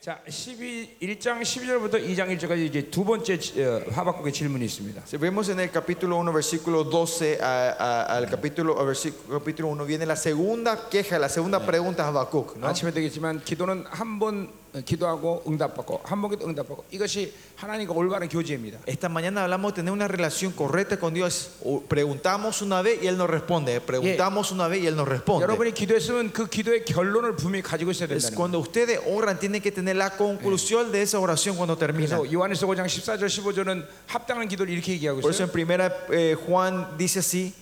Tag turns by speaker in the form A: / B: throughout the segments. A: 자, 12, 1장 12절부터 2장 1절까지 이제 두 번째 지- 어, 화박국의 질문이 있습니다.
B: Si vemos en el capítulo 1, versículo 12 a- a- al capítulo, a versículo, capítulo 1, viene la segunda queja, la segunda pregunta a Habacuc. ¿no?
A: 아침에 되겠지만 기도는 한 번 어, 기도하고 응답받고 한 번 기도 응답받고 이것이 하나님과 올바른 교제입니다.
B: Esta mañana hablamos de tener una relación correcta con Dios. O Preguntamos una vez y Él nos responde. Preguntamos una vez y Él nos
A: 어,
B: responde.
A: 여러분이 기도했으면 그 기도의 결론을 분명히 가지고 있어야 된다는
B: Es
A: 거예요.
B: cuando ustedes oran, tienen que tener la conclusión de esa oración cuando termina.
A: 그래서 요한일서 5장 14절 15절은 합당한 기도를 이렇게 얘기하고
B: Por eso
A: 있어요.
B: en primera eh, Juan dice así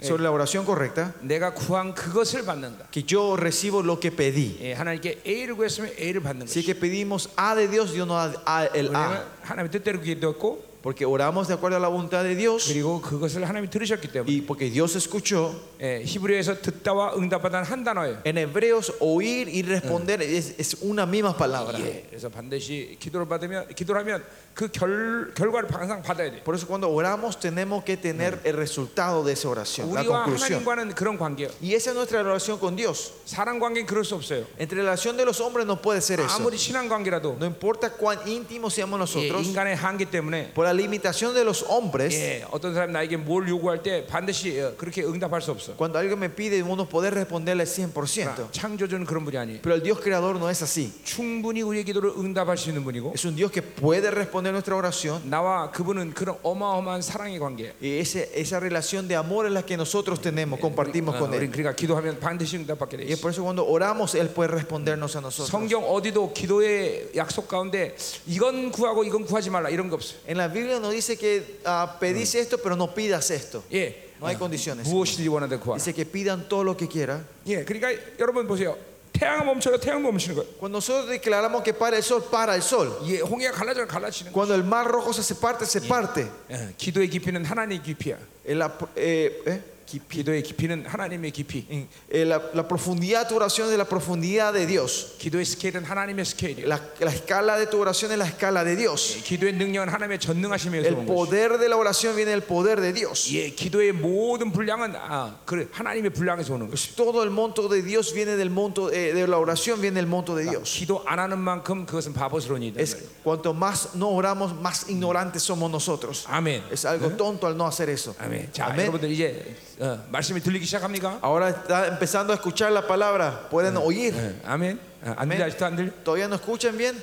B: sobre la oración correcta,
A: 내가 구한 그것을 받는다.
B: que yo recibo lo que pedí.
A: 예, 하나님께 A를 구했으면 A를 받는
B: Así
A: 것이.
B: que pedimos A de Dios, Dios nos da A- el A,
A: 왜냐하면 하나님 뜻대로 기도했고
B: porque oramos de acuerdo a la voluntad de Dios
A: 그리고 그것을 하나님이 들으셨기 때문에
B: y porque Dios escuchó.
A: 예, 히브리어에서 듣다와 응답하다는 한 단어예요.
B: En hebreos, oír y responder es, es una misma palabra.
A: 예, 그래서 반드시 기도를 받으면 기도를 하면 그 결, 결과를 항상 받아야 돼요.
B: Por eso cuando oramos tenemos que tener el resultado de esa oración, la
A: 우리와
B: conclusión.
A: 하나님과는 그런 관계예요.
B: Y esa es nuestra relación con Dios.
A: 사랑 관계는 그럴 수 없어요.
B: Entre la relación de los hombres no puede ser eso.
A: 아무리 신앙 관계라도
B: No importa cuán íntimos seamos
A: 예,
B: nosotros,
A: 인간의 한계 때문에
B: por la limitación de los hombres,
A: 예, 어떤 사람이 나에게 뭘 요구할 때 반드시 어, 그렇게 응답할 수 없어.
B: cuando alguien me pide, uno poder responderle
A: 그러나
B: 100%.
A: 창조주는 그런 분이 아니에요.
B: Pero el Dios creador no es así.
A: 충분히 우리의 기도를 응답할 수 있는 분이고
B: Es un Dios que puede responder nuestra oración.
A: 나와 그분은 그런 어마어마한 사랑의 관계.
B: Y ese- esa relación de amor es la que nosotros tenemos, compartimos
A: 어,
B: con
A: 우린
B: Él.
A: 그러니까 기도하면 반드시 응답받게 돼
B: Y es
A: 있어.
B: por eso cuando oramos, Él puede respondernos a nosotros.
A: 성경 어디도 기도의 약속 가운데 이건 구하고 이건 구하지 말라 이런 거 없어요.
B: En la Biblia nos dice que ah, pedís esto, pero no pidas esto.
A: 예,
B: No hay condiciones.
A: 무엇이든지 원하든 구하라.
B: Dice que pidan todo lo que quieran.
A: 예, 그러니까 여러분 보세요. 태양 멈춰요. 태양 멈추는 거예요.
B: Cuando nosotros declaramos que para el sol, para el sol.
A: 예, 홍해가 갈라져 갈라치는 거.
B: Cuando el mar rojo se parte, se parte.
A: 예, 기도의 깊이는 하나님의 깊이야.
B: En La, pro- eh, eh,
A: 기도의 깊이는 하나님의 깊이.
B: en- en la, la profundidad de tu oración es la profundidad de Dios.
A: 기도의 스케일은 하나님의 스케일이에요.
B: La, la escala de tu oración es la escala de
A: 예,
B: Dios.
A: 기도의 능력은 하나님의 전능하심에서
B: El
A: 오는 것이.
B: poder de la oración viene del poder de Dios.
A: 예, 기도의 모든 분량은 아, 그래 하나님의 분량에서 오는 것이.
B: Todo el monto de Dios viene del monto eh, de la oración, viene del monto de Dios.
A: 기도 안 하는 만큼 그것은 바보스러운 일이다.
B: Es cuanto más no oramos, más ignorantes somos nosotros.
A: 아멘. 예?
B: Es algo tonto al no hacer eso.
A: 아멘. 자,
B: Amén.
A: 여러분들 이제 어, 말씀이 들리기 시작합니까?
B: Ahora está empezando a escuchar la palabra. Pueden oír.
A: 예, 아멘. 아, 안 들려
B: 아멘.
A: 아직도 안 들려.
B: ¿Todavía no escuchan bien?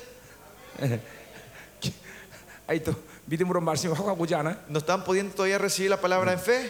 A: 아니 또 믿음으로 말씀이 확 확 오지 않아?
B: ¿No están pudiendo todavía recibir la palabra en fe?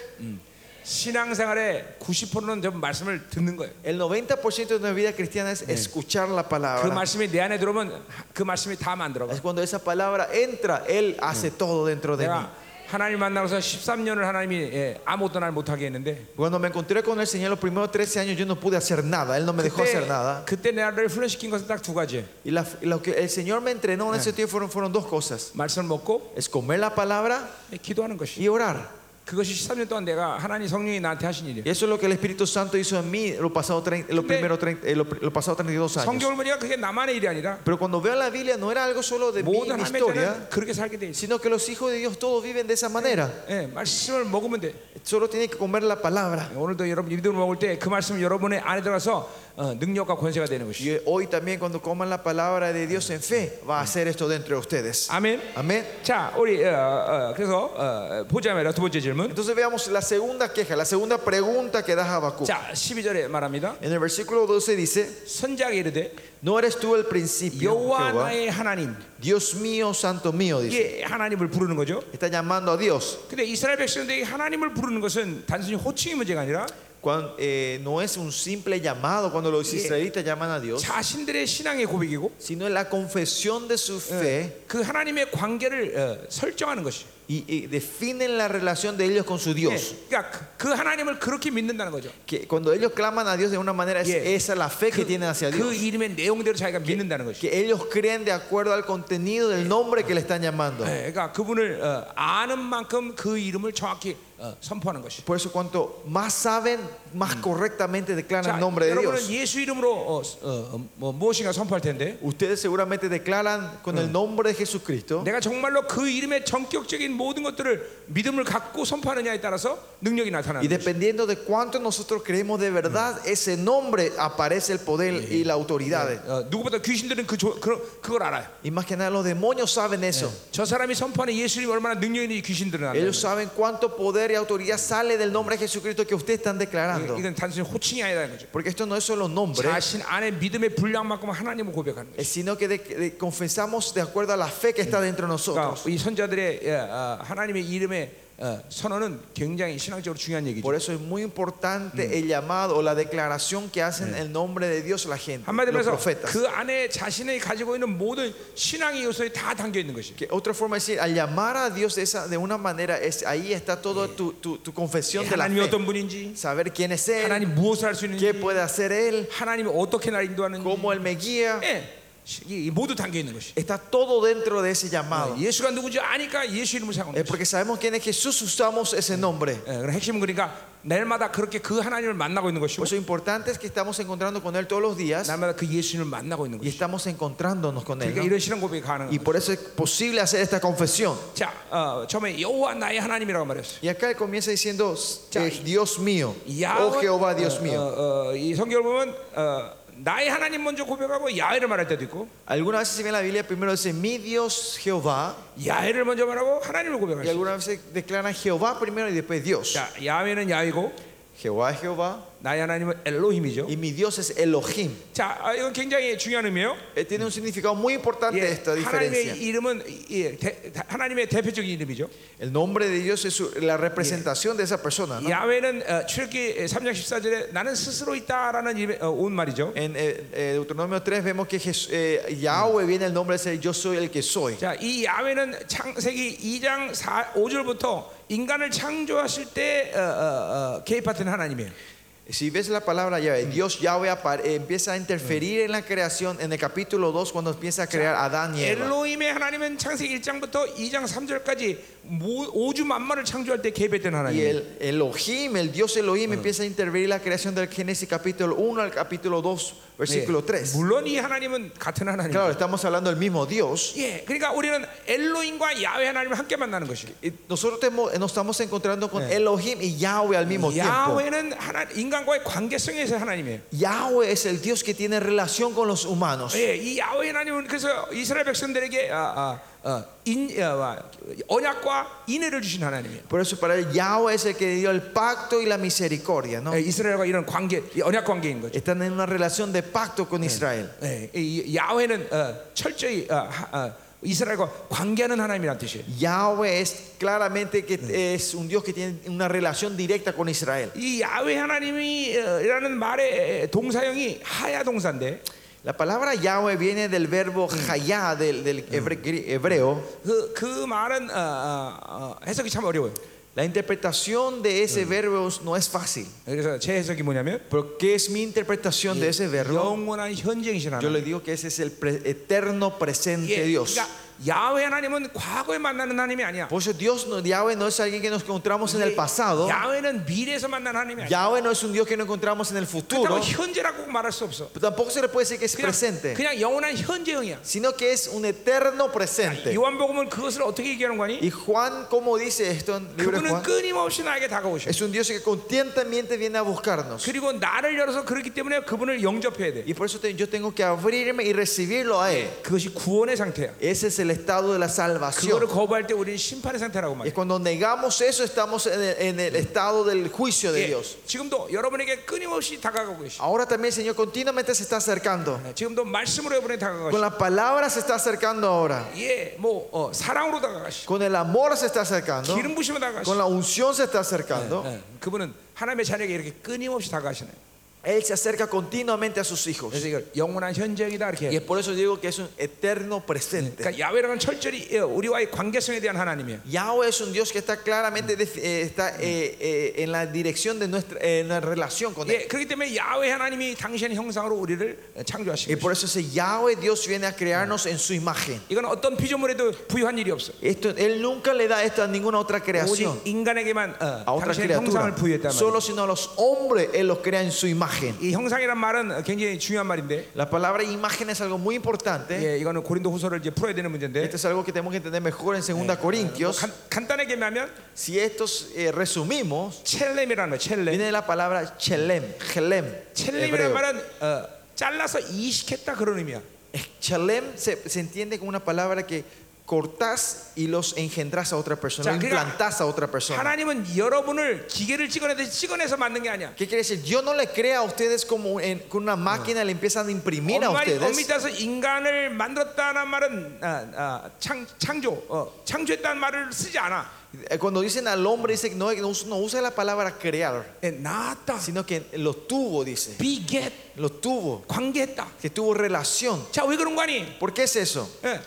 A: 신앙생활의 90%는 좀 말씀을 듣는 거예요.
B: El 90% de nuestra vida cristiana es escuchar la
A: 그
B: palabra.
A: 말씀이 내 안에 들어오면 그 말씀이 다 만들어.
B: Es cuando esa palabra entra, Él hace todo dentro de mí.
A: 내가 하나님 만나고서 13년을 하나님이 예, 아무것도 날 못하게 했는데
B: Cuando me encontré con el Señor los primeros 13 años, yo no pude hacer nada. Él no me dejó hacer
A: 그때,
B: nada.
A: 그때 나를 훈련시킨 것은 딱 두 가지.
B: Y la- lo que el Señor me entrenó en ese tiempo fueron, fueron dos cosas:
A: 말씀을 먹고
B: es comer la palabra
A: 예, 기도하는 것이.
B: y orar.
A: 그것이 13년 동안 내가 하나님 성령이 나한테 하신 일이에요.
B: Y eso es lo que el Espíritu Santo hizo en mí los pasados los primeros trein- eh, los, los pasados 32 años.
A: 성경을 보니까 그게 나만의 일이 아니라
B: Pero cuando veo la Biblia, no era algo solo de mi
A: 모든
B: historia,
A: 하나님들은 그렇게 살게 돼 있어.
B: sino que los hijos de Dios todos viven de esa manera.
A: 예, 말씀을 먹으면 돼.
B: Solo tienen que comer la palabra.
A: 오늘도 여러분 믿음을 먹을 때 그 말씀 여러분의 안에 들어가서 어, 능력과 권세가 되는 것이.
B: Y hoy también cuando coman la palabra de Dios en fe, va a hacer esto dentro de ustedes.
A: 아멘.
B: Amén.
A: 자, 우리 어, 어, 그래서 어, 보자마자 두 번째 질문.
B: Entonces veamos la segunda queja, la segunda pregunta que da Habacuc.
A: 자, 12절에 말합니다.
B: En el versículo 12 dice,
A: 선자가 이르되
B: no eres tú el principio,
A: 여호와
B: Jehová.
A: 나의 하나님.
B: Dios mío, santo mío, dice.
A: 이게 하나님을 부르는 거죠.
B: Está llamando a Dios.
A: 근데 이스라엘 백성들이 하나님을 부르는 것은 단순히 호칭의 문제가 아니라
B: Cuando, eh, no es un simple llamado cuando los israelitas llaman a Dios,
A: 자신들의 신앙의 고백이고
B: sino es la confesión de su fe
A: 그 하나님의 관계를 어, 설정하는 것이.
B: y, y definen la relación de ellos con su
A: 예,
B: Dios.
A: 그러니까 그- 그 하나님을 그렇게 믿는다는 거죠.
B: Que cuando ellos claman a Dios de una manera, es,
A: Yeah.
B: esa es la fe que tienen hacia Dios.
A: 그 이름의 내용대로 자기가 믿는다는 것이.
B: que ellos creen de acuerdo al contenido del nombre que le están llamando.
A: 예, 그러니까 그분을 어, 아는 만큼 그 이름을 정확히 어, 선포하는 것이.
B: Por eso cuanto más saben, más correctamente declaran
A: 자,
B: el nombre de
A: 여러분은
B: Dios.
A: 예수 이름으로 어, 어, 뭐, 무엇인가 선포할 텐데
B: Ustedes seguramente declaran con el nombre de Jesucristo.
A: 내가 정말로 그 이름의 전격적인 모든 것들을 믿음을 갖고 선포하느냐에 따라서 능력이
B: Y
A: 나타나는 거죠.
B: dependiendo de cuánto nosotros creemos de verdad, ese nombre aparece el poder y la autoridad.
A: 어, 누구보다 귀신들은 그 조, 그, 그걸 알아요.
B: Y más que nada los demonios saben eso.
A: 저 사람이 선포하는 예수님 이 얼마나 능력이 귀신들은 알아요.
B: Ellos saben cuánto poder y autoridad sale del nombre de Jesucristo que ustedes están declarando.
A: 이건 단순히 호칭이 아니라는 거죠.
B: Porque esto no es solo nombre,
A: 자신 안에 믿음의 분량만큼 하나님을 고백하는 거죠.
B: eh, sino que de- de- confesamos de acuerdo a la fe que está dentro de nosotros.
A: 그러니까 이 선자들의 예, 어, 하나님의 이름의 어, 선언은 굉장히 신앙적으로 중요한 얘기죠.
B: Por eso es muy importante el llamado o la declaración que hacen en el nombre de Dios la gente,
A: 한마디로
B: los
A: 해서
B: profetas.
A: 그 안에 자신이 가지고 있는 모든 신앙의 요소에 다 담겨 있는 것이.
B: Que otra forma de decir, al llamar a Dios de, esa, de una manera, es, ahí está toda tu, tu- tu confesión de la
A: 하나님이
B: fe.
A: 어떤 분인지,
B: Saber quién es Él,
A: 하나님 무엇을 할 수
B: qué
A: 있는지,
B: puede hacer Él,
A: 하나님이 어떻게 날 인도하는지,
B: cómo Él me guía.
A: 예, 이- 이 모두 담겨 있는 것이.
B: Está todo dentro de ese llamado.
A: 예수가 누군지 아니까 예수 이름을 사용하는
B: Es
A: 것이.
B: porque sabemos quién es Jesús, usamos ese nombre.
A: 예, 그럼 핵심은 그러니까 날마다 그렇게 그 하나님을 만나고 있는 것이고,
B: Por eso lo importante es que estamos encontrando con Él todos los días
A: 날마다 그 예수님을 만나고 있는
B: y
A: 것이.
B: estamos encontrándonos con Él.
A: 그러니까
B: ¿no?
A: 이런 신앙 고백이 가능한
B: Y
A: 거예요.
B: por eso es posible hacer esta confesión.
A: 자, 어, 처음에 여호와 나의 하나님이라고 말했어요.
B: Y acá él comienza diciendo, eh, Dios mío,
A: 야훼-
B: oh Jehová, Dios
A: 어,
B: mío.
A: 어, 어, 이 성경을 보면 어, 나의 하나님 먼저 고백하고 야훼를 말할 때도 있고
B: Algunas veces se ve en la Biblia primero dice, mi Dios Jehová,
A: 야훼를 먼저 말하고 하나님을
B: y
A: 고백하시죠.
B: algunas veces declaran Jehová primero y después Dios.
A: 자, 야훼는 야훼고
B: Jehová es Jehová,
A: 나의 하나님은 엘로힘이죠.
B: y mi Dios es Elohim.
A: 자, 아, 이건 굉장히 중요한 의미예요.
B: Eh, tiene un significado muy importante
A: 예,
B: esta diferencia.
A: 하나님의 이름은 예, 대- 다- 하나님의 대표적인 이름이죠.
B: El nombre de Dios es su- la representación de esa persona. ¿no?
A: 야훼는 어, 출애기 3장 14절에 나는 스스로 있다라는 이름의, 어, 온 말이죠.
B: En eh, eh, Deuteronomio 3 vemos que Jes- eh, Yahweh viene el nombre de ese yo soy el que soy.
A: 자, 이 야훼는 창세기 2장 4, 5절부터 인간을 창조하실 때 어, 어, 어, 개입하던 하나님이에요.
B: Si ves la palabra Yahweh, Dios Yahweh apa- eh, empieza a interferir en la creación en el capítulo 2 cuando empieza a crear a Adán y Eva.
A: 엘로힘의 하나님은 창세기 1장부터 2장 3절까지 오주 만만을 창조할 때 개입했던
B: Y
A: 하나님이에요.
B: el Elohim, el Dios Elohim, empieza a intervenir la creación del Génesis capítulo 1 al capítulo 2, versículo 그러니까 3.
A: 예. 물론 이 하나님은 같은 하나님.
B: Claro, estamos hablando del mismo Dios.
A: 예, 그러니까 우리는 엘로힘과 야훼 하나님을 함께 만나는 것이.
B: Y Nosotros temo- eh, nos estamos encontrando con Elohim y Yahweh al mismo tiempo.
A: 야훼는 하나 인간과의 관계성에서 하나님이에요.
B: Yahweh es el Dios que tiene relación con los humanos.
A: 예, 이 야훼 하나님은 그래서 이스라엘 백성들에게 아, 아, 아, 인, 아, 아, 언약과 인애를 주신 하나님이에요.
B: Por eso para él Yahweh es el que dio el pacto y la misericordia, ¿no?
A: 예, 이스라엘과 이런 관계, 이 언약 관계인 거죠.
B: Están en una relación de pacto con Israel.
A: 예, 이 야훼는 어, 철저히 어, 하- 어, 이스라엘과 관계하는 하나님이란 뜻이에요.
B: Yahweh es claramente que es un Dios que tiene una relación directa con Israel.
A: 이 야훼 하나님이라는 말의 동사형이 하야 동사인데
B: La palabra Yahweh viene del verbo hayá del, del hebre- gri- hebreo.
A: 그, 그 말은 어, 어, 어, 해석이 참 어려워요.
B: La interpretación de ese verbo no es fácil.
A: 그래서 제 해석이 뭐냐면
B: Pero ¿qué es mi interpretación de ese verbo?
A: 영원한 현재이신
B: Yo
A: 하나님.
B: le digo que ese es el pre- eterno presente
A: 예,
B: Dios.
A: 그러니까 야훼 하나님은 과거에 만나는 하나님이 아니야.
B: Por eso Dios, no, Yahweh no es alguien que nos encontramos en el pasado.
A: 야훼는 미래에서 만나는 하나님이 아니야.
B: Yahweh no es un Dios que nos encontramos en el
A: 그렇다고
B: futuro.
A: 현재라고 말할 수 없어.
B: Pero tampoco se le puede decir que es
A: 그냥,
B: presente,
A: 그냥 영원한 현재형이야.
B: sino que es un eterno
A: 네.
B: presente.
A: 요한복음은 그것을 어떻게 얘기하는 거니?
B: Y Juan, ¿cómo dice esto en Libre
A: 그분은
B: Juan?
A: 끊임없이 나에게 다가오셔.
B: Es un Dios que constantemente viene a buscarnos.
A: 그리고 나를 열어서 그렇기 때문에 그분을 영접해야 돼.
B: Y por eso te- yo tengo que abrirme y recibirlo a Él.
A: 그것이 구원의 상태야.
B: Ese es el estado de la
A: 그거를
B: salvación.
A: 거부할 때 우리는 심판의 상태라고
B: Y
A: 말해.
B: cuando negamos eso, estamos en el, en el estado del juicio de
A: 예,
B: Dios.
A: 지금도 여러분에게 끊임없이 다가가고 계시.
B: Ahora también el Señor continuamente se está acercando.
A: 예, 지금도 말씀으로 여러분에 다가가시.
B: Con la palabra se está acercando ahora.
A: 예, 뭐 어, 사랑으로 다가가시.
B: Con el amor se está acercando.
A: 기름 부심으로 다가가시.
B: Con la unción se está acercando.
A: 예, 그분은 하나님의 자녀에게 이렇게 끊임없이 다가가시네.
B: Él se acerca continuamente a sus hijos.
A: 그래서 이걸 영원한 현장이다 이렇게.
B: Y es por eso digo que es un eterno presente.
A: 그러니까 야훼라는 철저히 예, 우리와의 관계성에 대한 하나님이에요.
B: Yahweh es un Dios que está claramente def- eh, está, eh, eh, en la dirección de nuestra eh, en la relación con Él.
A: 예, 그렇기 때문에 야훼 하나님이 당신의 형상으로 우리를 창조하신
B: Y
A: 거예요.
B: por eso ese Yahweh Dios viene a crearnos en su imagen.
A: 이건 어떤 피조물에도 부여한 일이 없어.
B: Esto, él nunca le da esto a ninguna otra
A: 오직
B: creación,
A: 인간에게만
B: a
A: 어,
B: otra
A: 당신의 형상을
B: criatura.
A: 부여했단 말이에요.
B: Solo sino a los hombres Él los crea en su imagen.
A: 이 형상이란 말은 굉장히 중요한 말인데
B: La palabra imagen es algo muy importante.
A: 예, 이거는 고린도 후서를 이제 풀어야 되는 문제인데 뭐
B: Esto es algo que tenemos que entender mejor en 2 Corintios.
A: 간, 간단하게 얘기하면
B: Si estos eh, resumimos,
A: 첼렘이라는 거 첼렘
B: viene de la palabra chelem, chelem,
A: 첼렘이라는
B: hebreo.
A: 말은 어, 잘라서 이식했다 예, 그런 의미야
B: Chelem se, se entiende como una palabra que cortás y los engendrás a otra persona,
A: O sea, que-
B: implantás a otra persona.
A: 하나님은 여러분을 기계를 찍어내듯이 찍어내서 만든 게 아니야
B: ¿Qué quiere decir? Yo no le crea a ustedes como en- con una máquina le empiezan a imprimir a
A: 엄마이
B: ustedes.
A: 엄밀해서 인간을 만들었다는 말은 아, 아, 창, 창조, 어, 창조했다는 말을 쓰지 않아.
B: Eh, Cuando dicen al hombre, dice que no, no us- no usa la palabra crear,
A: 예, 낳았다,
B: sino que lo tuvo, dice.
A: 비겟,
B: Lo tuvo,
A: 관계했다.
B: que tuvo relación.
A: 자, 왜 그런 거 아니?
B: ¿Por qué es eso?
A: 예,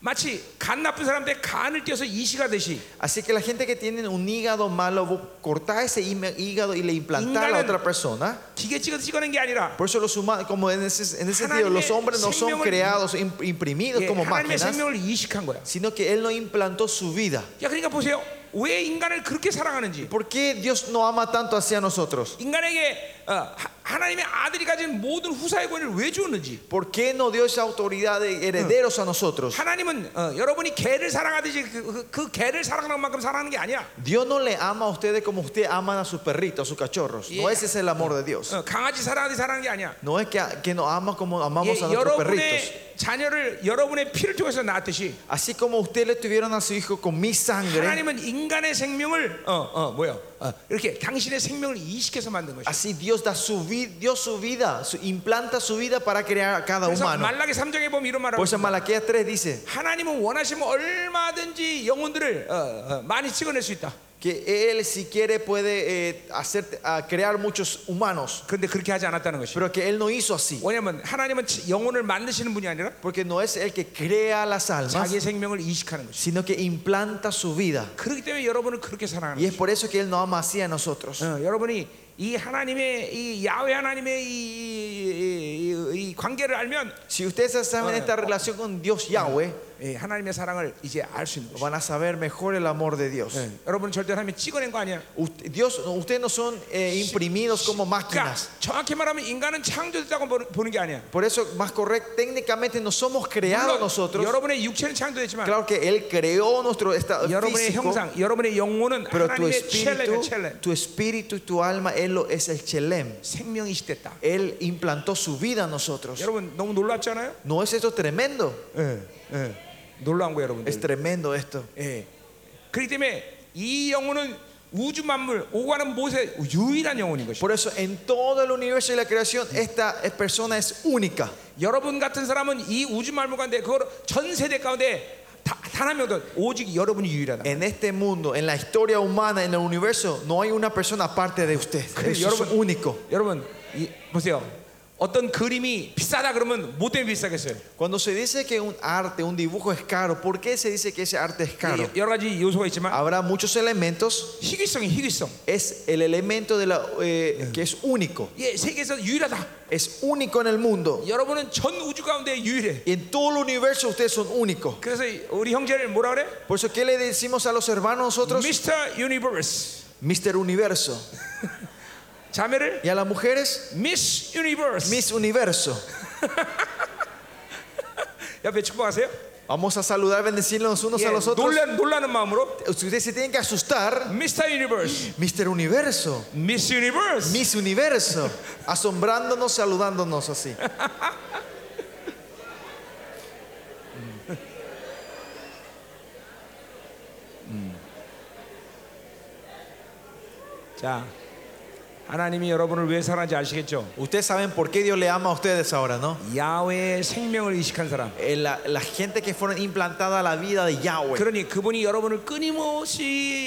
A: 마치 간 나쁜 사람한테 간을 띄어서 이식하듯이
B: Así que la gente que tiene un hígado malo, vos cortás ese híme- hígado y le implantás a la otra persona.
A: 기계 찍어서 찍어낸 게 아니라
B: Por eso los humanos, como en ese, en ese sentido,
A: 하나님의
B: los hombres no son
A: 생명을-
B: creados, imp- imprimidos
A: 예,
B: como
A: 하나님의
B: máquinas,
A: 생명을 이식한 거야.
B: sino que Él no implantó su vida.
A: 야, 그러니까 보세요. 왜 인간을 그렇게 사랑하는지.
B: ¿Por qué Dios no ama tanto hacia nosotros?
A: 인간에게 어, 하- 하나님의 아들이 가진 모든 후사의 권위를 왜 주었는지.
B: ¿Por qué no dio esa autoridad de herederos a nosotros?
A: 하나님은 어, 여러분이 개를 사랑하듯이 그, 그, 그 개를 사랑하는 만큼 사랑하는 게 아니야.
B: Dios no le ama a ustedes como ustedes aman a sus perritos, a sus cachorros. No ese es el amor de Dios.
A: 어, 강아지 사랑하듯이 사랑하는 게 아니야.
B: No es que, que nos ama como
A: 예,
B: amamos a nuestros perritos.
A: 여러분의 자녀를 여러분의 피를 통해서 낳았듯이
B: Así como ustedes le tuvieron a su hijo con mi sangre,
A: 하나님은 인간의 생명을 어, 어, 뭐야? 어, 이렇게 당신의 생명을 이식해서 만든 것이.
B: así Dios da su, vi- dio su vida, su- implanta su vida para crear a cada
A: 그래서
B: humano.
A: 말라기 3장에 보면 이런 말을 하고
B: Por eso Malaquías 3 dice,
A: 하나님은 원하시면 얼마든지 영혼들을 어, 어, 많이 찍어낼 수 있다.
B: que él si quiere puede eh, hacer, a crear muchos humanos,
A: 그런데 그렇게 하지 않았다는 것이.
B: pero que él no hizo así,
A: 왜냐하면 하나님은 영혼을 만드시는 분이 아니라
B: porque no es el que crea las almas,
A: 자기 생명을 이식하는 것이.
B: sino que implanta su vida.
A: 그렇기 때문에 여러분을 그렇게 사랑하는.
B: Y es por eso que él no ama así a nosotros.
A: 어, 여러분이 이 하나님의 이 야훼 하나님의 이, 이, 이, 이, 이 관계를 알면
B: Si ustedes saben esta relación con Dios Yahweh,
A: 예, 하나님의 사랑을 이제 알 수 있는 거죠.
B: van a saber mejor el amor de Dios.
A: 예, 여러분은 절대 하나님이 찍어낸 거 아니야.
B: Ust- Dios, ustedes no son eh, imprimidos como
A: 그러니까
B: máquinas.
A: 정확히 말하면 인간은 창조됐다고 보는, 보는 게 아니야.
B: Por eso, más correcto, técnicamente no somos creados
A: 물론
B: nosotros.
A: 여러분의 육체는 창조됐지만
B: Claro que Él creó nuestro estado
A: 여러분의
B: físico.
A: 형상, 여러분의 영혼은
B: Pero tu
A: 하나님의 첼렘의
B: espíritu,
A: 첼렘
B: tu espíritu y tu alma, Él lo- es el Chelem.
A: 생명이 시됐다.
B: Él implantó su vida a nosotros.
A: 여러분 너무 놀랍잖아요.
B: ¿No es esto tremendo?
A: 예, 예. 놀라운 거예요,
B: Es
A: 여러분들.
B: tremendo esto.
A: 예. 그렇기 때문에 이 영혼은 우주 만물 오가는 모세 유일한 영혼인 것이.
B: Por eso en todo el universo y la creación esta eh, persona es única.
A: 여러분 같은 사람은 이 우주 만물 가운데 그걸 전 세대 가운데 단한 명도 오직 여러분이 유일하다.
B: En este mundo, en la historia humana, en el universo, no hay una persona aparte de usted.
A: Creo,
B: Eso es
A: 여러분.
B: único.
A: 여러분 이, 보세요. 어떤 그림이 비싸다 그러면 뭐 때문에 비싸겠어요?
B: Cuando se dice que un arte, un dibujo es caro, ¿por qué se dice que ese arte es caro?
A: 여러 가지 요소가 있지만
B: Habrá muchos elementos.
A: 희귀성이 희귀성.
B: Es el elemento de la, eh, que es único.
A: 예, 세계에서 유일하다.
B: Es único en el mundo.
A: 여러분은 전 우주 가운데 유일해.
B: Y en todo el universo ustedes son únicos.
A: 그래서 우리 형제를 뭐라 그래?
B: Por eso, ¿qué le decimos a los hermanos nosotros?
A: 미스터 유니버스.
B: Mister Universo.
A: 자매를
B: Y a las mujeres,
A: 미스 유니버스.
B: Miss Universo.
A: 옆에 축복하세요.
B: Vamos a saludar, bendecirnos unos
A: 예,
B: a los otros.
A: 놀란 놀라는 마음으로
B: Ustedes se tienen que asustar.
A: 미스터 유니버스.
B: Mister Universo.
A: 미스 유니버스.
B: Miss Universo. Asombrándonos, saludándonos así.
A: 자, 하나님이 여러분을 왜 사랑하는지 아시겠죠?
B: Ustedes saben por qué Dios le ama a ustedes ahora, ¿no?
A: 야외의 생명을 이식한 사람.
B: Eh, La, la gente que fueron implantada a la vida de Yahweh.
A: 그러니 그분이 여러분을 끊임없이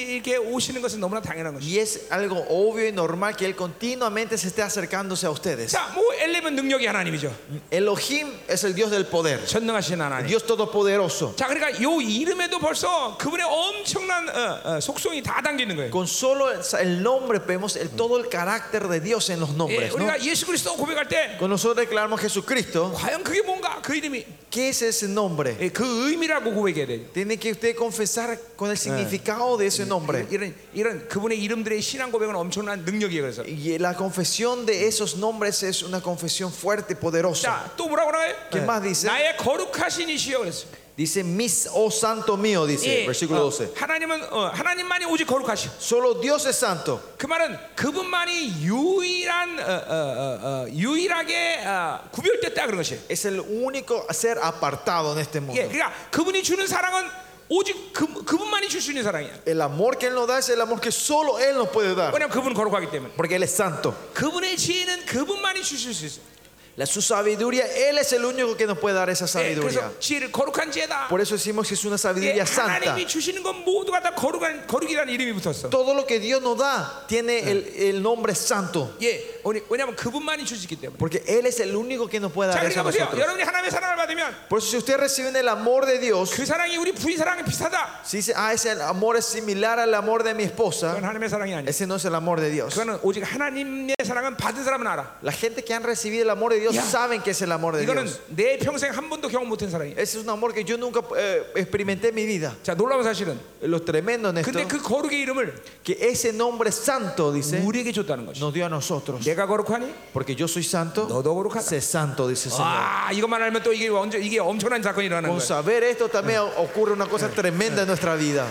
A: 이렇게 오시는 것은 너무나 당연한 것이죠.
B: Y es algo obvio y normal que Él continuamente se esté acercándose a ustedes.
A: 자, 뭐 엘레면 능력이 하나님이죠.
B: Elohim es el Dios del poder.
A: 전능하신 하나님.
B: Dios todopoderoso.
A: 자, 그러니까 요 이름에도 벌써 그분의 엄청난 어, 어, 속성이 다 담겨 있는 거예요.
B: Con solo el nombre vemos el, todo el carácter de Dios en los
A: 예,
B: nombres. ¿no?
A: 우리가 예수 그리스도 고백할 때
B: Cuando nosotros declaramos Jesucristo,
A: 과연 그게 뭔가 그 이름이
B: ¿qué es ese nombre?
A: 예, 그 의미라고 고백해야 돼요.
B: Tiene que usted confesar con el significado de ese nombre.
A: 이런 이런 그분의 이름들의 신앙 고백은 엄청난 능력이에요. 그래서
B: Y la confesión de esos nombres es una confesión fuerte, poderosa.
A: 자, 또 뭐라고 나와요? 네.
B: ¿Qué más dice?
A: 나의 거룩하신 이시여 그랬어.
B: Dice, mis, oh santo mío, dice,
A: 예,
B: versículo
A: 어,
B: 12.
A: 하나님은 어, 하나님만이 오직 거룩하시오.
B: Solo Dios es santo.
A: 그 말은 그분만이 유일한 어, 어, 어, 어, 유일하게 어, 구별됐다 그런 것이에요.
B: Es el único ser apartado en este mundo.
A: 예, 그러니까 그분이 주는 사랑은 오직 그, 그분만이 줄 수 있는 사랑이야.
B: El amor que Él nos da es el amor que solo Él nos puede dar.
A: 왜냐면 그분 거룩하기 때문에.
B: Porque Él es santo.
A: 그분의 지혜는 그분만이 주실 수 있어.
B: La, su sabiduría, Él es el único que nos puede dar esa
A: 예,
B: sabiduría.
A: 그래서 지혜를 거룩한 지혜다.
B: Por eso decimos que es una
A: 예,
B: sabiduría santa.
A: 하나님이 주시는 건 모두가 다 거룩한 거룩이라는 이름이 붙었어.
B: Todo lo que Dios nos da tiene el, el nombre santo.
A: 예, 오니- 왜냐면 그분만이 주시기 때문에.
B: Porque Él es el único que nos puede
A: 자,
B: dar
A: 그러니까
B: eso a
A: 보세요.
B: nosotros.
A: 여러분이 하나님의 사랑을 받으면
B: Por eso si ustedes reciben el amor de Dios,
A: 그 사랑이 우리 부인 사랑에 비슷하다.
B: si dice, ah, ese amor es similar al amor de mi
A: 그건
B: esposa,
A: 하나님의 사랑이 아니야.
B: ese no es el amor de Dios.
A: 그거는 오직 하나님의 사랑은 받은 사람은 알아.
B: La gente que han recibido el amor de Dios
A: Ya.
B: saben que es el amor de
A: 이거는
B: Dios.
A: 내 평생 한 번도 경험 못한 사랑이야.
B: Ese es un amor que yo nunca eh, experimenté en mi vida.
A: 자, 놀라운 사실은
B: Lo tremendo en esto,
A: 근데 그 거룩의 이름을
B: que ese nombre santo, dice,
A: 우리에게 줬다는 것이.
B: nos dio a nosotros.
A: 내가 거룩하니?
B: Porque yo soy
A: 너도
B: santo,
A: 거룩하다.
B: sé santo, dice el Señor.
A: 아, 이것만 알면 또 이게 언제 이게 엄청난 사건이 일어나는
B: Con
A: 거야.
B: saber esto también ocurre una cosa tremenda en nuestra vida.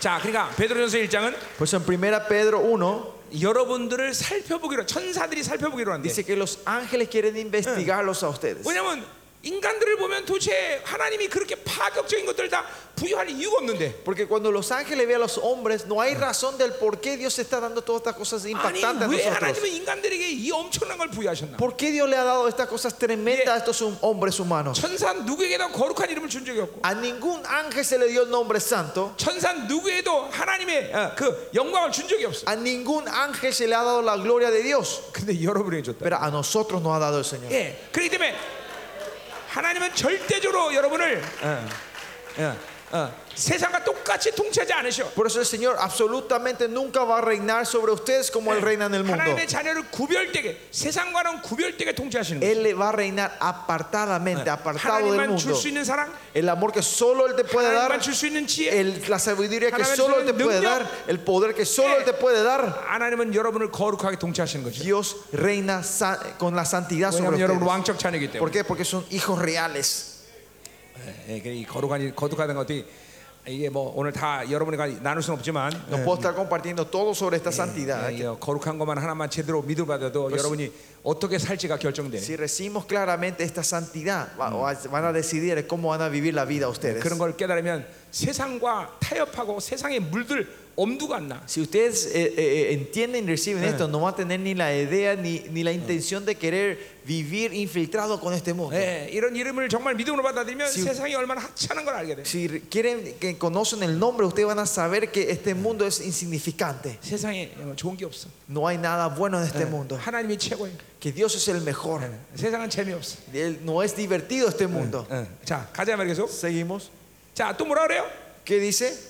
A: 자, 그러니까 베드로전서 1장은
B: Por eso en 1 Pedro 1
A: 여러분들을 살펴보기로 천사들이 살펴보기로 한대.
B: dice que los ángeles quieren investigarlos a ustedes.
A: 왜냐면 인간들을 보면 도대체 하나님이 그렇게 파격적인 것들을 다 부여할 이유가 없는데.
B: Porque cuando los ángeles ven a los hombres, no hay razón del por qué Dios está dando todas estas cosas
A: 아니
B: impactantes a
A: 왜
B: nosotros.
A: 하나님은 인간들에게 이 엄청난 걸 부여하셨나?
B: ¿Por qué Dios le ha dado estas cosas tremendas a estos hum- hombres humanos?
A: 천사 누구에게도 거룩한 이름을 준 적이 없고
B: A ningún ángel se le dio el nombre santo.
A: 천사 누구에도 하나님의 어, 그 영광을 준 적이 없어.
B: A ningún ángel se le ha dado la gloria de Dios.
A: 근데 여러분에게 줬다.
B: Pero a nosotros nos ha dado el Señor.
A: 예, 그렇기 때문에 하나님은 절대적으로 여러분을 어, 어, 어, 세상과 똑같이 통치하지 않으셔.
B: Por eso el Señor absolutamente nunca va a reinar sobre ustedes como Él reina en el mundo.
A: 하나님의 자녀를 구별되게 세상과는 구별되게 통치하시는 거예요.
B: Él le va a reinar apartadamente, apartado del
A: 하나님만 줄
B: mundo.
A: 수 있는 사랑,
B: El amor que solo Él te puede
A: 하나님만
B: dar,
A: 줄 수 있는 지혜.
B: el- la sabiduría que
A: 하나님만
B: solo Él te
A: 주는
B: puede
A: 능력.
B: dar, el poder que solo Él te puede dar.
A: 하나님은 여러분을 거룩하게 통치하시는 거죠.
B: Dios reina sa- con la santidad sobre
A: 왜냐하면 여러분
B: ustedes.
A: 왕적 자녀이기
B: ¿Por
A: 때문에.
B: qué? Porque son hijos reales.
A: 예, 그이 거룩한 일, 거룩하다는 것이 이게 뭐 오늘 다 여러분과 나눌 수는 없지만
B: No puedo estar compartiendo todo sobre esta santidad.
A: 예, 거룩한 것만 하나만 제대로 믿어받아도 여러분이 어떻게 살지가 결정돼.
B: Si recibimos claramente esta santidad, va- va- van a decidir cómo van a vivir la vida ustedes.
A: 그런 걸 깨달으면 세상과 타협하고 세상에 물들 엄두가 안 나.
B: Si ustedes eh, eh, eh, entienden y reciben esto, no van a tener ni la idea ni, ni la intención de querer vivir infiltrado con este mundo.
A: 예, 이런 이름을 정말 믿음으로 받아들이면
B: 지금-
A: 세상이 얼마나 하찮은 걸 알게 돼.
B: Si re- quieren que conocen el nombre, ustedes van a saber que este mundo es insignificante.
A: 세상에 좋은 게 없어. 예,
B: No hay nada bueno en
A: Eh.
B: este mundo.
A: 하나님이 최고예요.
B: Que Dios es el mejor.
A: 세상은 재미없어.
B: Él- No es divertido este mundo.
A: 예. 자, 가자 말이서
B: Seguimos.
A: 자, 또 뭐라 그래요?
B: ¿Qué dice?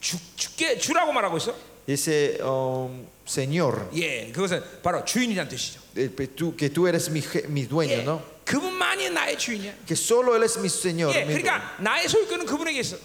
A: 주, 주께 주라고 말하고 있어.
B: Dice, um, Señor,
A: 예, 그것은 바로 주인이란 뜻이죠.
B: eh, que tú, que tú eres mi, je- mi dueño,
A: 예,
B: ¿no?
A: 그분만이 나의 주인이야.
B: Que solo Él es mi Señor.
A: 예,
B: mi dueño.
A: 그러니까 나의 소유권은 그분에게 있어.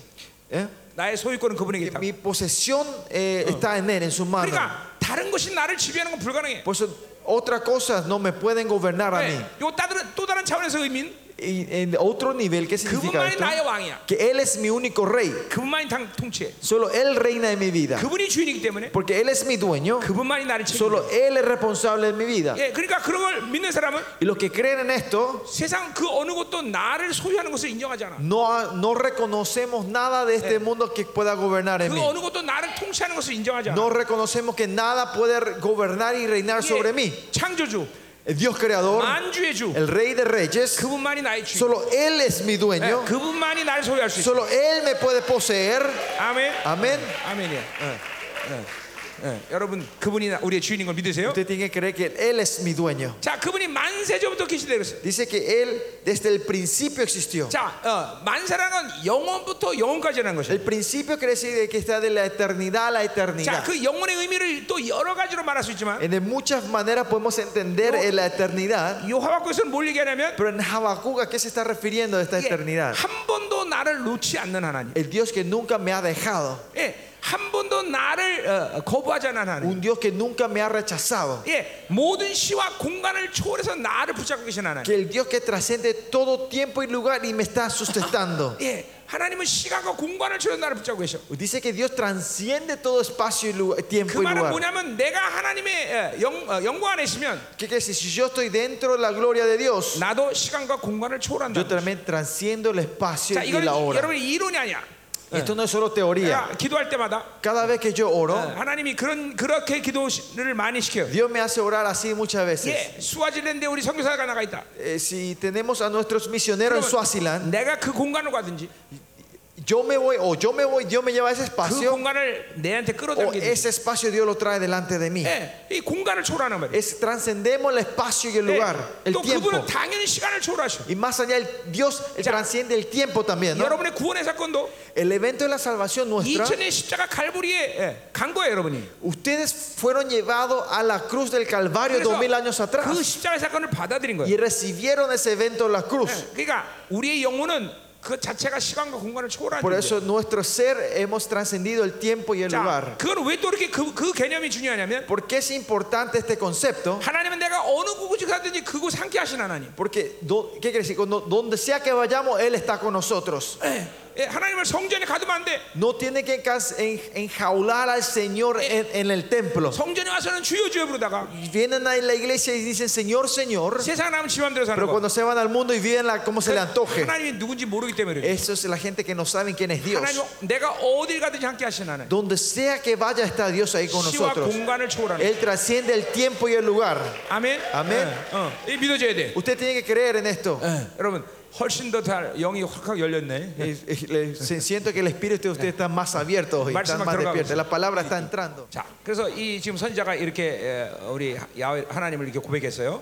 B: ¿Eh?
A: 나의 소유권은 그분에게
B: Que
A: 있다.
B: mi posesión eh, está en Él, en su mano.
A: 그러니까 다른 것이 나를 지배하는 건 불가능해.
B: Por eso otras cosas no me pueden gobernar a mí.
A: 예, 요 다른 또 다른 차원에서 의미는
B: Y en otro nivel, ¿qué significa
A: 그분만이
B: esto?
A: 나의 왕이야.
B: Que Él es mi único rey.
A: 그분만이 당 통치해.
B: Solo Él reina en mi vida.
A: 그분이 주인이기 때문에
B: Porque Él es mi dueño.
A: 그분만이 나를 책임져.
B: Solo Él es responsable en mi vida.
A: 예, 그러니까 그런 걸 믿는 사람은
B: Y los que creen en esto,
A: 세상 그 어느 것도 나를 소유하는 것을 인정하지 않아.
B: no, no reconocemos nada de este mundo que pueda gobernar en
A: 그
B: mí.
A: 어느 것도 나를 통치하는 것을 인정하지 않아.
B: 네. No reconocemos que nada puede gobernar y reinar
A: 예,
B: sobre mí.
A: 창조주,
B: El Dios creador,
A: 만주의 주,
B: el rey de reyes,
A: 그분만이 나의 주.
B: solo Él es mi
A: 예,
B: dueño.
A: 그분만이 나를 소유할 수 있어.
B: Solo Él me puede poseer.
A: 아멘.
B: Amén.
A: 아멘이야. 예, 예. 예, 여러분 그분이 나- 우리의 주인인 걸 믿으세요?
B: Usted tiene que creer que Él es mi dueño.
A: 자, 그분이 만세전부터 계시다 그랬어요.
B: Dice que Él desde el principio existió.
A: 자, 어, 만세라는 건 영원부터 영원까지라는 것이에요.
B: El principio quiere decir que está de la eternidad a la
A: 자,
B: eternidad.
A: 그 영혼의 의미를 또 여러 가지로 말할 수 있지만
B: En de muchas maneras podemos entender en la eternidad,
A: 요하박국에서는 뭘 얘기하냐면
B: pero en Habacuc ¿a qué se está refiriendo esta
A: 예,
B: eternidad?
A: 한 번도 나를 놓지 않는 하나님.
B: El Dios que nunca me ha dejado,
A: 예, 한 번도 나를 어, 거부하지 않는 하나님.
B: un Dios que nunca me ha rechazado,
A: 예, 모든 시와 공간을 초월해서 나를 붙잡고 계신 하나님.
B: que el Dios que trasciende todo tiempo y lugar y me está sustentando.
A: 예, 하나님은 시간과 공간을 초월해 나를 붙잡고 계셔.
B: Dice que Dios trasciende todo espacio y lugar-
A: 그
B: tiempo y
A: 말은
B: lugar.
A: 뭐냐면 내가 하나님의 어, 영, 어, 영광 안에 있으면
B: ¿Qué quiere decir? Si yo estoy dentro de la gloria de Dios,
A: 나도 시간과 공간을 초월한다.
B: yo también trasciendo el espacio
A: 자,
B: y
A: 이거는
B: la hora.
A: 여러분 이론이 아니야.
B: Esto no es solo teoría.
A: 내가 기도할 때마다
B: Cada vez que yo
A: 어,
B: oro,
A: 하나님이 그런 그렇게 기도를 많이 시켜요.
B: Dios me hace orar así muchas veces.
A: 예, 수아질랜드에 우리 선교사가 나가 있다.
B: Eh, si tenemos a nuestros misioneros en Suaziland,
A: 내가 그 공간을 가든지
B: yo me voy o yo me voy, Dios me lleva a ese
A: 그
B: espacio
A: 공간을 내한테
B: o
A: 끌어당기든지
B: ese espacio Dios lo trae delante de mí.
A: 예, 이 공간을 초월하는 말이에요.
B: Es trascendemos el espacio
A: Eh.
B: y el lugar,
A: 예,
B: el
A: 또
B: tiempo.
A: 그분은 당연히 시간을 초월하셔.
B: Y más allá, el Dios él trasciende el tiempo también. ¿no?
A: 여러분의 구원의 사건도
B: El evento de la salvación nuestra,
A: 2000의 십자가 갈보리에 예, 간 거예요, 여러분이.
B: ustedes fueron llevados a la cruz del Calvario dos mil años
A: 그
B: atrás
A: 십자가 사건을 받아들인
B: y
A: 거예요.
B: recibieron ese evento en la cruz.
A: 예, 그러니까 우리의 영혼은 그 자체가 시간과 공간을 초월하는
B: Por
A: 거예요.
B: eso nuestro ser hemos trascendido el tiempo y el
A: 자,
B: lugar.
A: 그건 왜 또 이렇게 그, 그 개념이 중요하냐면
B: ¿Por qué es importante este concepto?
A: 하나님은 내가 어느 곳에 가든지 그곳 함께 하신 하나님.
B: Porque, do- ¿qué quiere decir? Cuando- donde sea que vayamos, Él está con nosotros.
A: 예, 예, 하나님을 성전에 가두면 안 돼.
B: No tiene que encas- en- enjaular al Señor en, en el templo.
A: 성전에 와서는 주여 주여 부르다가
B: Y Vienen a la iglesia y dicen, Señor, Señor.
A: 세상 나면 지 맘대로 사는
B: Pero
A: 거.
B: cuando se van al mundo y viven la- como se le antoje.
A: 하나님이 누군지 모르기 때문에 그래요.
B: Eso es la gente que no saben quién es Dios.
A: 하나님 내가 어딜 가든지 함께 하신 하나님.
B: Donde sea que vaya está Dios ahí con
A: 시와
B: nosotros.
A: 공간을 초월하는.
B: Él trasciende el tiempo y el lugar.
A: 아멘.
B: 아멘.
A: 어, 어. 이 믿어줘야 돼.
B: Usted tiene que creer en esto.
A: 예, 여러분 훨씬 더 잘 영이 확확 열렸네. 예.
B: Eh, eh, le- se- Siento que el espíritu de usted está más abierto hoy, está más despierto. La palabra está entrando.
A: 자, 그래서 이 지금 선자가 이렇게 예, 우리 야외 하나님을 이렇게 고백했어요.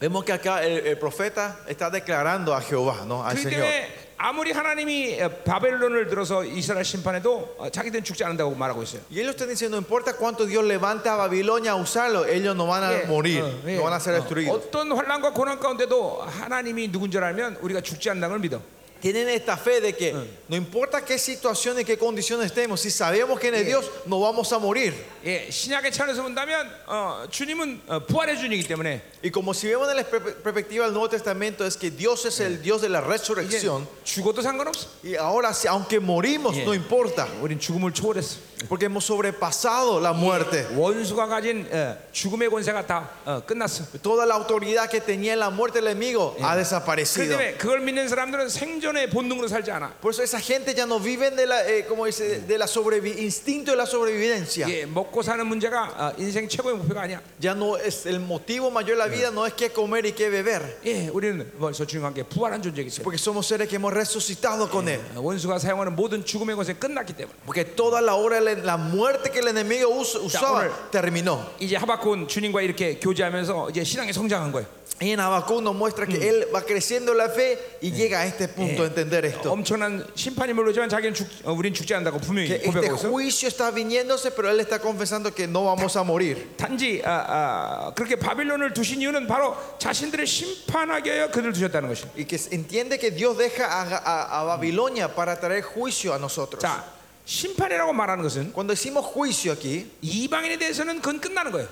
B: Vemos que acá el, el profeta está declarando a Jehová, ¿no? Al
A: 그렇기
B: Señor.
A: 때문에 아무리 하나님이 바벨론을 들어서 이스라엘 심판해도 어, 자기들은 죽지 않는다고 말하고 있어요.
B: Y ellos están diciendo, no importa cuánto Dios levanta a Babilonia a usarlo, ellos no van a
A: 예,
B: morir,
A: 어, 예.
B: no van a ser destruidos.
A: 어, 떤 환란과 고난 가운데도 하나님이 누군 줄 알면 우리가 죽지 않는다는 걸 믿어.
B: Tienen esta fe de que no importa qué situación y qué condiciones estemos, si sabemos quién es Dios, no vamos a morir.
A: 예, 신약의 차원에서 본다면 어, 주님은 어, 부활의 주님이기 때문에
B: Y como si vemos en la per- perspectiva del Nuevo Testamento, es que Dios es el Dios de la
A: 이제
B: resurrección.
A: 죽어도 상관없어.
B: Y ahora, si- aunque morimos,
A: Bien.
B: no importa,
A: 우린 죽음을 초월했어.
B: porque hemos sobrepasado la muerte.
A: 원수가 가진 어, 죽음의 권세가 다 어, 끝났어.
B: Toda la autoridad que tenía la muerte del enemigo ha
A: 그
B: desaparecido.
A: 때문에 그걸 믿는 사람들은 생존의 본능으로 살지 않아.
B: Por eso esa gente ya no viven de la, eh, como dice, de la sobrevi- instinto de la sobrevivencia.
A: 예, 먹고 사는 문제가 어, 인생 최고의 목표가 아니야.
B: Ya no es el motivo mayor de la vida, no es qué comer y qué beber,
A: 예, 우리는 벌써 주님과 함께 부활한 존재이기 때문에
B: porque somos seres que hemos resucitado con Él.
A: 어, 원수가 사용하는 모든 죽음의 권세 끝났기 때문에
B: Porque toda la obra, la la muerte que el enemigo us- usaba,
A: ahora-
B: terminó.
A: 이제 하박국은 주님과 이렇게 교제하면서 이제 신앙이 성장한 거예요.
B: Y en Habacuc nos muestra que él va creciendo la fe y llega a este punto, a entender esto.
A: 엄청난 심판이 물러지만 자기는 죽, 어, 우린 죽지 않다고 분명히
B: Que este
A: 고백하고 있어.
B: juicio está viniéndose, pero él está confesando que no vamos a morir.
A: 단지 아, 아, 그렇게 바빌론을 두신 이유는 바로 자신들을 심판하게 하여 그들을 두셨다는 것이.
B: Y que se entiende que Dios deja a, a- a Babilonia para traer juicio a nosotros.
A: 자, 심판이라고 말하는 것은
B: Cuando decimos juicio aquí,
A: 이방인에 대해서는 그건 끝나는 거예요.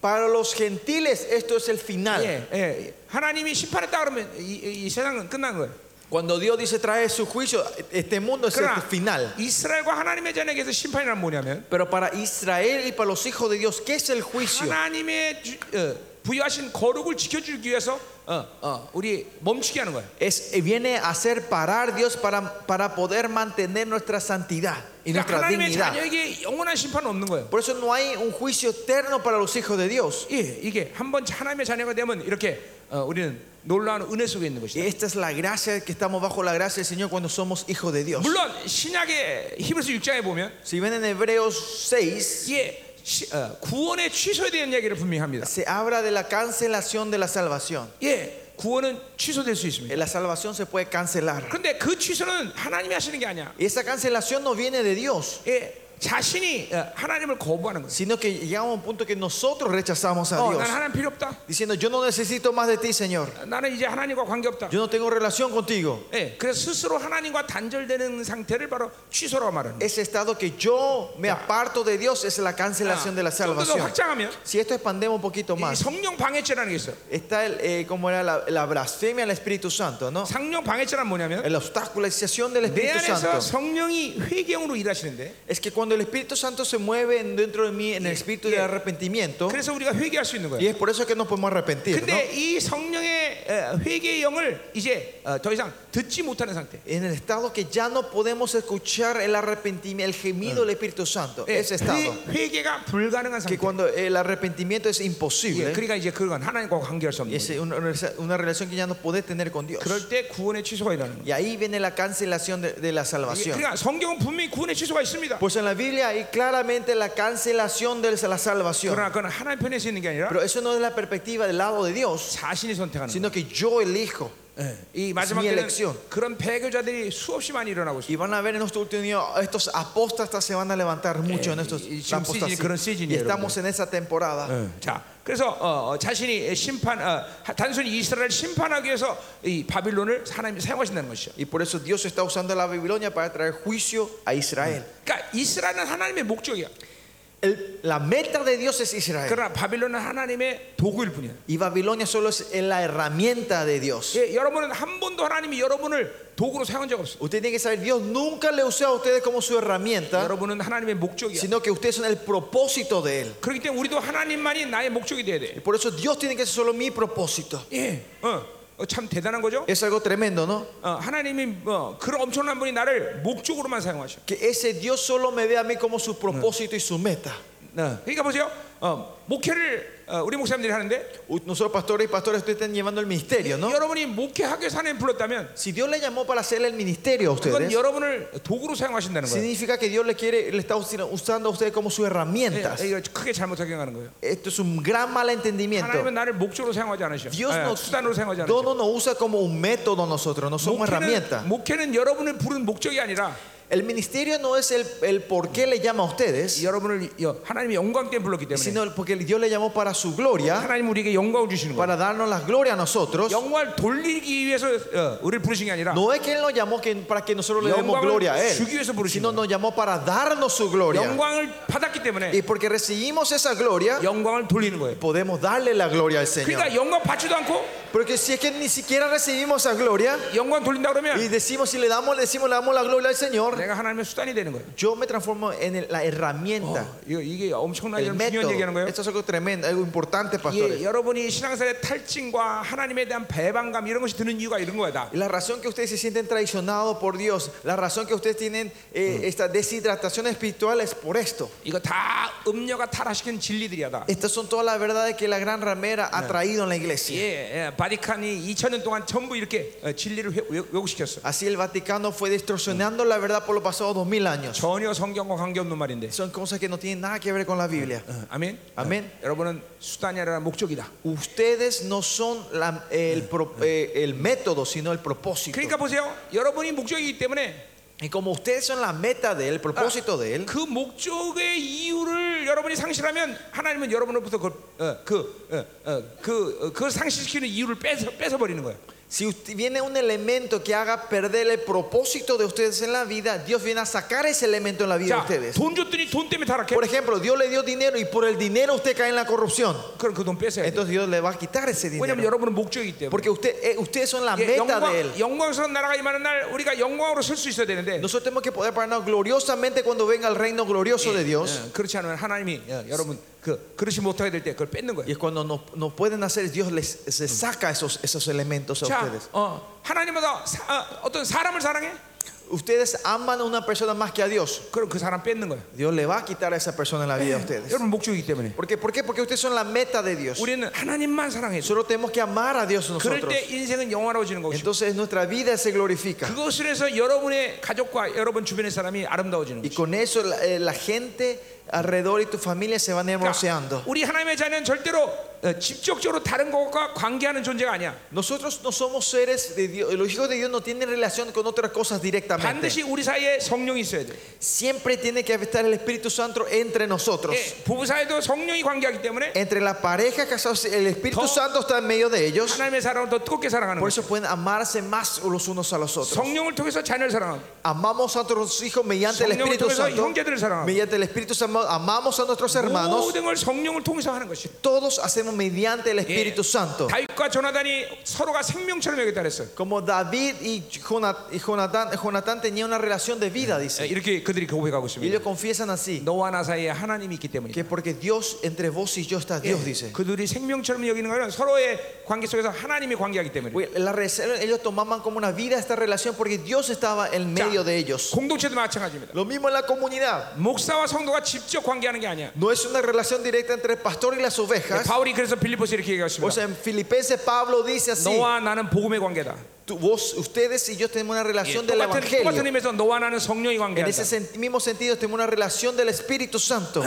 B: para los gentiles esto es el final.
A: 예, 예, 예. 하나님이 심판했다 그러면 이, 이- 이 세상은 끝난 거예요.
B: Cuando Dios dice trae su juicio, este mundo es el
A: 그러나
B: final.
A: 이스라엘과 하나님의 자녀에게서 심판이란 뭐냐면
B: Pero para Israel y para los hijos de Dios, ¿qué es el juicio?
A: 하나님의 주- 어, 부여하신 거룩을 지켜주기 위해서 어, 어, 우리 멈추게 하는 거예요.
B: Es, eh, viene a hacer parar Dios para, para poder mantener nuestra santidad y
A: 그러니까
B: nuestra
A: 하나님의
B: dignidad.
A: 자녀에게 영원한 심판은 없는 거예요.
B: Por eso no hay un juicio eterno para los hijos de Dios.
A: 예, 이게 한번 하나님의 자녀가 되면 이렇게 어, 우리는 놀라운 은혜 속에 있는
B: Y
A: 것이다.
B: esta es la gracia que estamos bajo la gracia del Señor cuando somos hijos de Dios.
A: 물론 신약의 히브리서 6장에 보면
B: Si ven en Hebreos 6,
A: 예, 시- 어, 구원의 취소에 대한 이야기를 분명히 합니다.
B: Se habla de la cancelación de la salvación.
A: 예, 구원은 취소될 수 있습니다.
B: Eh, La salvación se puede cancelar.
A: 그런데 그 취소는 하나님이 하시는 게 아니야.
B: Y esa cancelación no viene de Dios,
A: 예, 자신이 어, 하나님을 거부하는 거지.
B: sino que llegamos a un punto que nosotros rechazamos a
A: 어,
B: Dios,
A: 난 하나님 필요 없다.
B: diciendo, yo no necesito más de ti, Señor.
A: 나는 이제 하나님과 관계 없다.
B: Yo no tengo relación contigo.
A: 예, 그래서 스스로 하나님과 단절되는 상태를 바로 취소라고 말하는 거예요.
B: Ese estado que yo me aparto de Dios es la
A: Ah,
B: cancelación de la
A: 좀더
B: salvación.
A: 확장하면
B: Si esto expandemos un poquito
A: 이
B: más,
A: 성령 방해죄라는 게 있어요.
B: está el, eh, como era la, la blasfemia al Espíritu Santo, ¿no?
A: 성령 방해죄란 뭐냐면
B: La obstaculización
A: 내
B: del Espíritu
A: 안에서
B: Santo.
A: 성령이 회경으로 일하시는데
B: Es que cuando el Espíritu Santo se mueve en- dentro de mí en el espíritu de arrepentimiento,
A: 그래서 우리가 회개할 수 있는
B: y
A: 거예요. 예,
B: es por eso que nos podemos arrepentir, ¿no?
A: 근데 이 성령의 어, 회개의 영을 이제 어, 더 이상 듣지 못하는 상태.
B: En el estado que ya no podemos escuchar el arrepentimiento, el gemido del Espíritu Santo,
A: 예,
B: ese estado.
A: 회- 회개가 불가능한
B: Que
A: 상태.
B: cuando el arrepentimiento es
A: 예,
B: imposible,
A: 그러니까 이제 그건 하나님과 관계할 수 없는
B: es
A: 거예요.
B: una, una relación que ya no podés tener con Dios.
A: 그럴 때 구원의 취소가 일어나는 거예요.
B: Y ahí viene la cancelación de, de la
A: 예,
B: salvación.
A: 그러니까 성경은 분명히 구원의 취소가 있습니다.
B: Pues en la Biblia hay claramente la cancelación de la salvación.
A: 그러나 그건 하나님 편에서 있는 게 아니라
B: Pero eso no es la perspectiva del lado de Dios,
A: 자신이 선택하는 거예요.
B: sino que yo elijo.
A: 이 마지막
B: 네
A: 때는
B: 엘렉션.
A: 그런 배교자들이 수없이 많이 일어나고 있어요.
B: Y van a ver en nuestro último día, estos apóstatas se van a levantar mucho en estos
A: y- y-
B: la
A: 지금
B: apostasía.
A: 시즌이 그런 시즌이에요,
B: Y estamos en esa temporada.
A: 자, 그래서 어, 어, 자신이 심판, 어, 단순히 이스라엘 심판하기 위해서 이 바빌론을 하나님이 사용하신다는 것이죠.
B: Y por eso Dios está usando la Babilonia para traer juicio a Israel.
A: 그러니까 이스라엘은 하나님의 목적이야.
B: El- la meta de Dios es Israel.
A: 그러나 바빌론은 하나님의 도구일 뿐이야.
B: Y Babilonia solo es la herramienta de Dios.
A: 예, 여러분은 한 번도 하나님이 여러분을 도구로 사용한 적 없어.
B: Usted tiene que saber, Dios nunca le usó a ustedes como su herramienta,
A: 여러분은 하나님의 목적이야.
B: sino que ustedes son el propósito de Él.
A: 그렇기 때문에 우리도 하나님만이 나의 목적이 돼야 돼.
B: Y por eso Dios tiene que ser solo mi propósito.
A: 예, 어, 어, 참 대단한 거죠.
B: Es algo tremendo, ¿no?
A: 어, 하나님이 어, 그런 엄청난 분이 나를 목적으로만 사용하셔.
B: Que ese Dios solo me ve a mí como su propósito y su meta. 네.
A: 그러니까 보세요. 어, 목회를 어, 우리 목사님들이 하는데
B: U- Nosotros pastores y pastores ustedes están llevando el ministerio, ¿no?
A: 여러분이 목회하기 위해서 하나님 불렀다면
B: Si Dios le llamó para hacer el ministerio a
A: 그건
B: ustedes,
A: 여러분을 도구로 사용하신다는 거예요.
B: significa que Dios le quiere, le está usi- usando a ustedes como su herramienta.
A: 예, 이거 크게 잘못하게 하는 거예요.
B: Esto es un gran malentendimiento.
A: 하나님은 나를 목적으로 사용하지 않으셔.
B: Dios
A: 예,
B: nos,
A: 수단으로 사용하지
B: Dios
A: 않으셔.
B: no nos usa como un método nosotros, no somos herramienta.
A: 목회는, 목회는 여러분을 부른 목적이 아니라
B: El ministerio no es el, el por qué le llama a ustedes,
A: 여러분을 여- ha나님의 영광 때문에 불렀기 때문에
B: sino el porque Dios le llamó para su gloria,
A: 하나님 우리에게 영광을 주시는 거예요.
B: para darnos la gloria a nosotros.
A: 영광을 돌리기 위해서 어, 우리를 부르신 게 아니라
B: No es que Él nos llamó que- para que nosotros le demos
A: 영광을
B: gloria a
A: 주기
B: Él,
A: 위해서 부르신
B: sino nos llamó para darnos su gloria.
A: 영광을 받았기 때문에
B: Y porque recibimos esa gloria,
A: 영광을 돌리는 거예요.
B: podemos darle la gloria al Señor.
A: 그러니까 영광 받지도 않고
B: Porque si es que ni siquiera recibimos esa gloria
A: 영광 돌린다
B: y
A: 그러면
B: decimos, si le damos, le decimos, le damos la gloria al Señor,
A: 내가 하나님의 수단이 되는 거예요.
B: yo me transformo en el- la herramienta,
A: 이거 이게 엄청나게
B: el método.
A: 중요한 얘기하는 거예요.
B: Esto es algo tremendo, algo importante,
A: 예,
B: pastores.
A: 여러분이 신앙생활의 탈진과 하나님에 대한 배반감 이런 것이 드는 이유가 이런 거다.
B: Y la razón que ustedes se sienten traicionados por Dios, la razón que ustedes tienen eh, esta deshidratación espiritual es por esto.
A: 이거 다 음녀가 타락시킨 진리들이야다.
B: Estas son todas las verdades que la gran ramera ha traído en la iglesia.
A: 예, 예, 바디칸이 2000년 동안 전부 이렇게 어, 진리를 회- 왜- 왜곡시켰어.
B: Así el Vaticano fue distorsionando la verdad por los pasados dos mil años.
A: 전혀 성경과 관계없는 말인데.
B: Son cosas que no tienen nada que ver con la Biblia.
A: 어, 아멘.
B: 아멘.
A: 어, 여러분은 수단이 아니라 목적이다.
B: Ustedes no son la- el, pro- eh, el método, sino el propósito.
A: 그러니까 보세요. 여러분이 목적이기 때문에
B: Y como ustedes son la meta de él, el propósito de él,
A: 그 목적의 이유를 여러분이 상실하면 하나님은 여러분으로부터 어, 그그그 그, 걸 상실시키는 이유를 뺏어 뺏어 버리는 거예요.
B: si usted- viene un elemento que haga perder el propósito de ustedes en la vida, Dios viene a sacar ese elemento en la vida de
A: 자,
B: ustedes.
A: 돈 줬더니 돈 때문에 타락해.
B: Por ejemplo, Dios le dio dinero y por el dinero usted cae en la corrupción.
A: 그럼 그 돈 뺏어야 돼.
B: Entonces Dios le va a quitar ese
A: 왜냐면
B: dinero.
A: 여러분은 목적이기 때문에.
B: Porque usted, eh, ustedes son la
A: 예,
B: meta de él.
A: 영광, 영광스러운 나라가 임하는 날 우리가 영광으로 설 수 있어야 되는데
B: Nosotros tenemos que poder pararnos gloriosamente cuando venga el reino glorioso de Dios.
A: 어, 그렇지 않으면 하나님이 어, 여러분 그 그릇이 못하게 될 때 그걸 뺏는
B: Y
A: 거예요.
B: es cuando nos, nos pueden hacer, Dios les se saca esos, esos elementos a
A: 자,
B: ustedes.
A: 어, 하나님보다 사, 어, 어떤 사람을 사랑해?
B: ustedes aman a una persona más que a Dios,
A: 그럼 그 사람 뺏는 거야.
B: Dios le va a quitar a esa persona en la vida a ustedes.
A: 여러분 목적이기 때문에.
B: ¿Por qué? ¿Por qué? Porque ustedes son la meta de Dios.
A: 우리는 하나님만 사랑해.
B: Solo tenemos que amar a Dios
A: 그럴
B: nosotros.
A: 때 인생은 영화로워지는 것이고
B: Entonces nuestra vida se glorifica.
A: 그것을 해서 여러분의 가족과 여러분 주변의 사람이 아름다워지는
B: Y
A: 것이죠.
B: con eso la, eh, la gente alrededor y tu familia se van hermoseando.
A: 그러니까 우리 하나님의 자녀는 절대로 어, 직접적으로 다른 것과 관계하는 존재가 아니야.
B: Nosotros no somos seres de Dios, los hijos de Dios no tienen relación con otras cosas directamente.
A: 반드시 우리 사이에 성령이 있어야 돼.
B: Siempre tiene que estar el Espíritu Santo entre nosotros.
A: 예, 부부 사이도 성령이 관계하기 때문에
B: Entre la pareja casados, el Espíritu
A: Todo-
B: Santo está en medio de ellos.
A: 하나님의 사랑을 더 뜨겁게 사랑하는 거예요.
B: Por eso pueden amarse más los unos a los otros.
A: 성령을 통해서 자녀를 사랑하고
B: Amamos a nuestros hijos mediante el
A: 성령을
B: Espíritu
A: 통해서
B: Santo.
A: 형제들을 사랑하고.
B: Mediante el Espíritu Santo amamos a nuestros hermanos.
A: 모든 걸 성령을 통해서 하는 것이.
B: Todos hacemos mediante el
A: 예.
B: Espíritu Santo.
A: 다윗과 조나단이 서로가 생명처럼 여겼다 그랬어요.
B: Como David y Jonat- y Jonatán, Jonatán tenían una relación de vida,
A: 예,
B: dice.
A: 이렇게 그들이 고백하고
B: Y
A: 있습니다.
B: ellos confiesan así,
A: 너와 나 사이에 하나님이 있기 때문이다.
B: que porque Dios, entre vos y yo está Dios, dice.
A: 예, 그들이 생명처럼 여기는 것은 서로의 관계 속에서 하나님이 관계하기 때문에.
B: Pues, la relación- ellos tomaban como una vida esta relación porque Dios estaba en medio de ellos.
A: 공동체도 마찬가지입니다.
B: Lo mismo en la comunidad.
A: 목사와 성도가 직접 관계하는 게 아니야. 예,
B: No es una relación directa entre el pastor y las ovejas.
A: 바울이 그래서 빌립보서 이렇게
B: O
A: 얘기했습니다.
B: sea, en Filipenses Pablo dice así,
A: 너와 나는 복음의 관계다.
B: tú- vos, ustedes y yo tenemos una
A: 예,
B: relación del
A: 똑같은, 똑같은
B: Evangelio.
A: 의미에서 너와 나는 성령이
B: En
A: 관계한다.
B: ese sen- mismo sentido tenemos una relación del Espíritu Santo.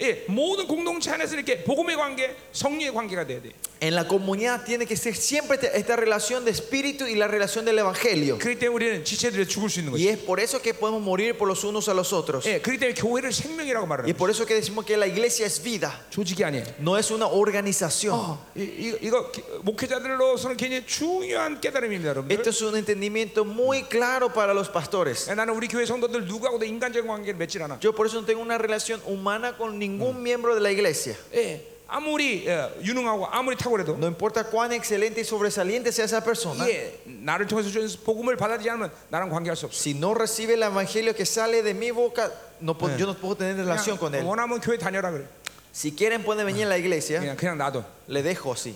A: 예, 모든 공동체 안에서 이렇게 복음의 관계, 성령의 관계가 돼야 돼.
B: En la comunidad tiene que ser siempre te- esta relación de espíritu y la relación del evangelio.
A: 그렇기 때문에 우리는 지체들이 죽을 수 있는 거죠.
B: Y es por eso que podemos morir por los unos a los otros.
A: 예, 그렇기 때문에 교회를 생명이라고
B: Y
A: 말하는
B: es
A: 거예요.
B: por eso que decimos que la iglesia es vida,
A: 조직이 아니에요.
B: no es una organización.
A: 이, 이, 이거 기- 목회자들로서는 굉장히 중요한 깨달음입니다, 여러분들.
B: Esto es un entendimiento muy claro para los pastores.
A: 예, 나는 우리 교회 성도들 누구하고도 인간적인 관계를 맺질 않아.
B: Yo por eso no tengo una relación humana con ningún miembro de la iglesia.
A: 예, 아무리 예, 유능하고 아무리 탁월해도
B: No importa cuán excelente y sobresaliente sea esa persona,
A: 예, 나를 통해서 주는 복음을 받아들이지 않으면 나랑 관계할 수 없어.
B: si no recibe el evangelio que sale de mi boca, no po- yo no puedo tener relación con
A: 그냥
B: él.
A: 원하면 교회 다녀라 그래.
B: Si quieren pueden venir a la iglesia,
A: 그냥 그냥 놔둬.
B: le dejo así.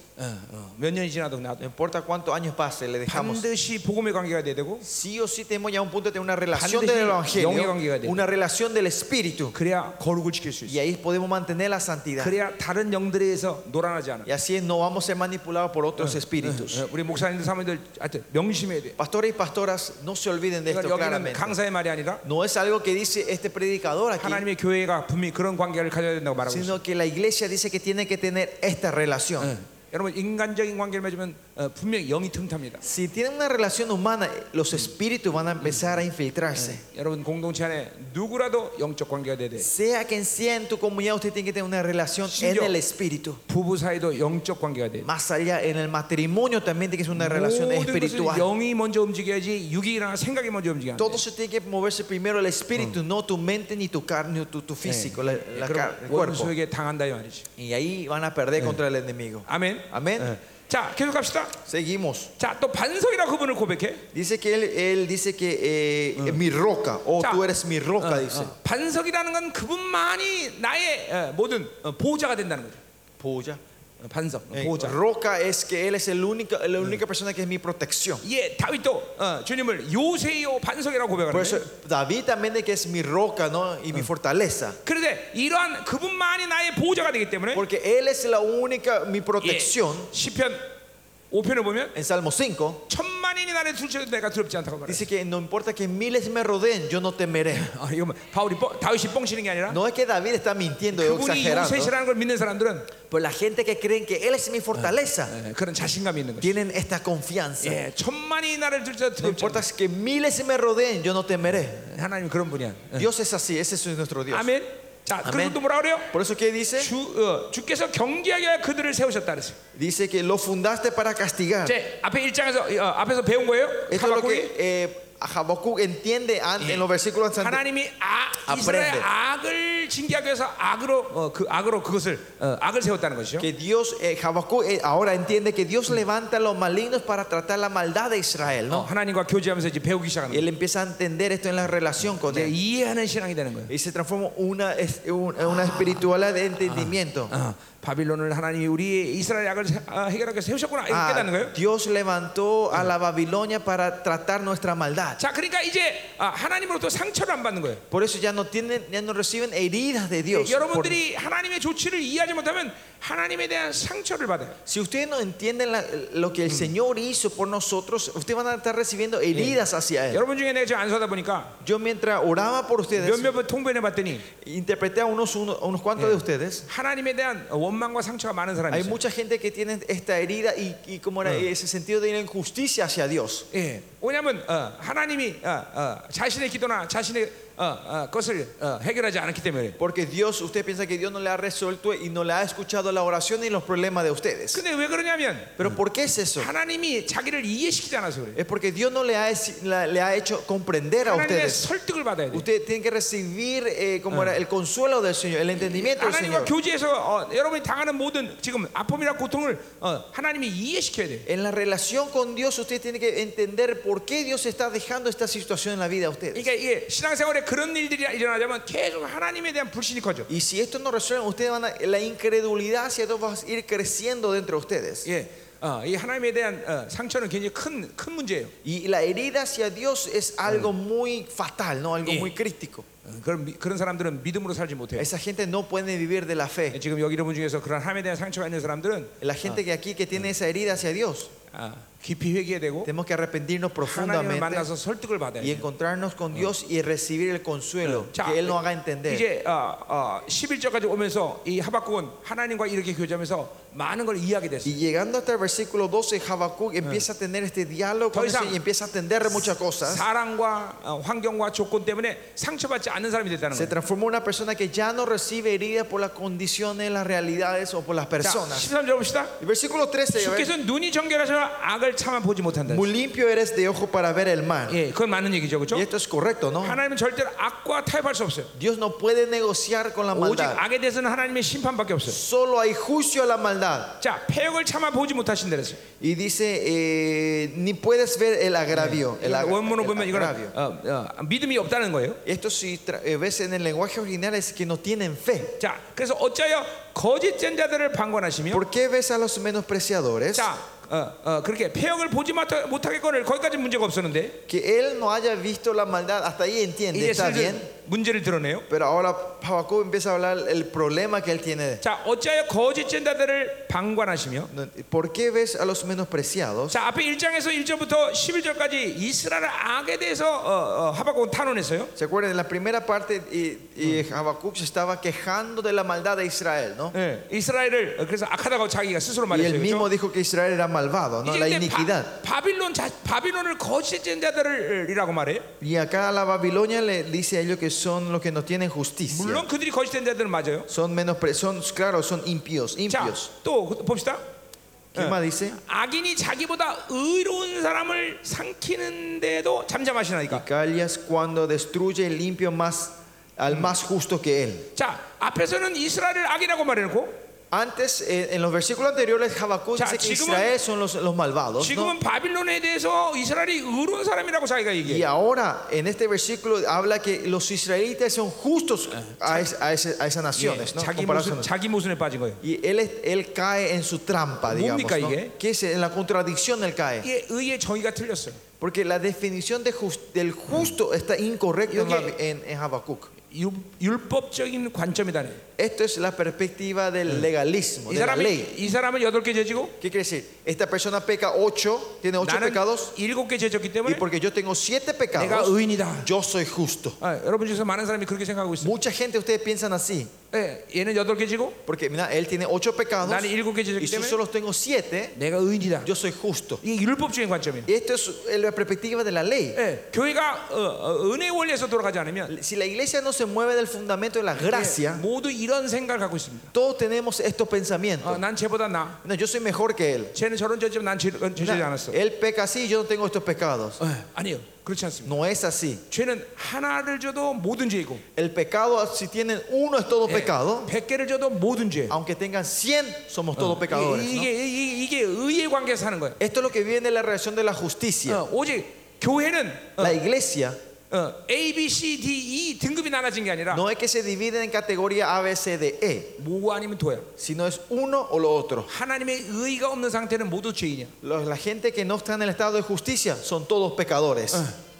A: 몇 년이 지나도 놔둬.
B: No importa cuántos años pase, le dejamos.
A: 반드시 복음의 관계가 돼야 되고
B: Sí o sí tenemos ya un punto de tener una relación
A: 반드시
B: del
A: 영의 관계가 돼야
B: Evangelio, una relación del Espíritu.
A: 그래야 거룩을 지킬 수 있어.
B: Y ahí podemos mantener la santidad.
A: 그래야 다른 영들에 의해서 놀아나지 않아.
B: Y así no vamos a ser manipulados por otros espíritus.
A: 예, 우리 목사님들 사모님들 하여튼 명심해야 돼.
B: Pastores y pastoras, no se olviden de
A: 예, 그러니까
B: esto
A: 여기는
B: claramente.
A: 강사의 말이 아니라
B: No es algo que dice este predicador aquí,
A: 하나님의 교회가 분명히 그런 관계를 가져야 된다고 말하고 있어.
B: sino que la iglesia dice que tiene que tener esta
A: Eh.
B: relación.
A: 네. 여러분 인간적인 관계를 맺으면 어, 분명히 영이 틈탑니다.
B: Si tienen una relación humana, los espíritus van a empezar a infiltrarse.
A: 여러분 공동체 안에 누구라도 영적 관계가 돼야 돼.
B: Sea quien sea en tu comunidad, usted tiene que tener una relación en
A: Señor.
B: el espíritu.
A: 부부 사이도 영적 관계가 돼.
B: Más allá, en el matrimonio también tiene que ser una relación
A: 모든 것은
B: espiritual.
A: 영이 먼저 움직여야지 육이나 생각이 먼저 움직여야 돼.
B: Todo se tiene que moverse primero el espíritu, no tu mente, ni tu carne, ni tu, tu físico, la- la car- Mm. Eh, el
A: 네, 그럼
B: cuerpo. Eh.
A: 원수에게 당한다 이 말이지.
B: Y ahí van a perder contra el enemigo.
A: 아멘.
B: Amén.
A: 예. 자 계속 갑시다.
B: Seguimos.
A: 자 또 반석이라고 그분을 고백해.
B: Dice que él, él dice que eh, mi roca, o
A: Ya.
B: tú eres mi roca, dice.
A: 어, 반석이라는 건 그분만이 나의 어, 모든 어, 보호자가 된다는 거죠.
B: Puya.
A: 어, 반석, 어,
B: Eh,
A: 보호자.
B: roca es que él es el único, la única persona que es mi protección.
A: 예, 다윗도 어, 주님을 요새요 반석이라고
B: Por
A: 고백하는데.
B: eso David también de que es mi roca ¿no? y mi fortaleza.
A: 그런데 이러한 그분만이 나의 보호자가 되기 때문에
B: Porque él es la única, mi
A: 예,
B: protección.
A: 시편 5편을 보면
B: En Salmo 5
A: 천만인이 나를 둘째도 내가 두렵지 않다고 말해.
B: dice que no importa que miles me rodeen, yo no temeré.
A: 아, 이거 뭐, 바울이 뻥, 다윗이 뻥치는 게 아니라
B: No es que David está mintiendo o
A: 그분이
B: exagerando,
A: 요새시라는 걸 믿는 사람들은
B: pero la gente que creen que él es mi fortaleza
A: 예, 그런 자신감이 있는 거죠.
B: tienen esta confianza.
A: 예, 천만이 나를 둘째도
B: No
A: 두렵지
B: importa que miles me rodeen, yo no temeré.
A: 않다. 하나님 그런 분이야. 예.
B: Dios es así, ese es nuestro Dios.
A: 아멘. 자, 그리고
B: 아멘.
A: 또 뭐라 그래요?
B: Por eso que dice,
A: 주, 어, 주께서 경계하게 그들을 세우셨다 그랬어요.
B: dice que lo fundaste para castigar.
A: 이제 앞에 일장에서 어, 앞에서 배운 네. 거예요.
B: Esto es lo que
A: 하박국이
B: eh, Habacuc entiende an- en los versículos
A: 하나님이
B: anteriores.
A: 아, 이스라엘
B: Aprende.
A: 악을 하나님을 징계하기 위해서 악으로 어, 그 악으로 그것을 어, 악을 세웠다는 것이죠.
B: Que Dios, eh, Habacuc eh, ahora entiende que Dios levanta a los malignos para tratar la maldad de Israel,
A: 어,
B: ¿no?
A: 하나님과 교제하면서 이제 배우기 시작하는
B: Y
A: 거예요. 네,
B: él empieza a entender esto en la relación con
A: 이제
B: él.
A: 이해하는 신앙이 되는 거예요.
B: Y se transforma una, es- un- una espiritualidad de entendimiento.
A: 어, 바빌론을 하나님이 우리 이스라엘 악을 세- 아, 해결하기 위해서 세우셨구나 이렇게
B: Ah,
A: 깨닫는 거예요.
B: Dios levantó a la Babilonia para tratar nuestra maldad.
A: 자, 그러니까 이제 아, 하나님으로부터 상처를 안 받는 거예요.
B: Por eso ya no tienen, ya no reciben heridas de
A: 예,
B: Dios. Por-
A: 여러분들이 하나님의 조치를 이해하지 못하면 하나님에 대한 상처를 받아요.
B: si ustedes no entienden la- lo que el Señor hizo por nosotros, ustedes van a estar recibiendo heridas hacia él.
A: 여러분 중에 내가 지금 안수하다 보니까
B: Yo mientras oraba por ustedes,
A: 몇몇 번 통변해 봤더니
B: interpreté a unos, uno- a unos cuantos de ustedes.
A: 하나님에 대한 원망과 상처가 많은 사람이
B: Hay
A: 있어요.
B: mucha gente que tiene esta herida y, y como era ese sentido de injusticia hacia Dios.
A: 예, 왜냐하면 어, 하나님이 어, 어, 자신의 기도나 자신의 어, 어, 것을 어, 해결하지 않았기 때문에. 그래요.
B: Porque Dios, usted piensa que Dios no le ha resuelto y no le ha escuchado la oración y los problemas de ustedes.
A: 근데 왜 그러냐면
B: Pero ¿por qué es eso?
A: 하나님이 자기를 이해시키지 않아서 그래요.
B: Es porque Dios no le ha, es- la- le ha hecho comprender a
A: 하나님의
B: ustedes.
A: 설득을 받아야 돼요.
B: Ustedes tienen que recibir eh, como era, el consuelo del Señor, el entendimiento del
A: 하나님과
B: Señor.
A: 교제해서 어, 여러분이 당하는 모든 지금 아픔이나 고통을 어, 하나님이 이해시켜야 돼요.
B: En la relación con Dios, ustedes tienen que entender por qué Dios está dejando esta situación en la vida de ustedes.
A: 그러니까 이게 신앙생활에 그런 일들이 일어나자면 계속 하나님에 대한 불신이 커져.
B: Y si esto no resuelve, ustedes van a, la incredulidad hacia Dios va a ir creciendo dentro de ustedes.
A: 예, 어, 이 하나님에 대한 어, 상처는 굉장히 큰 큰 문제예요.
B: Y la herida hacia Dios es algo muy fatal, ¿no? algo
A: Sí.
B: muy crítico.
A: 어, 그런 미- 그런 사람들은 믿음으로 살지 못해요.
B: Esa gente no puede vivir de la fe.
A: 지금 여기 여러분 중에서 그런 하나님에 대한 상처가 있는 사람들은
B: La gente que aquí que tiene esa herida hacia Dios,
A: 아, 네. 깊이 회개되고
B: tenemos que arrepentirnos
A: 하나님을
B: profundamente.
A: 만나서 설득을 받아야
B: y
A: 돼요.
B: encontrarnos con Dios y recibir el consuelo
A: 예. 자,
B: que Él nos haga entender.
A: 이제 어, 어, 11절까지 오면서 이 하박국은 하나님과 이렇게 교제하면서 많은 걸 이해하게 됐어요.
B: Y llegando hasta el versículo 12, Habacuc empieza a tener este diálogo con
A: Entonces,
B: el Señor y empieza a entender muchas cosas.
A: 사랑과 어, 환경과 조건 때문에 상처받지 않는 사람이 됐다는
B: Se
A: 거예요.
B: transforma en una persona que ya no recibe heridas por las condiciones, las realidades o por las
A: 자,
B: personas.
A: 13절 봅시다.
B: El versículo 13, a ver,
A: 주께서 눈이 정결하셔 악을 참아 보지 못한다.
B: muy limpio eres de ojo para ver el mal.
A: 예, 그건 맞는 얘기죠, 그렇죠?
B: Y esto es correcto, ¿no?
A: 하나님은 절대로 악과 타협할 수 없어요.
B: Dios no puede negociar con la
A: 오직
B: maldad.
A: 악에 대해서는 하나님의 심판밖에 없어요.
B: Solo hay juicio a la maldad.
A: 자, 폐역을 참아 보지 못하신다 그랬어요.
B: Y dice, eh, ni puedes ver el agravio. El, agra-
A: 원문을
B: el
A: 보면
B: agravio.
A: 이거는 어, 어, 믿음이 없다는 거예요.
B: Esto si tra- eh, ves en el lenguaje original es que no tienen fe.
A: 자, 그래서 어째여 거짓된 자들을 방관하시며
B: ¿Por qué ves a los menospreciadores?
A: 자, 어, 어, 그렇게 폐역을 보지 못하- 못하겠거늘 거기까지 문제가 없었는데
B: Que él no haya visto la maldad, hasta ahí entiende,
A: 이제
B: está
A: 슬슬
B: bien.
A: 문제를 드러내요.
B: Pero ahora Habacuc empieza a hablar el problema que él tiene.
A: 자, 어째여 거짓된 자들을 방관하시며
B: No, ¿Por qué ves a los menospreciados?
A: 자, 앞에 1장에서 1절부터 11절까지 이스라엘 악에 대해서 어, 어, 하박국은 탄원했어요.
B: ¿Se acuerdan? En la primera parte y, y Habacuc se estaba quejando de la maldad de Israel, ¿no?
A: 예, 이스라엘을 어, 그래서 악하다고 자기가 스스로
B: Y él
A: 말했어요.
B: mismo
A: 그렇죠?
B: dijo que Israel era malvado, ¿no? La
A: 이제 근데
B: iniquidad.
A: 바, 바빌론 자, 바빌론을 거짓된 자들이라고 말해요.
B: Y acá a la Babilonia le dice a ellos que son los que no tienen justicia.
A: 물론 그들이 거짓된 자들은 맞아요.
B: Son menospre son claro, son impios,
A: 자,
B: impios.
A: 또 봅시다.
B: ¿Qué más dice?
A: 악인이 자기보다 의로운 사람을 삼키는데도 잠잠하시나이까.
B: Callas cuando destruye el limpio más al más justo que él.
A: 자, 앞에서는 이스라엘을 악이라고 말해놓고
B: Antes, eh, en los versículos anteriores, Habacuc
A: Ya,
B: dice que
A: 지금은-
B: Israel son los, los malvados. ¿no?
A: 지금은 바빌론에 대해서 이스라엘이 의로운 사람이라고 자기가
B: Y
A: 얘기해요.
B: ahora, en este versículo, habla que los israelitas son justos a, es- a ese- a esas
A: 예,
B: naciones. ¿no?
A: 자기
B: Comparado a
A: 모순,
B: esas-
A: 자기 모순에 빠진 거예요.
B: Y él, es- él cae en su trampa, digamos.
A: 뭡니까,
B: ¿no?
A: 이게?
B: Que es en la contradicción él cae.
A: 이게 의의 정의가 틀렸어요.
B: Porque la definición de jus- del justo está incorrecta en,
A: Yo
B: en, en Habacuc.
A: 유- 율법적인 관점이다네.
B: Esto es la perspectiva del legalismo,
A: 이
B: de la ley.
A: 사람이 이 사람은 여덟 개 죄지고
B: ¿Qué quiere decir? Esta persona peca ocho, tiene ocho
A: 나는
B: pecados,
A: 일곱 개 죄졌기
B: y
A: 때문에
B: porque yo tengo siete
A: 내가
B: pecados,
A: 의인이다.
B: yo soy justo.
A: 아, 여러분 중에서 많은 사람이 그렇게 생각하고 있어요.
B: Mucha gente ustedes piensan así,
A: 예, 얘는 여덟 개 지고
B: porque mira, él tiene ocho pecados,
A: 나는 일곱 개
B: y
A: 죄졌기
B: yo
A: 때문에
B: solo tengo siete,
A: 내가 의인이다.
B: yo soy justo.
A: 이게 율법적인 관점이에요.
B: Y esto es la perspectiva de la ley.
A: 예, 교회가 어, 어, 은혜 원리에서 돌아가지 않으면 예,
B: Si la iglesia no se se mueve del fundamento de la gracia,
A: 모두 이런 생각을 갖고 있습니다.
B: todos tenemos estos
A: 어,
B: pensamientos.
A: 난 쟤보다 나.
B: Ah, No, yo soy mejor que él.
A: 쟤는 저런 저지만 난 저런 저지
B: Nah,
A: 않았어.
B: Él peca así, yo no tengo estos pecados.
A: 어, 아니요, 그렇지 않습니다.
B: No es así.
A: 죄는 하나를 줘도 모든 죄이고,
B: El pecado, si tienen uno, es todo pecado.
A: 예. 백 개를 줘도 모든 죄.
B: Aunque tengan 100, somos todos pecadores. ¿no?
A: 이게 이게, 이게 의의 관계에서 사는 거예요.
B: Esto es lo que viene de la relación de la justicia.
A: 어, 오직 교회는
B: La iglesia
A: 어, A, B, C, D, E 등급이 나눠진 게 아니라
B: no es que se divide en categoría A, B, C, D, E,
A: 뭐 아니면 도야.
B: sino es uno o lo otro.
A: 하나님의 의의가 없는 상태는 모두 죄인이야.
B: Los- La gente que no está en el estado de justicia son todos pecadores.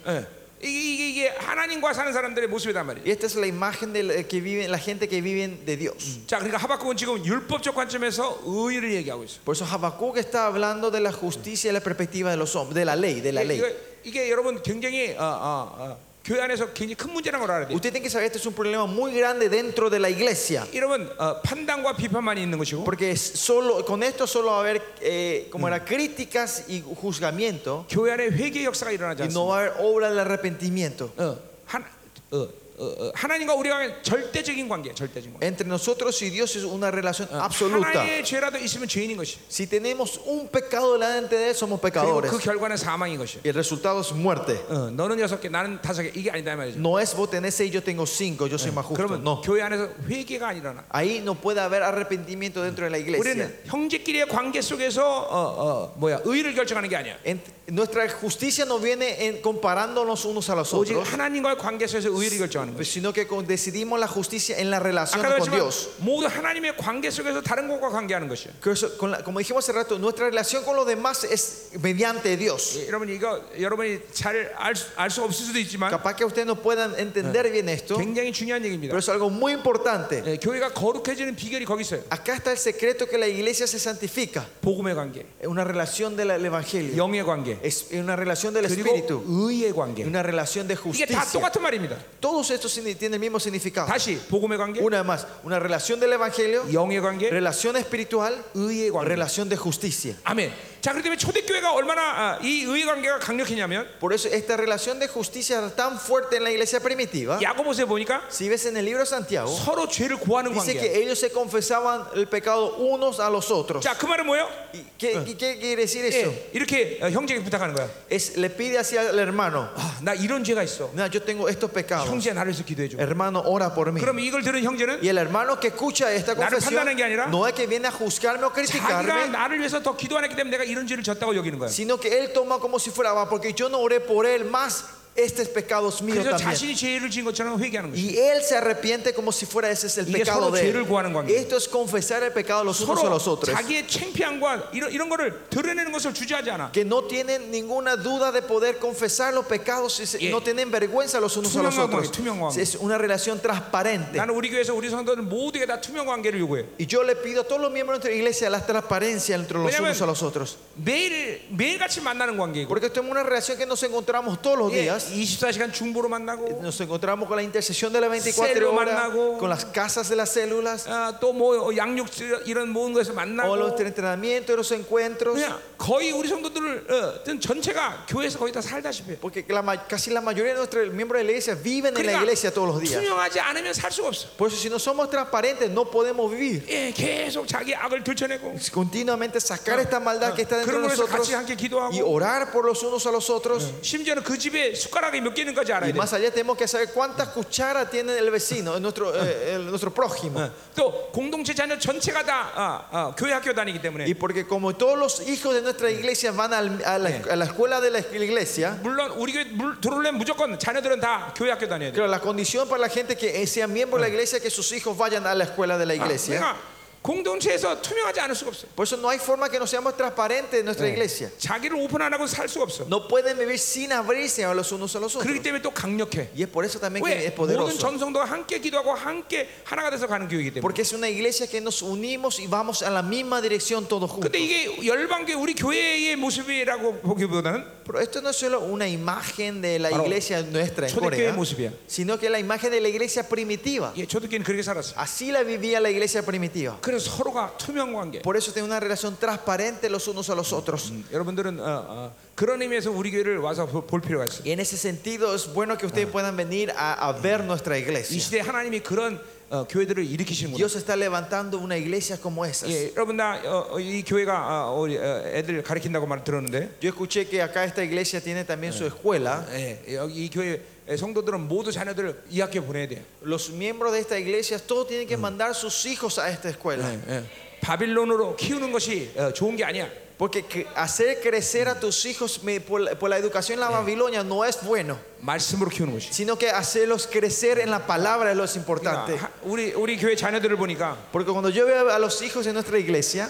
A: 예. 이게, 이게, 이게 하나님과 사는 사람들의 모습이란 말이에요.
B: Y esta es la imagen de la, que vive, la gente que vive de Dios.
A: 자, 그러니까 하박국은 지금 율법적 관점에서 의의를 얘기하고 있어.
B: Por eso Habacuc está hablando de la justicia y la perspectiva de los hombres, de la ley, de la ley.
A: 이게, 이게 여러분 굉장히 어, 어, 어, 교회 안에서 굉장히 큰 문제라는 걸 알아야 돼요.
B: Usted tiene que saber, este es un problema muy grande dentro de la iglesia.
A: 이러면 어, 판단과 비판만이 있는 것이고
B: Porque es solo, con esto solo va a haber, eh, como era, críticas y juzgamiento.
A: 교회 안에 회개 역사가 일어나지
B: Y no
A: 않습니다.
B: va a haber obra del arrepentimiento.
A: 어, 하나, 어, 어, 어, 하나님과 우리가 간의 절대적인 관계, 절대적인 관계.
B: Entre nosotros y Dios es una relación
A: Ah.
B: absoluta.
A: 하나의 죄라도 있으면 죄인인 것이.
B: Si tenemos un pecado delante de Él, somos
A: 그리고
B: pecadores.
A: 그 결과는 사망인 것이.
B: Y el resultado es muerte.
A: 어, 너는 여섯 개, 나는 다섯 개. 이게 아니다 이 말이죠.
B: No es vos tenés seis, yo tengo cinco, yo soy más justo.
A: 그러면
B: No.
A: 교회 안에서 회개가 안 일어나.
B: Ahí no puede haber arrepentimiento dentro de la iglesia.
A: 우리는 형제끼리의 관계 속에서 어, 어, 뭐야 의를 결정하는 게 아니야.
B: En- nuestra justicia no viene en comparándonos unos a los
A: 오직
B: otros,
A: 하나님과의 관계 속에서 의를 결정하는 거야.
B: sino que con- decidimos la justicia en la relación
A: 아까도
B: con
A: 했지만
B: Dios.
A: 모두 하나님의 관계 속에서 다른 것과 관계하는 것이야.
B: Que eso- con la- como dijimos hace rato, nuestra relación con los demás es mediante Dios.
A: 예, 여러분 이거 여러분이 잘알수 알수 없을 수도 있지만
B: Capaz que ustedes no puedan entender bien esto,
A: 굉장히 중요한 얘기입니다.
B: pero es algo muy importante.
A: 예, 교회가 거룩해지는 비결이 거기 있어요.
B: Acá está el secreto que la iglesia se santifica.
A: 복음의 관계,
B: Es Una relación del evangelio.
A: 영의 관계,
B: Es una relación del
A: 그리고
B: espíritu.
A: 의의
B: y
A: 관계.
B: Una relación de
A: 이게 다
B: justicia.
A: 똑같은 말입니다.
B: Todos estos signi- tienen el mismo significado.
A: 다시 복음의 관계,
B: Una más. Una relación del evangelio.
A: 영의 관계,
B: Relación espiritual.
A: 의의 관계.
B: Relación de justicia.
A: 아멘. 자, 그렇기 때문에 초대교회가 얼마나 아, 이 의의 관계가 강력했냐면
B: Por eso esta relación de justicia era tan fuerte en la iglesia primitiva.
A: 야고보서에 보니까
B: Si ves en el libro de Santiago,
A: 서로 죄를 고하는
B: dice
A: 관계.
B: que ellos se confesaban el pecado unos a los otros.
A: 자, 그 말은 뭐예요?
B: ¿Y ¿Qué, qué- qué quiere decir eso?
A: 예, 이렇게 어, 형제에게 부탁하는 거야.
B: Es, le pide hacia el hermano.
A: 아, 나 이런 죄가 있어.
B: Mira, Ah. yo tengo estos pecados.
A: 형제 나를 위해서 기도해 줘.
B: Hermano, ora por mí.
A: 그럼 이걸 들은 형제는
B: Y el hermano que escucha esta
A: 나를
B: confesión
A: 판단하는 게 아니라
B: no es que viene a juzgarme o
A: 자기가
B: criticarme,
A: 나를 위해서 더 기도 안 했기 때문에 내가 이런 죄를 졌다고 여기는 거야.
B: sino que él toma como si fuera, "Ah, porque yo no oré por él, más este pecado es mío
A: 그래서
B: también.
A: 자신이 죄를 지은 것처럼 회개하는 거야.
B: Y él se arrepiente como si fuera ese es el
A: 이게
B: pecado
A: 서로
B: de
A: 죄를 구하는
B: él.
A: 관계.
B: Esto es confesar el pecado los unos a
A: 서로
B: los otros.
A: 자기의 창피함과 이런 이런 거를 드러내는 것을 주저하지 않아.
B: Que no tienen ninguna duda de poder confesar los pecados y se-
A: Yeah.
B: no tienen vergüenza los unos a los
A: 투명한
B: otros.
A: 관계, 투명한 관계.
B: Es una relación transparente.
A: 나는 우리 교회에서 우리 성도들 모두에게 다 투명 관계를 요구해.
B: Y yo le pido a todos los miembros de nuestra iglesia la transparencia entre los
A: 왜냐면-
B: unos a los otros.
A: 매일 매일 같이 만나는 관계이고.
B: Porque esto es una relación que nos encontramos todos los
A: 예,
B: días.
A: 24시간 중보로 만나고
B: Nos encontramos con la intercesión de las 24
A: Celo
B: horas,
A: mannago.
B: con las casas de las células,
A: 또 뭐 양육 이런 모은 거에서
B: o los
A: 만나고
B: entrenamientos, los encuentros.
A: 그냥 거의 우리 성도들을 어, 전- 전체가 교회에서 거의 다 살다시피 해.
B: Porque la ma- casi la mayoría de nuestros miembros de la iglesia viven en la
A: 그러니까
B: iglesia todos los días.
A: 투명하지 않으면 살 수가 없어
B: Por eso si no somos transparentes no podemos vivir.
A: 예, 계속 자기 악을 들춰내고
B: Continuamente sacar esta maldad que está dentro
A: 그런
B: de
A: 거에서
B: nosotros
A: 같이 함께
B: y
A: 기도하고
B: orar por los unos a los otros.
A: 심지어는 그 집에 숟가락이 몇 개 있는지 알아야
B: Y
A: 돼
B: más allá tenemos que saber cuántas cucharas tiene el vecino, nuestro, eh, el- nuestro prójimo.
A: 또 공동체 자녀 전체가 다 아, 아, 교회 학교 다니기 때문에
B: Y porque como todos los hijos de nuestra iglesia van al- a, la, a la escuela de la iglesia,
A: 물론 우리 교회 물- 들어오려면 무조건 자녀들은 다 교회 학교 다녀야 돼
B: claro, la condición para la gente que eh, sea miembro de la iglesia es que sus hijos vayan a la escuela de la iglesia.
A: 그러니까 공동체에서 투명하지 않을 수가 없어
B: Por eso no hay forma que no seamos transparentes en nuestra iglesia.
A: 자기를 오픈 안 하고 살 수가 없어
B: No pueden vivir sin abrirse a los unos a los otros.
A: 그렇기 때문에 또 강력해.
B: Y es por eso también que
A: 왜 모든
B: es poderoso.
A: 전성도가 함께 기도하고 함께 하나가 돼서 가는 교회이기 때문에.
B: Porque es una iglesia que nos unimos y vamos a la misma dirección todos juntos.
A: 근데 이게 열방교 우리 교회의 모습이라고 보기보다는
B: Pero esto no es solo una imagen de la
A: Claro.
B: iglesia nuestra en
A: 초대교회의
B: Corea,
A: 모습이야.
B: sino que la imagen de la iglesia primitiva.
A: 예, 저도 걔는 그렇게 살았어.
B: Así la vivía la iglesia primitiva.
A: 그래서 그래서 서로가 투명 관계.
B: Por eso tienen una relación transparente los unos a los otros.
A: 여러분들은 어, 어, 그런 의미에서 우리 교회를 와서 보- 볼 필요가 있어요.
B: Y en ese sentido es bueno que ustedes puedan venir a, a ver nuestra
A: 이
B: iglesia.
A: 시대 에 하나님이 그런 어, 교회들을 일으키시는구나.
B: Dios está levantando una iglesia como esa.
A: 예, 여러분 나 이 교회가 어, 우리 어, 애들 가르친다고 말 들었는데
B: Yo escuché que acá esta iglesia tiene también su escuela.
A: 예, 여기 이 교회 성도들은 모두 자녀들을 이 학교 보내야 돼요.
B: Los miembros de esta iglesia todos tienen que mandar sus hijos a esta escuela.
A: 예. 바빌론으로 키우는 것이 어, 좋은 게 아니야.
B: Porque cre- hacer crecer a tus hijos me- por, la- por la educación en la Babilonia no es bueno,
A: 말씀으로 키우는 것이.
B: sino que hacerlos crecer en la palabra es lo
A: 그러니까
B: importante.
A: 하- 우리 우리 교회 자녀들을 보니까
B: Porque cuando yo veo a los hijos en nuestra iglesia,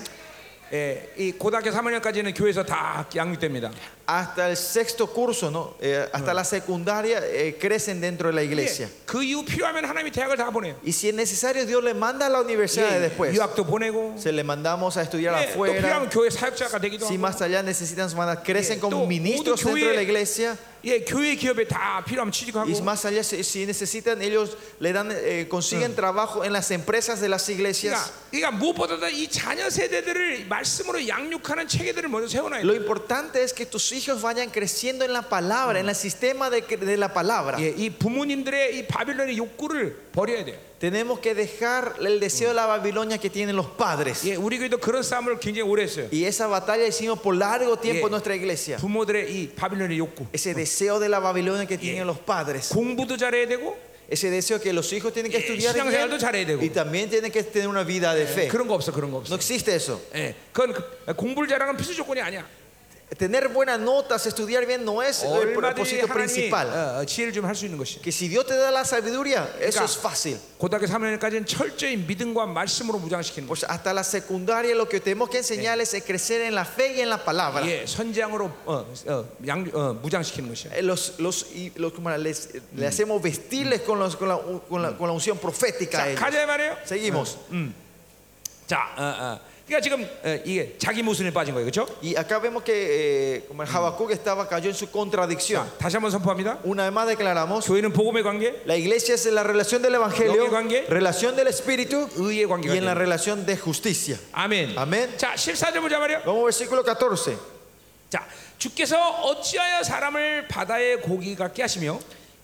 A: 예, 이 고등학교 3학년까지는 교회에서 다 양육됩니다.
B: hasta el sexto curso, ¿no? Eh, hasta la secundaria, eh, crecen dentro de la iglesia.
A: 예, 그 이후 필요하면 하나님이 대학을 다 보내요.
B: Y si es necesario, Dios le manda a la universidad
A: 예,
B: después.
A: 유학도 보내고
B: Se le mandamos a estudiar
A: 예, 또 필요하면
B: afuera.
A: 교회 사역자가 되기도
B: Si
A: 하고
B: más allá necesitan su mano, crecen
A: Yeah,
B: como
A: todo-
B: ministros
A: todo
B: dentro de la
A: 교회-
B: iglesia.
A: 예, 교회 기업에 다 필요하면 취직하고
B: Y más allá, si, si necesitan, ellos le dan, eh, consiguen trabajo en las empresas de las
A: 그러니까,
B: iglesias.
A: 그러니까 무엇보다도 이 자녀 세대들을 말씀으로 양육하는 체계들을 먼저 세워놔야
B: Lo
A: 돼.
B: importante es que tus hijos vayan creciendo en la palabra, en el sistema de, cre- de la palabra.
A: 예, 이 부모님들의 이 바빌론의 욕구를 버려야 돼요.
B: Tenemos que dejar el deseo de la Babilonia que tienen los padres.
A: 예, 우리 교회도 그런 싸움을 굉장히 오래 했어요.
B: Y esa batalla hicimos por largo tiempo
A: Yeah.
B: en nuestra iglesia.
A: 부모들의 이 바빌론의 욕구.
B: Ese deseo de la Babilonia que tienen los padres.
A: 공부도 잘해야 되고
B: Ese deseo que los hijos tienen que
A: Yeah,
B: estudiar
A: 신앙생활도 잘해야
B: bien,
A: 되고.
B: y también tienen que tener una vida de fe.
A: 그런 거 없어, 그런 거
B: No
A: 없어.
B: existe eso.
A: 예, 그건 그- 공부를 잘하는 필수 조건이 아니야.
B: Tener buenas notas, estudiar bien no es el
A: 얼마든지
B: propósito
A: 어, 하나님이
B: principal.
A: 어, 어, 지혜를 좀 할 수 있는 것이.
B: Que si Dios te da la sabiduría, eso
A: 그러니까
B: es fácil.
A: 고등학교 3학년까지는 철저히 믿음과 말씀으로 무장시키는 것.
B: Pues hasta la secundaria lo que tenemos que enseñarles es crecer en la fe y en la palabra.
A: 예, 선장으로 어, 어, 양, 어, 무장시키는 것이야.
B: Eh, Los, los, y los- como era, les- le
A: Mm.
B: hacemos vestirles con, los- con la, con la- con la unción profética. a
A: 자,
B: ellos.
A: 가자 이 말이에요.
B: Seguimos.
A: 자, 어, 어. 그러니까 지금 어, 이게 자기 모순에 빠진 거예요, 그렇죠?
B: Y acá vemos que eh, como el Habacuc estaba cayó en su contradicción.
A: 자, 다시 한번 선포합니다.
B: Una vez más declaramos,
A: 교회는 복음의 관계,
B: la iglesia es en la relación del evangelio,
A: ¿Dónde, Juan?
B: relación del espíritu
A: 의의
B: y
A: 관계가
B: en la
A: 돼요.
B: relación de justicia.
A: 아멘.
B: 아멘.
A: 자, 14절 보자 말이요.
B: Vamos al versículo 14.
A: 자, 주께서 어찌하여 사람을 바다의 고기 같게 하시며 어,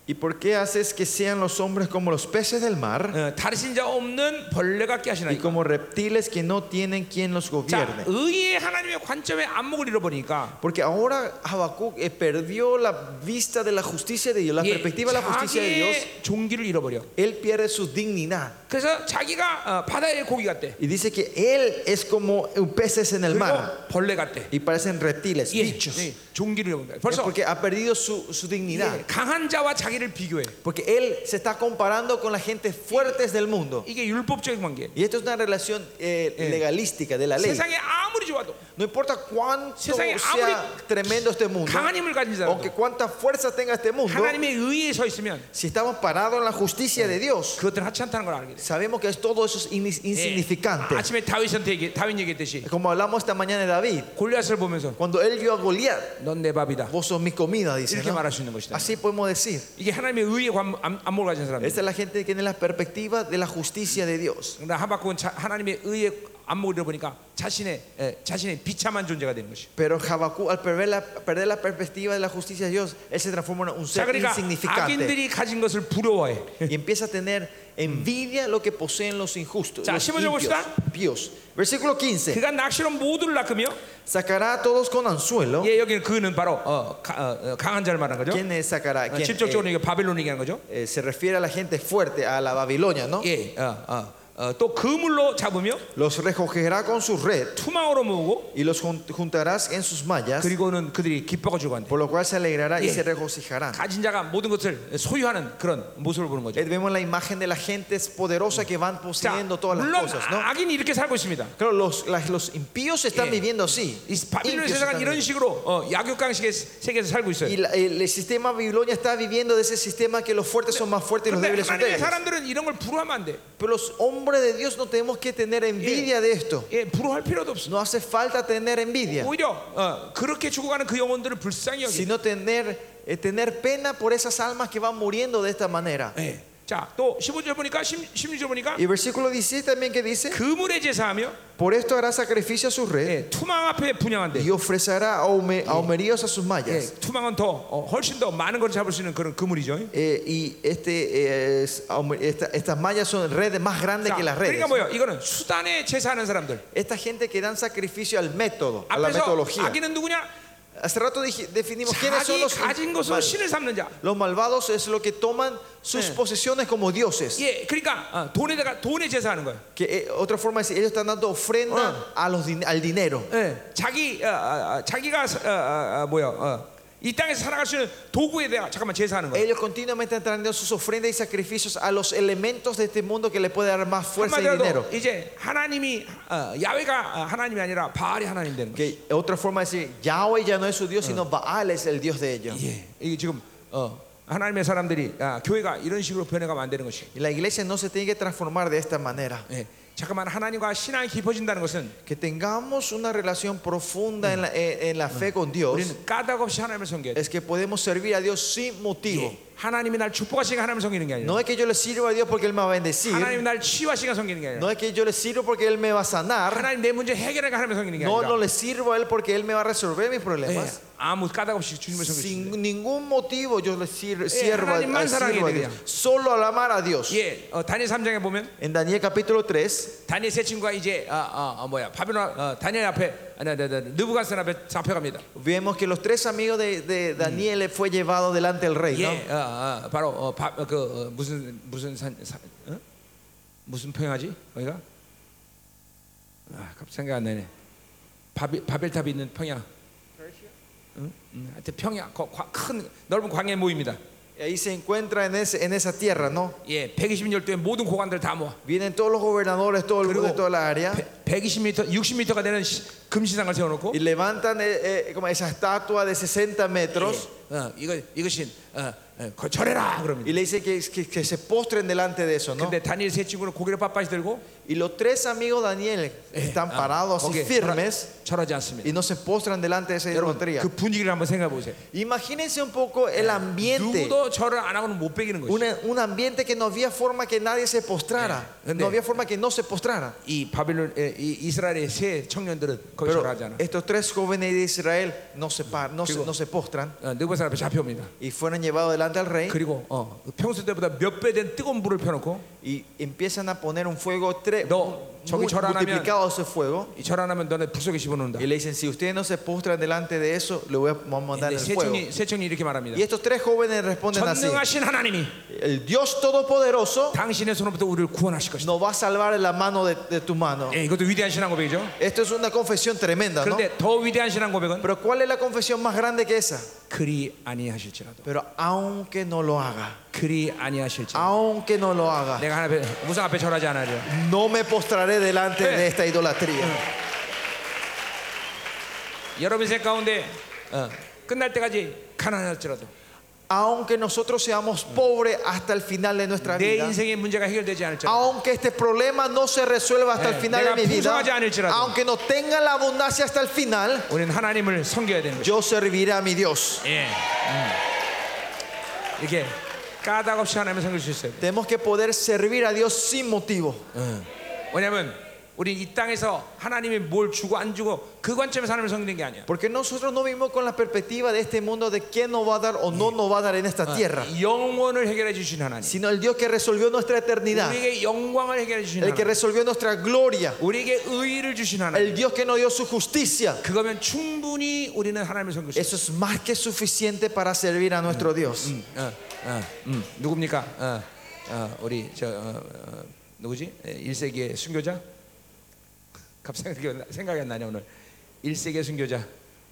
B: ¿Y por qué haces que sean los hombres como los peces del mar
A: 어, 다르신 자 없는 벌레 같게
B: y
A: 하시나이까?
B: como reptiles que no tienen quien los
A: 자,
B: gobierne?
A: 의의 하나님의 관점의 안목을 잃어버리니까
B: Porque ahora Habacuc eh, perdió la vista de la justicia de Dios, la
A: 예,
B: perspectiva de la justicia de Dios.
A: 자기의 종기를 잃어버려.
B: Él pierde su dignidad
A: 그래서 자기가 어, 바다의 고기 같대.
B: y dice que él es como peces en el
A: 그리고
B: mar
A: 벌레 같대.
B: y parecen reptiles,
A: 예,
B: bichos.
A: 예, 종기를 잃어버려.
B: Es
A: 벌써
B: porque ha perdido su, su dignidad.
A: 예, 강한 자와 자기를 비교해.
B: Porque él se está comparando con las gentes fuertes del mundo.
A: 이게 율법적인 관계.
B: Y esto es una relación eh, legalística de la ley.
A: 세상에 아무리 좋아도
B: No importa cuánto
A: 세상에
B: sea
A: 아무리
B: tremendo este mundo,
A: 강한 힘을 가진
B: aunque
A: 사람도
B: cuánta fuerza tenga este mundo,
A: 하나님의 의에 서 있으면
B: si estamos parados en la justicia de Dios,
A: 그것들은 하찮다는걸 알게 돼.
B: sabemos que es- todo eso es ini-
A: 예,
B: insignificante.
A: 아침에 다윗한테 얘기, 다윗 얘기했듯이
B: Como hablamos esta mañana de David,
A: 골리앗을 보면서
B: cuando él vio a Goliat,
A: 넌 내 밥이다.
B: vos sos mi comida, dice.
A: 이렇게
B: ¿no?
A: 말할 수 있는 것이다.
B: Así podemos decir.
A: 이게 하나님의 의의 관- 안- 안목을 가진 사람이에요.
B: Esta es la gente que tiene la perspectiva de la justicia de Dios.
A: 그러나 하박국은 자- 하나님의 의의 안목을 잃어보니까 자신의 에, 자신의 비참한 존재가 되는 것이.
B: Pero Habacuc, al perder la, perder la perspectiva de la justicia de Dios, él se transforma en un
A: 자,
B: ser
A: 그러니까
B: insignificante
A: 악인들이 가진 것을 부러워해.
B: y empieza a tener envidia lo que poseen los injustos.
A: 자,
B: los
A: 15절
B: impíos,
A: 봅시다.
B: impíos. Versículo 15:
A: 그가 낚시로 모두를 낚으며,
B: Sacará a todos con anzuelo.
A: 예, 여기는 그는 바로 어, 가- 어, 어, 강한 자를 말하는 거죠.
B: ¿Quién es sacará?
A: 어,
B: ¿Quién?
A: 직접적으로
B: Eh,
A: 이게 바벨론 얘기하는 거죠.
B: eh, se refiere a la gente fuerte, a la Babilonia, ¿no?
A: 예, 어, 어, 어, 또 그물로 잡으며
B: Los recogerá con su red
A: 투망으로 모으고,
B: y los jun- juntarás en sus mallas,
A: 그리고는 그들이 기뻐가 주고 한대.
B: por lo cual se alegrará y
A: Yeah.
B: se regocijarán.
A: 가진 자가 모든 것을 소유하는 그런 모습을 보는 거죠.
B: Eh, Vemos la imagen de la gente poderosa que van
A: 자,
B: poseyendo todas las
A: 물론
B: cosas, ¿no?
A: 악인이 이렇게 살고 있습니다.
B: Claro, los, las- los impíos están
A: Yeah.
B: viviendo así.
A: 이 바빌론
B: Impíos están
A: 세상은 이런
B: viviendo.
A: 식으로 어, 약육강식의 세계에서 살고
B: Y
A: 있어요.
B: la- el, el sistema Babilonia está viviendo de ese sistema que los fuertes son más fuertes y los
A: 그런데
B: débiles son
A: 하나님의
B: débiles.
A: 사람들은 이런 걸 부러하면 안 돼.
B: Pero los hombres de Dios no tenemos que tener envidia de esto.
A: 예, 부러할 필요도 없어.
B: No hace falta tener envidia,
A: 오히려 어, 그렇게 죽어가는 그 영혼들을 불쌍히 여기.
B: sino tener, eh, tener pena por esas almas que van muriendo de esta manera.
A: 예. 자, 또 15절 보니까 16, 16절 보니까
B: Y versículo 17 también que dice,
A: 그물에 제사하며 예,
B: por esto hará sacrificio a sus redes
A: 투망 앞에 분양한대.
B: y ofrecerá aume- aumeríos a sus
A: 예,
B: mallas.
A: 투망은 더 어, 훨씬 더 많은 걸 잡을 수 있는 그런 그물이죠.
B: Eh, y este, eh, es- aume- esta- estas mallas son redes más grandes
A: 자,
B: que las redes.
A: 그러니까 뭐예요? 이거는 수단에 제사하는 사람들.
B: Esta gente que dan sacrificio al método,
A: Ah,
B: a la
A: 앞에서
B: metodología.
A: 악인은 누구냐?
B: Hace rato dije- definimos quiénes son
A: 자기
B: los
A: 가진 것으로
B: mal-
A: 신을 삼는 자.
B: los malvados es lo que toman sus
A: Eh.
B: posesiones como dioses.
A: 예, 그러니까 어, 돈에다가 돈에 제사하는 거예요.
B: Que eh, otra forma es decir, ellos están dando ofrenda a los din- al dinero.
A: 예, 자기 어, 어, 어, 자기가 사- 어, 어, 어, 뭐야? 어, 이 땅에서 살아갈 수 있는 도구에 대해 잠깐만 제사하는 거예요.
B: Ellos continuamente están dando sus ofrendas y sacrificios a los elementos de este mundo que le puede dar más fuerza y dinero.
A: 한마디로 이제 하나님이 어, 야외가 어, 하나님이 아니라 바알이 하나님 되는 거예요.
B: Que otra forma es decir, Yahweh ya no es su Dios, sino Baal es el Dios de ellos.
A: 예, 이게 지금 어, 하나님의 사람들이 아, 교회가 이런 식으로 변해가면 안 되는 것이.
B: Y la iglesia no se tiene que transformar de esta manera.
A: 예, 잠깐만 하나님과 신앙이 깊어진다는 것은
B: Que tengamos una relación profunda en la, eh, en la fe con Dios
A: 우리는 까닭 없이 하나님을 섬겨야 돼.
B: es que podemos servir a Dios sin motivo.
A: 예, 하나님이 날 축복하시니까 하나님을 섬기는 게 아니라
B: No es que yo le sirva a Dios porque Él me va a bendecir.
A: 하나님이 날 치유하시니까 섬기는 게 아니라
B: No es que yo le sirvo porque Él me va a sanar.
A: 하나님 내 문제 해결하니까 하나님을 섬기는 게
B: No, no
A: 아니라
B: le sirvo a Él porque Él me va a resolver mis
A: 예,
B: problemas.
A: 아무 까닭 없이 주님을 섬기는
B: Sin ningún motivo yo le sir- sirvo a,
A: 하나님만
B: al- sirvo a
A: 사랑해야
B: Dios. Solo al amar a Dios.
A: 예, 어, 다니엘 3장에 보면
B: En Daniel capítulo 3,
A: 다니엘 세 친구가 이제 아, 아, 아, 뭐야 바벨론 어, 다니엘 앞에 아니, 아니, 아니, 아니, 느부갓네살 앞에 잡혀갑니다.
B: vemos que los tres amigos de, de Daniel fue llevado delante del rey. ¿no?
A: 예, 어, 어, 바로 어, 바, 어, 그 어, 무슨 무슨 산, 산 어? 무슨 평야지 거기가? 아, 갑자기 생각 안 나네. 바벨 바벨탑이 있는 평야. 응? 응, 하여튼 평야 거, 과, 큰 넓은 광야 모입니다.
B: Y ahí se encuentra en, ese- en esa tierra, ¿no?
A: 예, 120열도의 모든 고관들 다 모아.
B: Vienen todos los gobernadores todo el
A: Pero-
B: de toda la área
A: 120m, 60m가 되는 시- 금신상을 세워놓고
B: y levantan eh, eh, como esa estatua de 60 metros
A: 예, 어, 이거 이것이 어, 어, 거- 절해라 그럽니다.
B: y le dice que, que- que se postren delante de eso, ¿no?
A: 근데 다니엘 세 친구는 고개를 빳빳이 들고 아,
B: Y los tres amigos de Daniel están
A: ah,
B: parados así
A: 거기에
B: firmes
A: 절하- 절하지 않습니다.
B: y no se postran delante de esa
A: 여러분
B: idolatría.
A: 그 분위기를 한번 생각해 보세요.
B: Imagínense un poco el ambiente,
A: 누구도 절을 안 하고는 못 베기는 것이.
B: una- un ambiente que no había forma que nadie se postrara,
A: Yeah.
B: no había forma que no se postrara.
A: 이 바빌론 에, 이 이스라엘의 세 청년들은 거기
B: Pero
A: 절하잖아.
B: estos tres jóvenes de Israel no se, pa- no se,
A: 그리고-
B: no se postran
A: 어, 느보살 앞에 잡혀옵니다.
B: y fueron llevados delante del rey
A: 그리고 어, 평소 때보다 몇 배 된 뜨거운 불을 펴놓고
B: y empiezan a poner un fuego tre-
A: No,
B: mu-
A: 저기 절하라면-
B: multiplicado ese fuego
A: 절 안 하면 너네 불 속에 집어넣는다.
B: y le dicen si ustedes no se postran delante de eso le voy a vamos a mandar
A: 근데
B: el
A: 세
B: fuego
A: 청이 세 청이 이렇게 말합니다.
B: y estos tres jóvenes responden así
A: 전능하신 하나님이
B: El Dios Todopoderoso
A: 당신의 손으로부터 우리를 구원하실 것이다.
B: nos va a salvar en la mano de, de tu mano.
A: 예, 이것도 위대한 신앙 고백이죠.
B: Esto es una confesión tremenda, ¿no?
A: 그런데 더 위대한 신앙 고백은
B: Pero ¿cuál es la confesión más grande que esa?
A: 그리 아니하실지라도
B: Pero aunque no lo haga,
A: 그리 아니하실지라도
B: aunque no lo haga,
A: 내가 하나 앞에 무상 앞에 절하지 않으리라.
B: no me postraré delante
A: Eh.
B: de esta idolatría.
A: 여러분 인생 가운데 어, 끝날 때까지 가난할지라도
B: Aunque nosotros seamos pobres hasta el final de nuestra
A: 내
B: vida.
A: 인생의 문제가 해결되지 않을지라도
B: Aunque este problema no se resuelva hasta
A: Eh.
B: el final de
A: 내가
B: mi vida,
A: 풍성하지 않을지라도.
B: aunque no tenga la abundancia hasta el final,
A: 우리는 하나님을 섬겨야 되는 거죠.
B: yo serviré a mi Dios.
A: 예. 음. 이렇게 까닭 없이 하나님을 섬길 수 있어요.
B: Tenemos que poder servir a Dios sin motivo.
A: 왜냐하면 우리 이 땅에서 하나님이 뭘 주고 안 주고 그 관점에서 하나님을 섬기는 게 아니야.
B: Porque nosotros no vivimos con la perspectiva de este mundo de quién nos va a dar o no nos va a dar en esta tierra,
A: 영원을 해결해 주신 하나님,
B: sino el Dios que resolvió nuestra eternidad,
A: 우리에게 영광을 해결해 주신
B: el que
A: 하나님,
B: resolvió nuestra gloria,
A: 우리에게 의를 주신 하나님.
B: el Dios que nos dio su justicia.
A: 그거면 충분히 우리는 하나님을 섬길 수 있어.
B: Eso es más que suficiente para servir a nuestro Dios.
A: 어, 어, 음, 누굽니까? 어, 어, 우리 저 어, 어, 누구지? 1세기의 순교자? 갑자기 생각이 안- 생각이 안 나네 오늘. 1세기의 순교자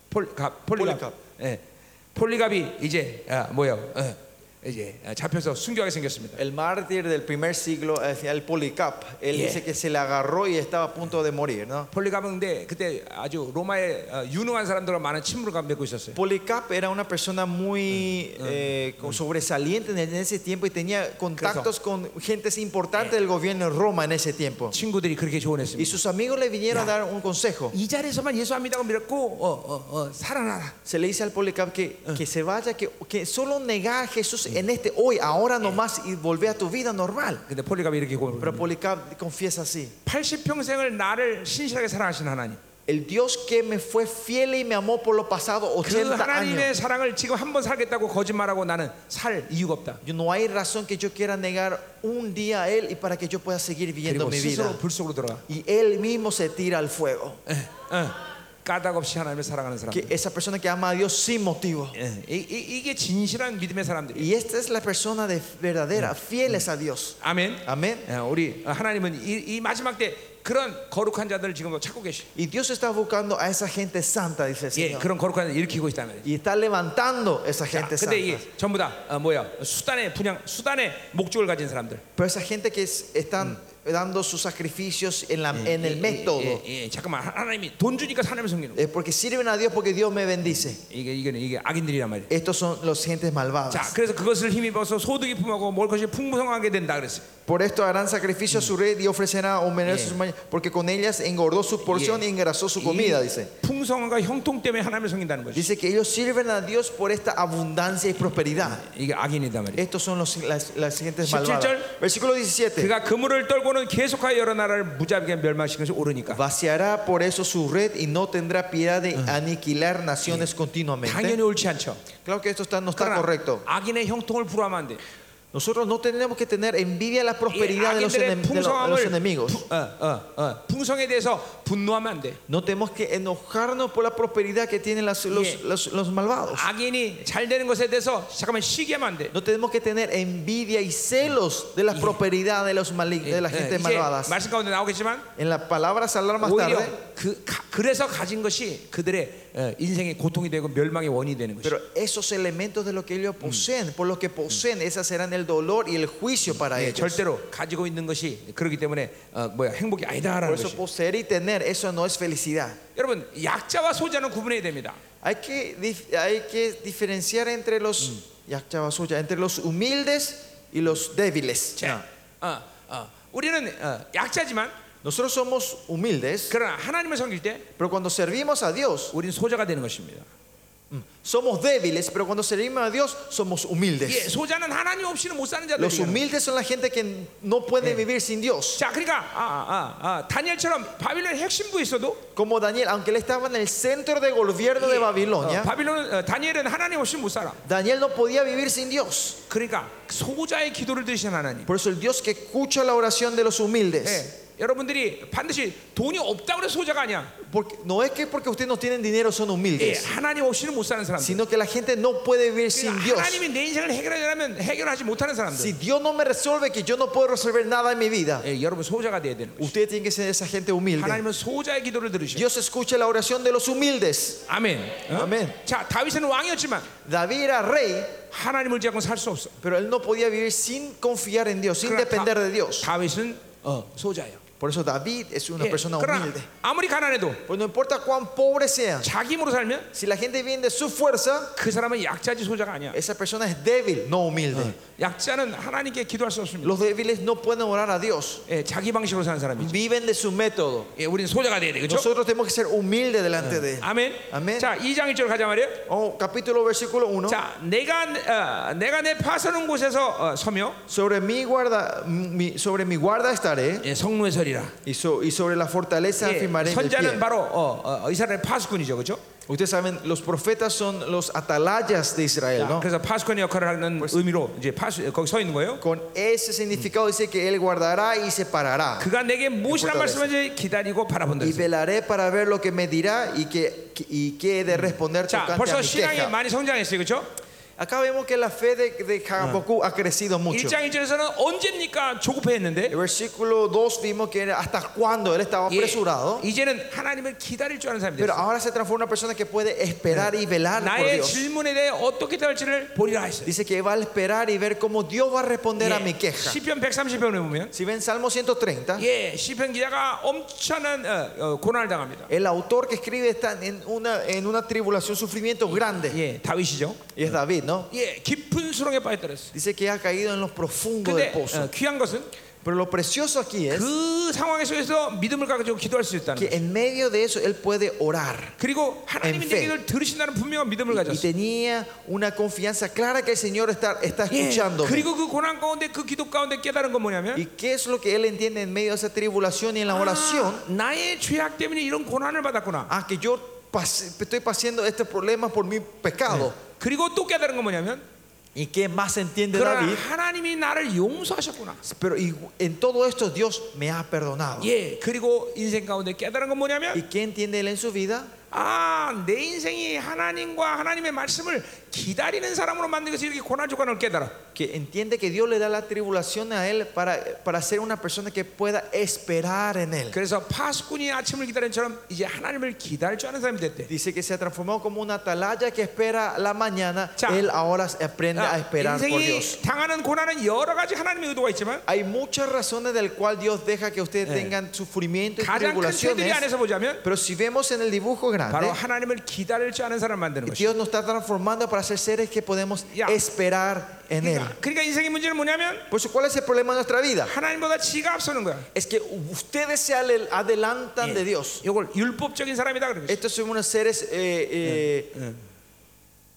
A: 폴, 가, 폴리갑.
B: 폴리갑.
A: 예. 폴리갑이 이제 아, 뭐요? 어, 이제 아, 잡혀서 순교하게 생겼습니다.
B: El mártir del primer siglo, eh, el Policap, él
A: Yeah.
B: dice que se le agarró y estaba a punto de morir. ¿no?
A: 폴리갑은 근데 그때 아주 로마의 어, 유능한 사람들과 많은 침묵을 맺고 있었어요.
B: Policap era una persona muy eh, con- sobresaliente en ese tiempo y tenía contactos con gentes importantes del gobierno de Roma en ese tiempo.
A: 친구들이 그렇게
B: Y
A: 조언했습니다.
B: sus amigos le vinieron a dar un consejo.
A: 이 자리에서만 예수합니다고 믿었고 어, 어, 어, 살아나라.
B: Se le dice al Policap que, que se vaya, que, que solo negar a Jesús en este hoy, ahora nomás y volvé a tu vida normal.
A: 근데 폴리갑이 이렇게
B: Pero
A: 고백합니다.
B: Policarpo confiesa así.
A: 80평생을 나를 신실하게 사랑하신 하나님.
B: El Dios que me fue fiel y me amó por lo pasado
A: 그
B: 80 años.
A: 하나님의 사랑을 지금 한 번 살겠다고 거짓말하고 나는 살 이유가 없다.
B: Yo- No hay razón que yo quiera negar un día a Él y para que yo pueda seguir viviendo
A: 그리고
B: mi vida.
A: 스스로 불 속으로 들어가.
B: Y Él mismo se tira al fuego.
A: 예, 예. 까닭 없이 하나님을 사랑하는 사람.
B: Que esa persona que ama a Dios sin motivo.
A: 예, 이, 이, 이게 진실한 믿음의 사람들이.
B: Y esta es la persona de verdadera, fieles a Dios.
A: 아멘.
B: Amén.
A: 예, 우리 하나님은 이, 이 마지막 때 그런 거룩한 자들을 지금도 찾고 계시.
B: Y Dios está buscando a esa gente santa, dice el
A: 예,
B: Señor.
A: 그런 거룩한 자를 일으키고 있단 말이에요.
B: Y está levantando esa gente
A: 근데
B: santa.
A: 이게 전부 다 어, 뭐야? 수단의 분양, 수단의 목적을 가진 사람들.
B: Pero esa gente que es- están dando sus sacrificios en, la- en el método.
A: 예, 예, 잠깐만 하- 하나님이 돈 주니까 하나님을 섬기는 거.
B: Es porque sirven a Dios porque Dios me bendice.
A: 이게 이게 이게 악인들이란 말이에요.
B: Estos son los
A: 자,
B: gentes malvadas.
A: 그래서 그것을 힘입어서 소득이 품하고 먹을 것이 풍성하게 된다 그랬어요.
B: Por esto harán sacrificio a su rey y ofrecerá homenaje a
A: Yeah.
B: sus ma- porque con ellas engordó su porción
A: Yeah.
B: y engrasó su
A: 이
B: comida, dice.
A: 풍성함과 형통 때문에 하나님을 섬긴다는 거죠.
B: Dice que ellos sirven a Dios por esta abundancia y prosperidad.
A: 이게 악인이다 말이에요.
B: Estos son los, las, las gentes
A: 17
B: malvadas.
A: 절.
B: Versículo 17.
A: 그가 그물을 떨고는 계속하여 여러 나라를 무자비하게 멸망시킨 것이 옳으니까.
B: Vaciará por eso su red y no tendrá piedad de aniquilar naciones
A: 당연히
B: continuamente.
A: 옳지 않죠.
B: Claro que esto está, no está
A: 그러나
B: correcto.
A: 악인의 형통을 부러하면 안 돼.
B: Nosotros no tenemos que tener envidia a la
A: 이
B: prosperidad de los,
A: 악인들의
B: enem- de los- de los
A: 풍성함을
B: enemigos.
A: 부- 어, 어, 어, 풍성에 대해서 분노하면 안 돼.
B: No tenemos que enojarnos por la prosperidad que tienen las- los,
A: Yeah.
B: los- los malvados.
A: 악인이 잘 되는 것에 대해서 잠깐만 시기하면 안 돼.
B: No tenemos que tener envidia y celos de la prosperidad de, los malig- de la
A: 예,
B: gente
A: 이제
B: malvada.
A: 말씀 가운데 나오겠지만
B: En la palabra salar más
A: 오히려
B: tarde,
A: 그 가- 그래서 가진 것이 그들의 어, 인생의 고통이 되고 멸망의 원인이 되는 것이.
B: pero esos elementos de lo que ellos poseen, por lo que poseen, esas serán el dolor y el juicio para
A: 예,
B: ellos.
A: 절대로 가지고 있는 것이 그렇기 때문에 어, 뭐야 행복이
B: Por
A: 아니다라는
B: eso
A: 것이.
B: poseer y tener, eso no es felicidad.
A: 여러분 약자와 소자는 구분해야 됩니다.
B: Hay que, dif- hay que diferenciar entre los, ya, chava suya, entre los humildes y los débiles.
A: 자, 어, 어, 우리는 어, 약자지만
B: Nosotros somos humildes,
A: 그러나 하나님을 섬길 때
B: pero cuando servimos a Dios,
A: 우리는 소자가 되는 것입니다.
B: somos débiles, pero cuando servimos a Dios, somos
A: 예,
B: humildes.
A: 소자는 하나님 없이는 못 사는
B: Los
A: 자들이에요.
B: humildes son la gente que no puede vivir sin Dios.
A: 자, 그러니까 아, 아, 아, 아, 다니엘처럼 바빌론 핵심부에 있어도
B: Como Daniel, aunque él estaba en el centro de gobierno de
A: 어,
B: Babilonia,
A: 바빌론 어, 다니엘은 하나님 없이 못 살아.
B: Daniel no podía vivir sin Dios.
A: 그러니까 소자의 기도를 들으신 하나님.
B: Por eso el Dios que escucha la oración de los humildes.
A: 예, 여러분들이 반드시 돈이 없다 그래서 소자가 아니야.
B: Porque, no es que porque ustedes no tienen dinero son
A: 예,
B: humildes.
A: 하나님 없이는 못 사는 사람들.
B: sino que la gente no puede vivir sin
A: 그러니까
B: Dios.
A: 하나님이 내 인생을 해결하려면 해결하지 못하는 사람들.
B: Si Dios no me resuelve que yo no puedo resolver nada en mi vida,
A: 예, 여러분 소자가 돼야 되는 거예요.
B: usted tiene que ser esa gente humilde.
A: 하나님은 소자의 기도를 들으셔.
B: Dios escucha la oración de los humildes.
A: 아멘. 어?
B: 아멘.
A: 자, 다윗은 왕이었지만
B: David era rey,
A: 하나님을 제하고 살 수 없어.
B: pero él no podía vivir sin confiar en Dios, sin
A: 그러나
B: depender
A: 다-
B: de Dios.
A: 다윗은 어, 소자예요.
B: Por eso David es una
A: 예,
B: persona
A: 그러나
B: humilde.
A: 아무리 가난해도
B: Pues no importa cuán pobre sea,
A: 자기 힘으로 살면
B: si la gente viene de su fuerza,
A: 그 사람은 약자지 소자가 아니야.
B: esa persona es débil, no humilde.
A: Ah. 약자는 하나님께 기도할 수 없습니다.
B: Los débiles no pueden orar a Dios,
A: 예, 자기 방식으로 사는 사람이죠.
B: viven de su método.
A: 예, 우리는 소자가 돼야 되겠죠?
B: Nosotros tenemos que ser humildes delante de él.
A: 아멘. 어?
B: 아멘.
A: 자, 2장 1절 가자 말이에요.
B: Oh, capítulo versículo 1.
A: 자, 내가 어, 내가 내 파서는 곳에서 어, 서며
B: Sobre mi guarda, mi- sobre mi guarda estaré
A: 예, 성루에 서리라.
B: y, so- y sobre la fortaleza
A: 예,
B: afirmaré mi
A: 선자는
B: pie.
A: 바로 어, 어, 이스라엘 파수꾼이죠, 그렇죠?
B: Ustedes saben, los profetas son los atalayas de Israel, ¿no?
A: 그래서 파수꾼의 역할을 하는 의미로 이제 파수 거기 서 있는 거예요.
B: Con ese significado dice que él guardará y separará
A: 그가 내게 무엇이란 말씀인지 기다리고 바라본다.
B: y
A: 그랬어요.
B: velaré para ver lo que me dirá y que y qué he de responder
A: 자,
B: tocante a
A: 벌써
B: mi
A: 신앙이
B: queja.
A: 많이 성장했어요, 그렇죠?
B: Acá vemos que la fe de, de Habacuc ha crecido mucho.
A: 1장 1절에서는 언제입니까
B: El
A: 조급해했는데
B: versículo 2 vimos que era hasta cuando él estaba
A: 예,
B: apresurado,
A: 이제는 하나님을 기다릴 줄 아는 사람이
B: pero
A: 됐어요.
B: ahora se transforma en una persona que puede esperar y
A: 아,
B: velar por
A: 나의
B: Dios.
A: 질문에 대해 어떻게 될지를 보리라 했어요.
B: Dice que va a esperar y ver cómo Dios va a responder a mi
A: 예,
B: queja.
A: 시편 130편에 보면
B: Si ven Salmo 130,
A: 예, 시편 기자가 엄청난 어, 어, 고난을 당합니다.
B: el autor que escribe está en una, en una tribulación, sufrimiento grande.
A: 예, 다윗이죠.
B: Y es David, ¿no?
A: 예, 깊은 수렁에 빠졌더랬어요.
B: Dice que ha caído en los profundos
A: 근데
B: del pozo.
A: 어, 귀한 것은
B: Pero lo precioso aquí es
A: 그 상황 속에서 믿음을 가지고 기도할 수 있다는
B: que
A: 거예요.
B: en medio de eso él puede orar.
A: 그리고 하나님의
B: And faith.
A: 얘기를 들으신다는 분명한 믿음을
B: Y
A: 가졌어.
B: tenía una confianza clara que el Señor está, está
A: 예.
B: escuchando.
A: 그리고 그 고난 가운데 그 기도 가운데 깨달은 건 뭐냐면
B: ¿Y qué es lo que él entiende en medio de esa tribulación y en la oración?
A: 아, 나의 죄악 때문에 이런 고난을 받았구나.
B: Ah, que yo pas- estoy pasando este problema por mi pecado.
A: 그리고 또 깨달은 건 뭐냐면
B: ¿Y qué más entiende
A: 그러나
B: David?
A: 하나님이 나를 용서하셨구나.
B: Pero y- en todo esto Dios me ha perdonado.
A: 예, 그리고 인생 가운데 깨달은 건
B: ¿Y
A: 뭐냐면
B: qué entiende él en su vida?
A: 아, 내 인생이 하나님과 하나님의 말씀을 기다리는 사람으로 만들어서 이렇게 고난 조건을 깨달아.
B: Que entiende que Dios le da la tribulación a él para, para ser una persona que pueda esperar en él.
A: 그래서 파수꾼이 아침을 기다리는 처럼 이제 하나님을 기다릴 줄 아는 사람이 됐대.
B: Dice que se ha transformado como una atalaya que espera la mañana.
A: Cha. Ah,
B: Él ahora aprende
A: 아,
B: a esperar por Dios.
A: 인생이 당하는 고난은 여러 가지 하나님의 의도가 있지만
B: Hay muchas razones del cual Dios deja que ustedes tengan sufrimiento y
A: 가장 큰
B: tribulaciones.
A: 죄들이 안에서 보자면
B: Pero si vemos en el dibujo
A: 바로
B: grande,
A: 하나님을 기다릴 줄 아는 사람 만드는 것이.
B: Dios nos está transformando para ser seres que podemos
A: Ya.
B: esperar en Él.
A: 그러니까, 그러니까 인생의 문제는 뭐냐면
B: Por eso, ¿cuál es el problema de nuestra vida?
A: 하나님보다 지가 앞서는 거야.
B: Es que ustedes se ale- adelantan de Dios.
A: 이걸 율법적인 사람이다 그런 거지.
B: Estos son unos seres eh, eh,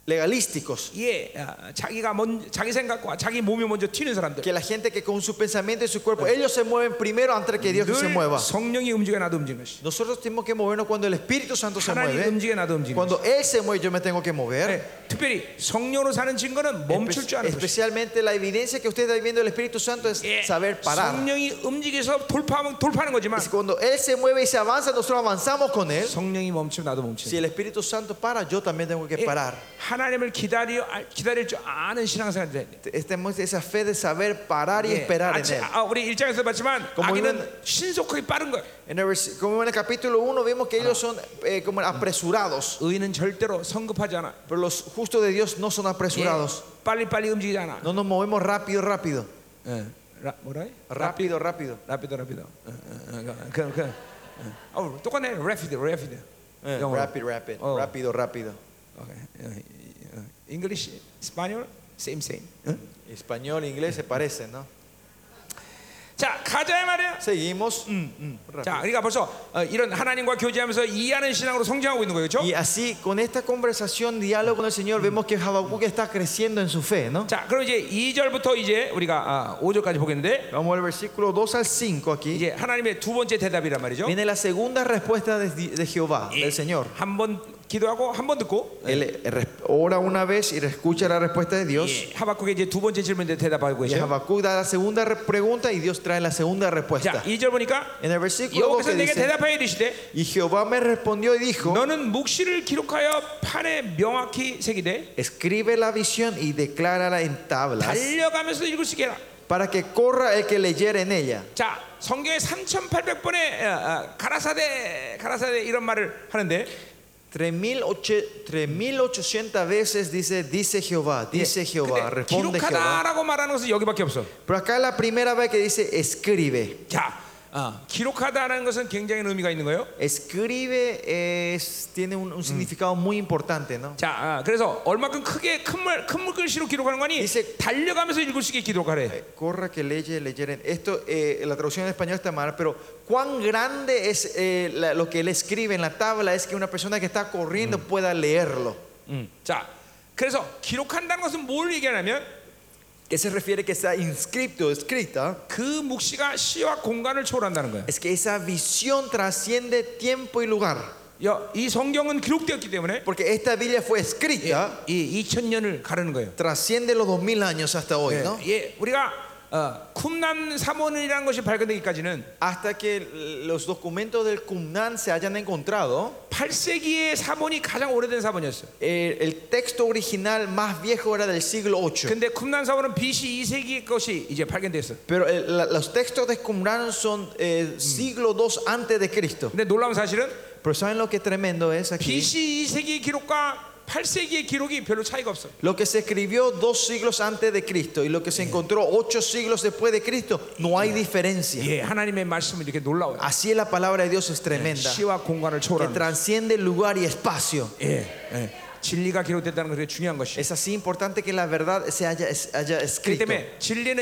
B: legalísticos.
A: 예, 아, 자기가 먼 자기 생각과 자기 몸이 먼저 튀는 사람들.
B: Que la gente que con su pensamiento y su cuerpo, ellos se mueven primero antes que Dios se
A: 늘
B: mueva.
A: 성령이 움직여 나도 움직이는 것이.
B: Nosotros tenemos que movernos cuando el Espíritu Santo se
A: 하나님이
B: mueve.
A: 움직여 나도 움직이는 것이.
B: Cuando Él se mueve, yo me tengo que mover.
A: 네, 특별히 성령으로 사는 증거는 멈출 줄 아는 것이.
B: Especialmente la evidencia que usted está viendo del Espíritu Santo es
A: 예,
B: saber parar.
A: 성령이 움직여서 돌파하면 돌파하는 거지만
B: Es cuando Él se mueve y se avanza, nosotros avanzamos con Él.
A: 성령이 멈추면 나도
B: Si
A: 멈추는
B: el Espíritu Santo para, yo también tengo que
A: 예,
B: parar.
A: 하나님을 기다려, 아, 기다릴 줄 아는 신앙생활이 돼야 돼.
B: Tenemos Este, esa fe de saber parar y
A: 예,
B: esperar en
A: 아치-
B: Él.
A: 아, 우리 일장에서 봤지만
B: Como
A: 아기는
B: 이건-
A: 신속하게 빠른 거야
B: En el, vers- como en el capítulo 1 vimos que ellos son eh, como apresurados,
A: 의인은 절대로 성급하지 않아
B: pero los justos de Dios no son
A: 예,
B: apresurados.
A: 빨리빨리 움직이지 않아
B: No nos movemos rápido, rápido.
A: 예, 라- 뭐라 해?
B: Rápido, rápido.
A: 라피도 라피도 eh, 그그 어, 똑같네 래피드 래피드 네,
B: Eh, Rápido, rápido.
A: Oh.
B: Rápido, rápido.
A: 어, 잉글리시 스파니얼 세임 세임
B: Español, inglés se parecen, ¿no?
A: 자 가자 이 말이야
B: Seguimos. Rápido.
A: 자, 그러니까 벌써 어, 이런 하나님과 교제하면서 이해하는 신앙으로 성장하고 있는 거예요, 그렇죠?
B: Y así, con esta conversación, diálogo con el Señor, vemos que Habacuc está creciendo en su fe, ¿no?
A: 자, 그럼 이제 2절부터 이제 우리가 아, 5절까지 보겠는데
B: Vamos al versículo 2 al 5 aquí.
A: 이제 하나님의 두 번째 대답이란 말이죠. 예.
B: Viene la segunda respuesta de, de Jehová,
A: 아, 네,
B: del Señor.
A: 한 번 기도하고 한 번 듣고
B: Él eh, res- ora una vez y escucha la respuesta de Dios.
A: 예, 하박국의 이제 두 번째 질문에 예, 대답하고
B: Y
A: 계세요.
B: Habacuc da la segunda re- pregunta y Dios trae la segunda
A: 자,
B: respuesta.
A: 2절 보니까
B: En el
A: 예.
B: versículo 2
A: 여호와께서
B: que
A: 내게
B: dice,
A: 대답하여 이르시되
B: y Jehová me respondió y dijo,
A: 너는 묵시를 기록하여 판에 명확히 새기되
B: escribe la visión y declárala en tablas
A: 달려가면서 읽을 수 있게 해라.
B: para que corra el que leyere en ella.
A: 자, 성경에 3,800번의 가라사대 가라사대 이런 말을 하는데
B: 3800 3800 veces dice, dice Jehová, dice Jehová,
A: 근데
B: responde Jehová.
A: 기록하다라고 말하는 것은 여기밖에 없어.
B: Pero acá la primera vez que dice, escribe.
A: 자, 어, 기록하다라는 것은 굉장히 의미가 있는 거예요.
B: Escribe es, tiene un, un significado muy importante, ¿no?
A: 자, 아, 그래서 얼마큼 크게 큰말 큰 물글씨로 기록하는 거니?
B: 이제-
A: 달려가면서 읽을 수 있게 기록하래.
B: Eh, Corra que leye, leyeren. Esto, eh, la traducción en español está mal, pero cuán grande es eh, la- lo que él escribe en la tabla es que una persona que está corriendo pueda leerlo.
A: 음. 자, 그래서 기록한다는 것은 뭘 얘기하냐면
B: Que se refiere que está inscripto, escrita.
A: 그 묵시가 시와 공간을 초월한다는 거야.
B: Es que esa visión trasciende tiempo y lugar.
A: 여- 이 성경은 기록되었기 때문에
B: Porque esta Biblia fue escrita,
A: 이 2000년을 가르는 거예요.
B: trasciende los 2000 años hasta
A: Eh.
B: hoy, ¿no?
A: 예, 우리가 어, 쿰남 사원이라는 것이 발견되기까지는
B: Hasta que los documentos del Qumran se hayan encontrado,
A: 8세기의 사본이 가장 오래된 사본이었어요.
B: eh, el texto original más viejo era del siglo 8.
A: 근데 쿰난 사원은 BC 2세기 것이 이제 발견됐어.
B: Pero eh, la- los textos de Qumran son eh, siglo 2 antes de Cristo.
A: 근데 놀라운 사실은
B: Pero ¿saben lo que tremendo es aquí?
A: BC 2세기의 기록과 8세기의 기록이 별로 차이가 없어.
B: Lo que se escribió dos siglos antes de Cristo y lo que se encontró ocho siglos después de Cristo, no hay diferencia.
A: 예, 하나님의 말씀은 이렇게 놀라워요.
B: Así es la palabra de Dios es tremenda,
A: 시와 공간을
B: que
A: 초월하는.
B: trasciende lugar y espacio.
A: 예, 예. 진리가 기록됐다는 것이 중요한 것이.
B: Es así importante que la verdad se haya, es- haya
A: 그렇기
B: escrito.
A: 때문에 진리는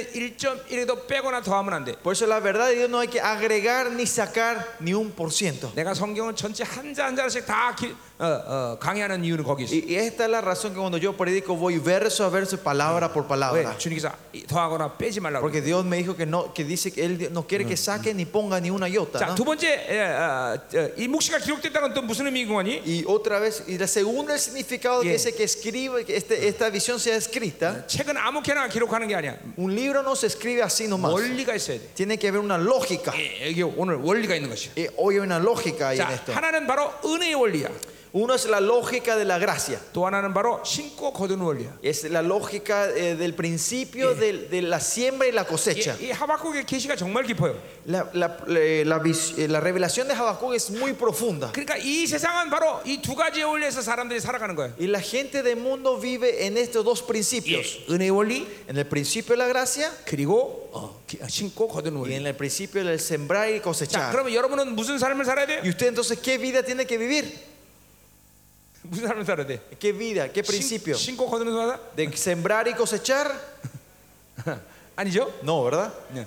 A: 1.1에도 빼거나 더하면 안 돼.
B: Por eso la verdad de Dios no hay que agregar ni sacar ni un por ciento.
A: 내가 성경을 전체 한자 한자씩 다 기, 어, 어, 강의하는 이유는 거기 있어.
B: Y, y esta es la razón que cuando yo predico voy verso a verso, palabra por palabra.
A: 왜 주님께서 이- 더하거나 빼지 말라고.
B: Porque Dios me dijo que no, que dice que él no quiere que saque ni ponga ni una iota.
A: 자,
B: ¿no?
A: 두 번째 예, 어, 어, 이 묵시가 기록됐다는 건 또 무슨 의미인 거니?
B: Y otra vez, y la segunda el significado
A: Bien.
B: que dice que escribe, que este- esta visión sea escrita.
A: 책은 아무렇게나 기록하는 게 아니야.
B: Un libro no se escribe así nomás.
A: 원리가 있어야 돼.
B: Tiene que haber una lógica.
A: 예, 이게 오늘 원리가 있는 것이야.
B: Eh, hoy hay una lógica ahí en
A: 자,
B: esto.
A: 하나는 바로 은혜의 원리야.
B: Uno es la lógica de la gracia.
A: 또 하나는 바로 신고 거두는 원리야.
B: Es la lógica eh, del principio del- de, la siembra y la cosecha.
A: 이, 이 하박국의 계시가 정말 깊어요.
B: La, la- eh, la vis- eh, la revelación de Habacuc es muy profunda.
A: 그러니까 이 세상은 바로 이 두 가지의 원리에서 사람들이 살아가는 거예요.
B: Y la gente del mundo vive en estos dos principios.
A: 은혜의 원리
B: En el principio de la gracia
A: 그리고 어, 기- 신고 거두는
B: y
A: 원리.
B: en el principio del sembrar y
A: 자,
B: cosechar.
A: 그러면 여러분은 무슨 삶을 살아야
B: ¿Y
A: 돼요?
B: usted entonces qué vida tiene que vivir?
A: 무슨 삶을 살아야 돼?
B: ¿Qué vida? ¿Qué
A: 신,
B: principio?
A: 신고 거두는 사람?
B: ¿De sembrar y cosechar?
A: 아니죠?
B: No, ¿verdad?
A: 네.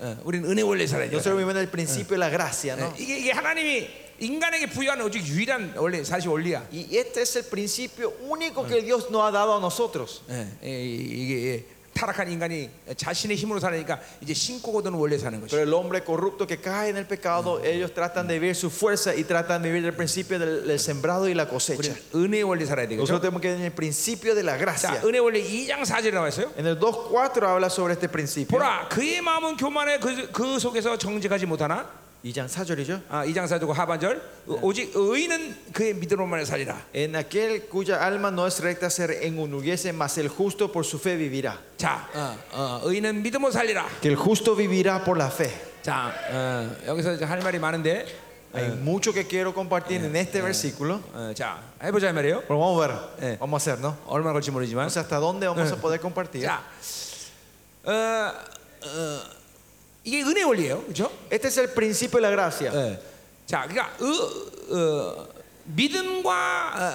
A: 어, 우리는 은혜 원리에 살아야 돼요.
B: Nosotros vivimos en el principio de la gracia, ¿no?
A: 네. 이게, 이게 하나님이 인간에게 부여한 오직 유일한 원리 사실 원리야.
B: Y este es el principio único que Dios nos ha dado a nosotros.
A: 예, 예, 이게 예, 타락한 인간이 자신의 힘으로 사니까 이제 신고 거두는 원리에 사는 것이.
B: Pero el hombre corrupto que cae en el pecado, ellos tratan de vivir su fuerza y tratan de vivir el principio del, del sembrado y la cosecha.
A: 우리는 은혜 원리 살아야 되겠죠.
B: Nosotros tenemos que ir en el principio de la gracia.
A: 자, 은혜 원리 2장 4절에 나와 있어요.
B: En el 2.4 habla sobre este principio.
A: 보라 그의 마음은 교만해 그, 그 속에서 정직하지 못하나
B: Y Jan Sayor이죠.
A: 아, 2장 4절 하반절 어, 오직 의인은 그의 믿음으로만 살리라
B: En aquel cuya alma no es recta se engunullece, mas el justo por su fe vivirá.
A: 자 어, 어, 의인은 믿음으로 살리라
B: Que el justo vivirá por la fe.
A: 자 어, 여기서 이제 할 말이 많은데
B: Hay mucho que quiero compartir en este versículo.
A: 어, 자 해보자 이 말이에요
B: Pero vamos a
A: Eh.
B: ver, vamos a hacer, ¿no?
A: 얼마나 걸릴지 모르지만
B: No sé hasta dónde vamos a poder compartir.
A: 자 어, 어, 이게 은혜 원리예요 그렇죠?
B: Este es el principio de la gracia.
A: 예. 자, 그러니까 어, 어, 믿음과 어, 어,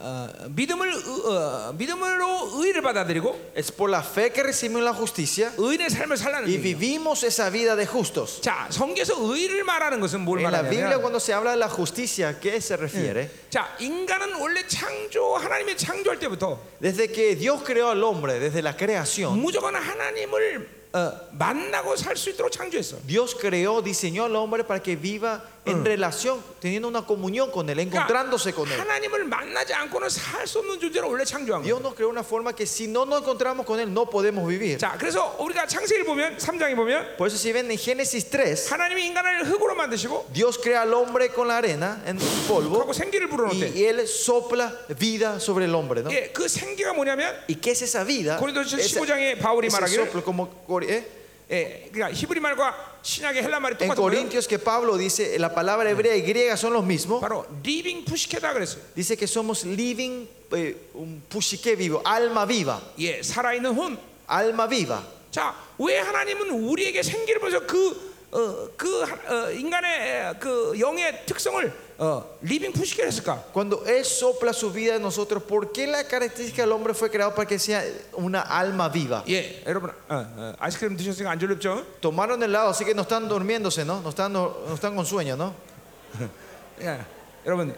A: 어, 믿음을 의- 어, 믿음으로 의를 받아들이고
B: Es por la fe que recibimos la justicia
A: 의인의 삶을 살라는
B: y
A: 얘기예요.
B: vivimos esa vida de justos.
A: 자, 성경에서 의를 말하는 것은 뭘
B: En la Biblia
A: 말하냐면
B: cuando se habla de la justicia, ¿a qué se refiere?
A: 자, 인간은 원래 창조 하나님의 창조할 때부터
B: Desde que Dios creó al hombre, desde la creación,
A: 무조건 하나님을 어, 만나고 살 수 있도록 창조했어.
B: Dios creó, diseñó al hombre para que viva en relación, teniendo una comunión con él, encontrándose con él.
A: 그러니까 하나님을 만나지 않고는 살 수 없는 존재로 원래 창조한 거예요.
B: Dios nos creó una forma que si no nos encontramos con él no podemos vivir.
A: 자, 그래서 우리가 창세기 보면 3장에 보면
B: Por eso si ven en Génesis 3,
A: 하나님이 인간을 흙으로 만드시고
B: Dios crea al hombre con la arena, en polvo,
A: 하고 생기를 불어넣대.
B: y él sopla vida sobre el hombre, ¿no?
A: 예, 그 생기가 뭐냐면
B: ¿Y qué es esa vida?
A: 고린도전서
B: Esa-
A: 15장에 바울이
B: ese
A: 말하기를
B: soplo, como cor- ¿eh?
A: 예, 그러니까 히브리 말과 신약의 헬라 말이 똑같은
B: En
A: 거예요.
B: Corintios que Pablo dice, la palabra hebrea y griega son los mismos.
A: 바로 리빙 푸시케다 그랬어요.
B: Dice que somos living, eh, un pushike vivo, alma viva,
A: 예, 살아있는 혼.
B: alma viva.
A: 자, 왜 하나님은 우리에게 생기를 보면서 그 어, 그 하- 어, 인간의 에, 그 영의 특성을 어, 리빙 푸시케 했을까?
B: Cuando Él sopla su vida en nosotros, ¿por qué la característica del hombre fue creado para que sea una alma viva?
A: 예, 여러분 어, 어, 아이스크림 드셨으니까 안 졸립죠?
B: Tomaron helado, así que no están durmiéndose, ¿no? No están, no, no están con sueño, ¿no?
A: 예, 여러분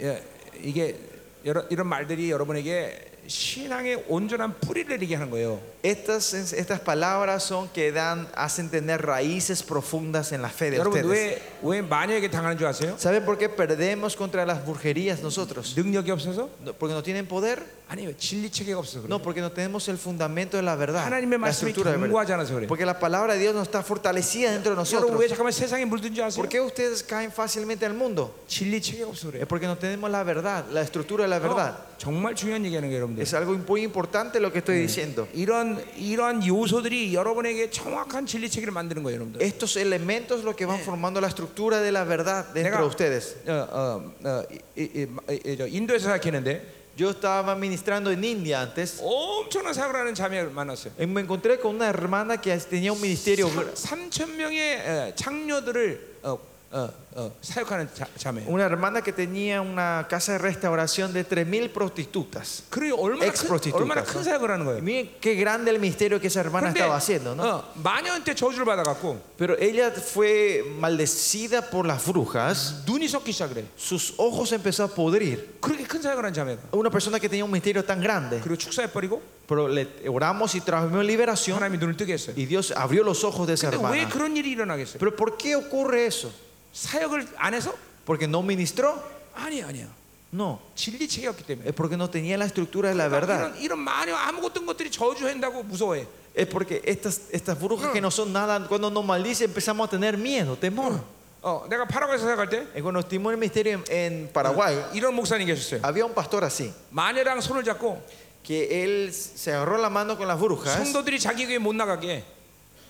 A: 예, 이게 여러, 이런 말들이 여러분에게 신앙의 온전한 뿌리를 얘기하는 거예요.
B: Estas, estas palabras son que dan, hacen tener raíces profundas en la fe de
A: 여러분
B: ustedes.
A: 왜 왜 마녀에게 당하는 줄 아세요?
B: ¿Sabe por qué perdemos contra las brujerías nosotros?
A: 능력이 없어서?
B: No, ¿Porque no tienen poder?
A: 아니요 진리 체계가 없어서 그래요.
B: No, porque no tenemos el fundamento de la verdad.
A: 하나님의
B: La
A: 말씀이
B: estructura de la verdad.
A: 견고하지 않아서 그래요.
B: Porque la palabra de Dios no está fortalecida dentro de
A: 여러분 왜
B: nosotros.
A: 잠깐만 세상에 물든지 아세요?
B: ¿Por qué ustedes caen fácilmente al mundo?
A: 진리 체계가 없어서 그래요.
B: Es porque no tenemos la verdad, la estructura de la verdad.
A: 어, 정말 중요한 얘기하는 거예요, 여러분들.
B: Es algo muy importante lo que estoy diciendo.
A: 이런 이러한 요소들이 여러분에게 정확한 진리 체계를 만드는 거예요, 여러분들.
B: Estos elementos lo que van formando la estructura de la verdad dentro de
A: 내가-
B: ustedes.
A: 어, 어, 어, 이, 이, 이, 이, 저 인도에서 살았는데
B: Yo estaba ministrando en India antes.
A: 엄청난 사고를 하는 자매를 만났어요.
B: Y me encontré con una hermana que tenía un ministerio.
A: 3천 명의 에, 창녀들을 어, 어, 어, 사역하는 자, 자매.
B: Una hermana que tenía una casa de restauración de 3.000 prostitutas.
A: 그래 얼마나
B: ex
A: 큰,
B: prostitutas,
A: 얼마나 큰
B: ¿no?
A: 사역을 하는 거예요.
B: Miren qué grande el misterio que esa hermana
A: 그런데
B: estaba haciendo, ¿no?
A: 어, 마녀한테 저주를 받아갖고
B: Pero ella fue maldecida por las brujas.
A: 눈이 섞기 시작해.
B: Sus ojos empezó a podrir.
A: 그렇게 큰 사역을 한 자매가.
B: Una persona que tenía un misterio tan grande.
A: 그리고 축사해 버리고
B: Pero le oramos y trajimos liberación.
A: 하나님이 눈을 뜨게 했어요.
B: Y Dios abrió los ojos de esa
A: 근데 왜
B: hermana.
A: 그런 일이 일어나겠어요?
B: Pero ¿por qué ocurre eso?
A: 사역을 안 해서?
B: ¿Porque no ministró?
A: 아니 아니야.
B: No.
A: 진리 체계였기 때문에. 그러니까
B: Es porque no tenía la estructura de la verdad.
A: 이런, 이런 마녀 아무것도 없는 것들이 저주한다고 무서워해.
B: Es porque estas, estas brujas que no son nada, cuando nos maldice empezamos a tener miedo, temor.
A: 어, 내가 파라과이에서 사역할 때
B: Y Cuando estuvimos en el misterio en, en Paraguay,
A: 이런 목사님 계셨어요.
B: había un pastor así,
A: 마녀랑 손을 잡고
B: que él se agarró la mano con las brujas
A: 성도들이 자기 교회 못 나가게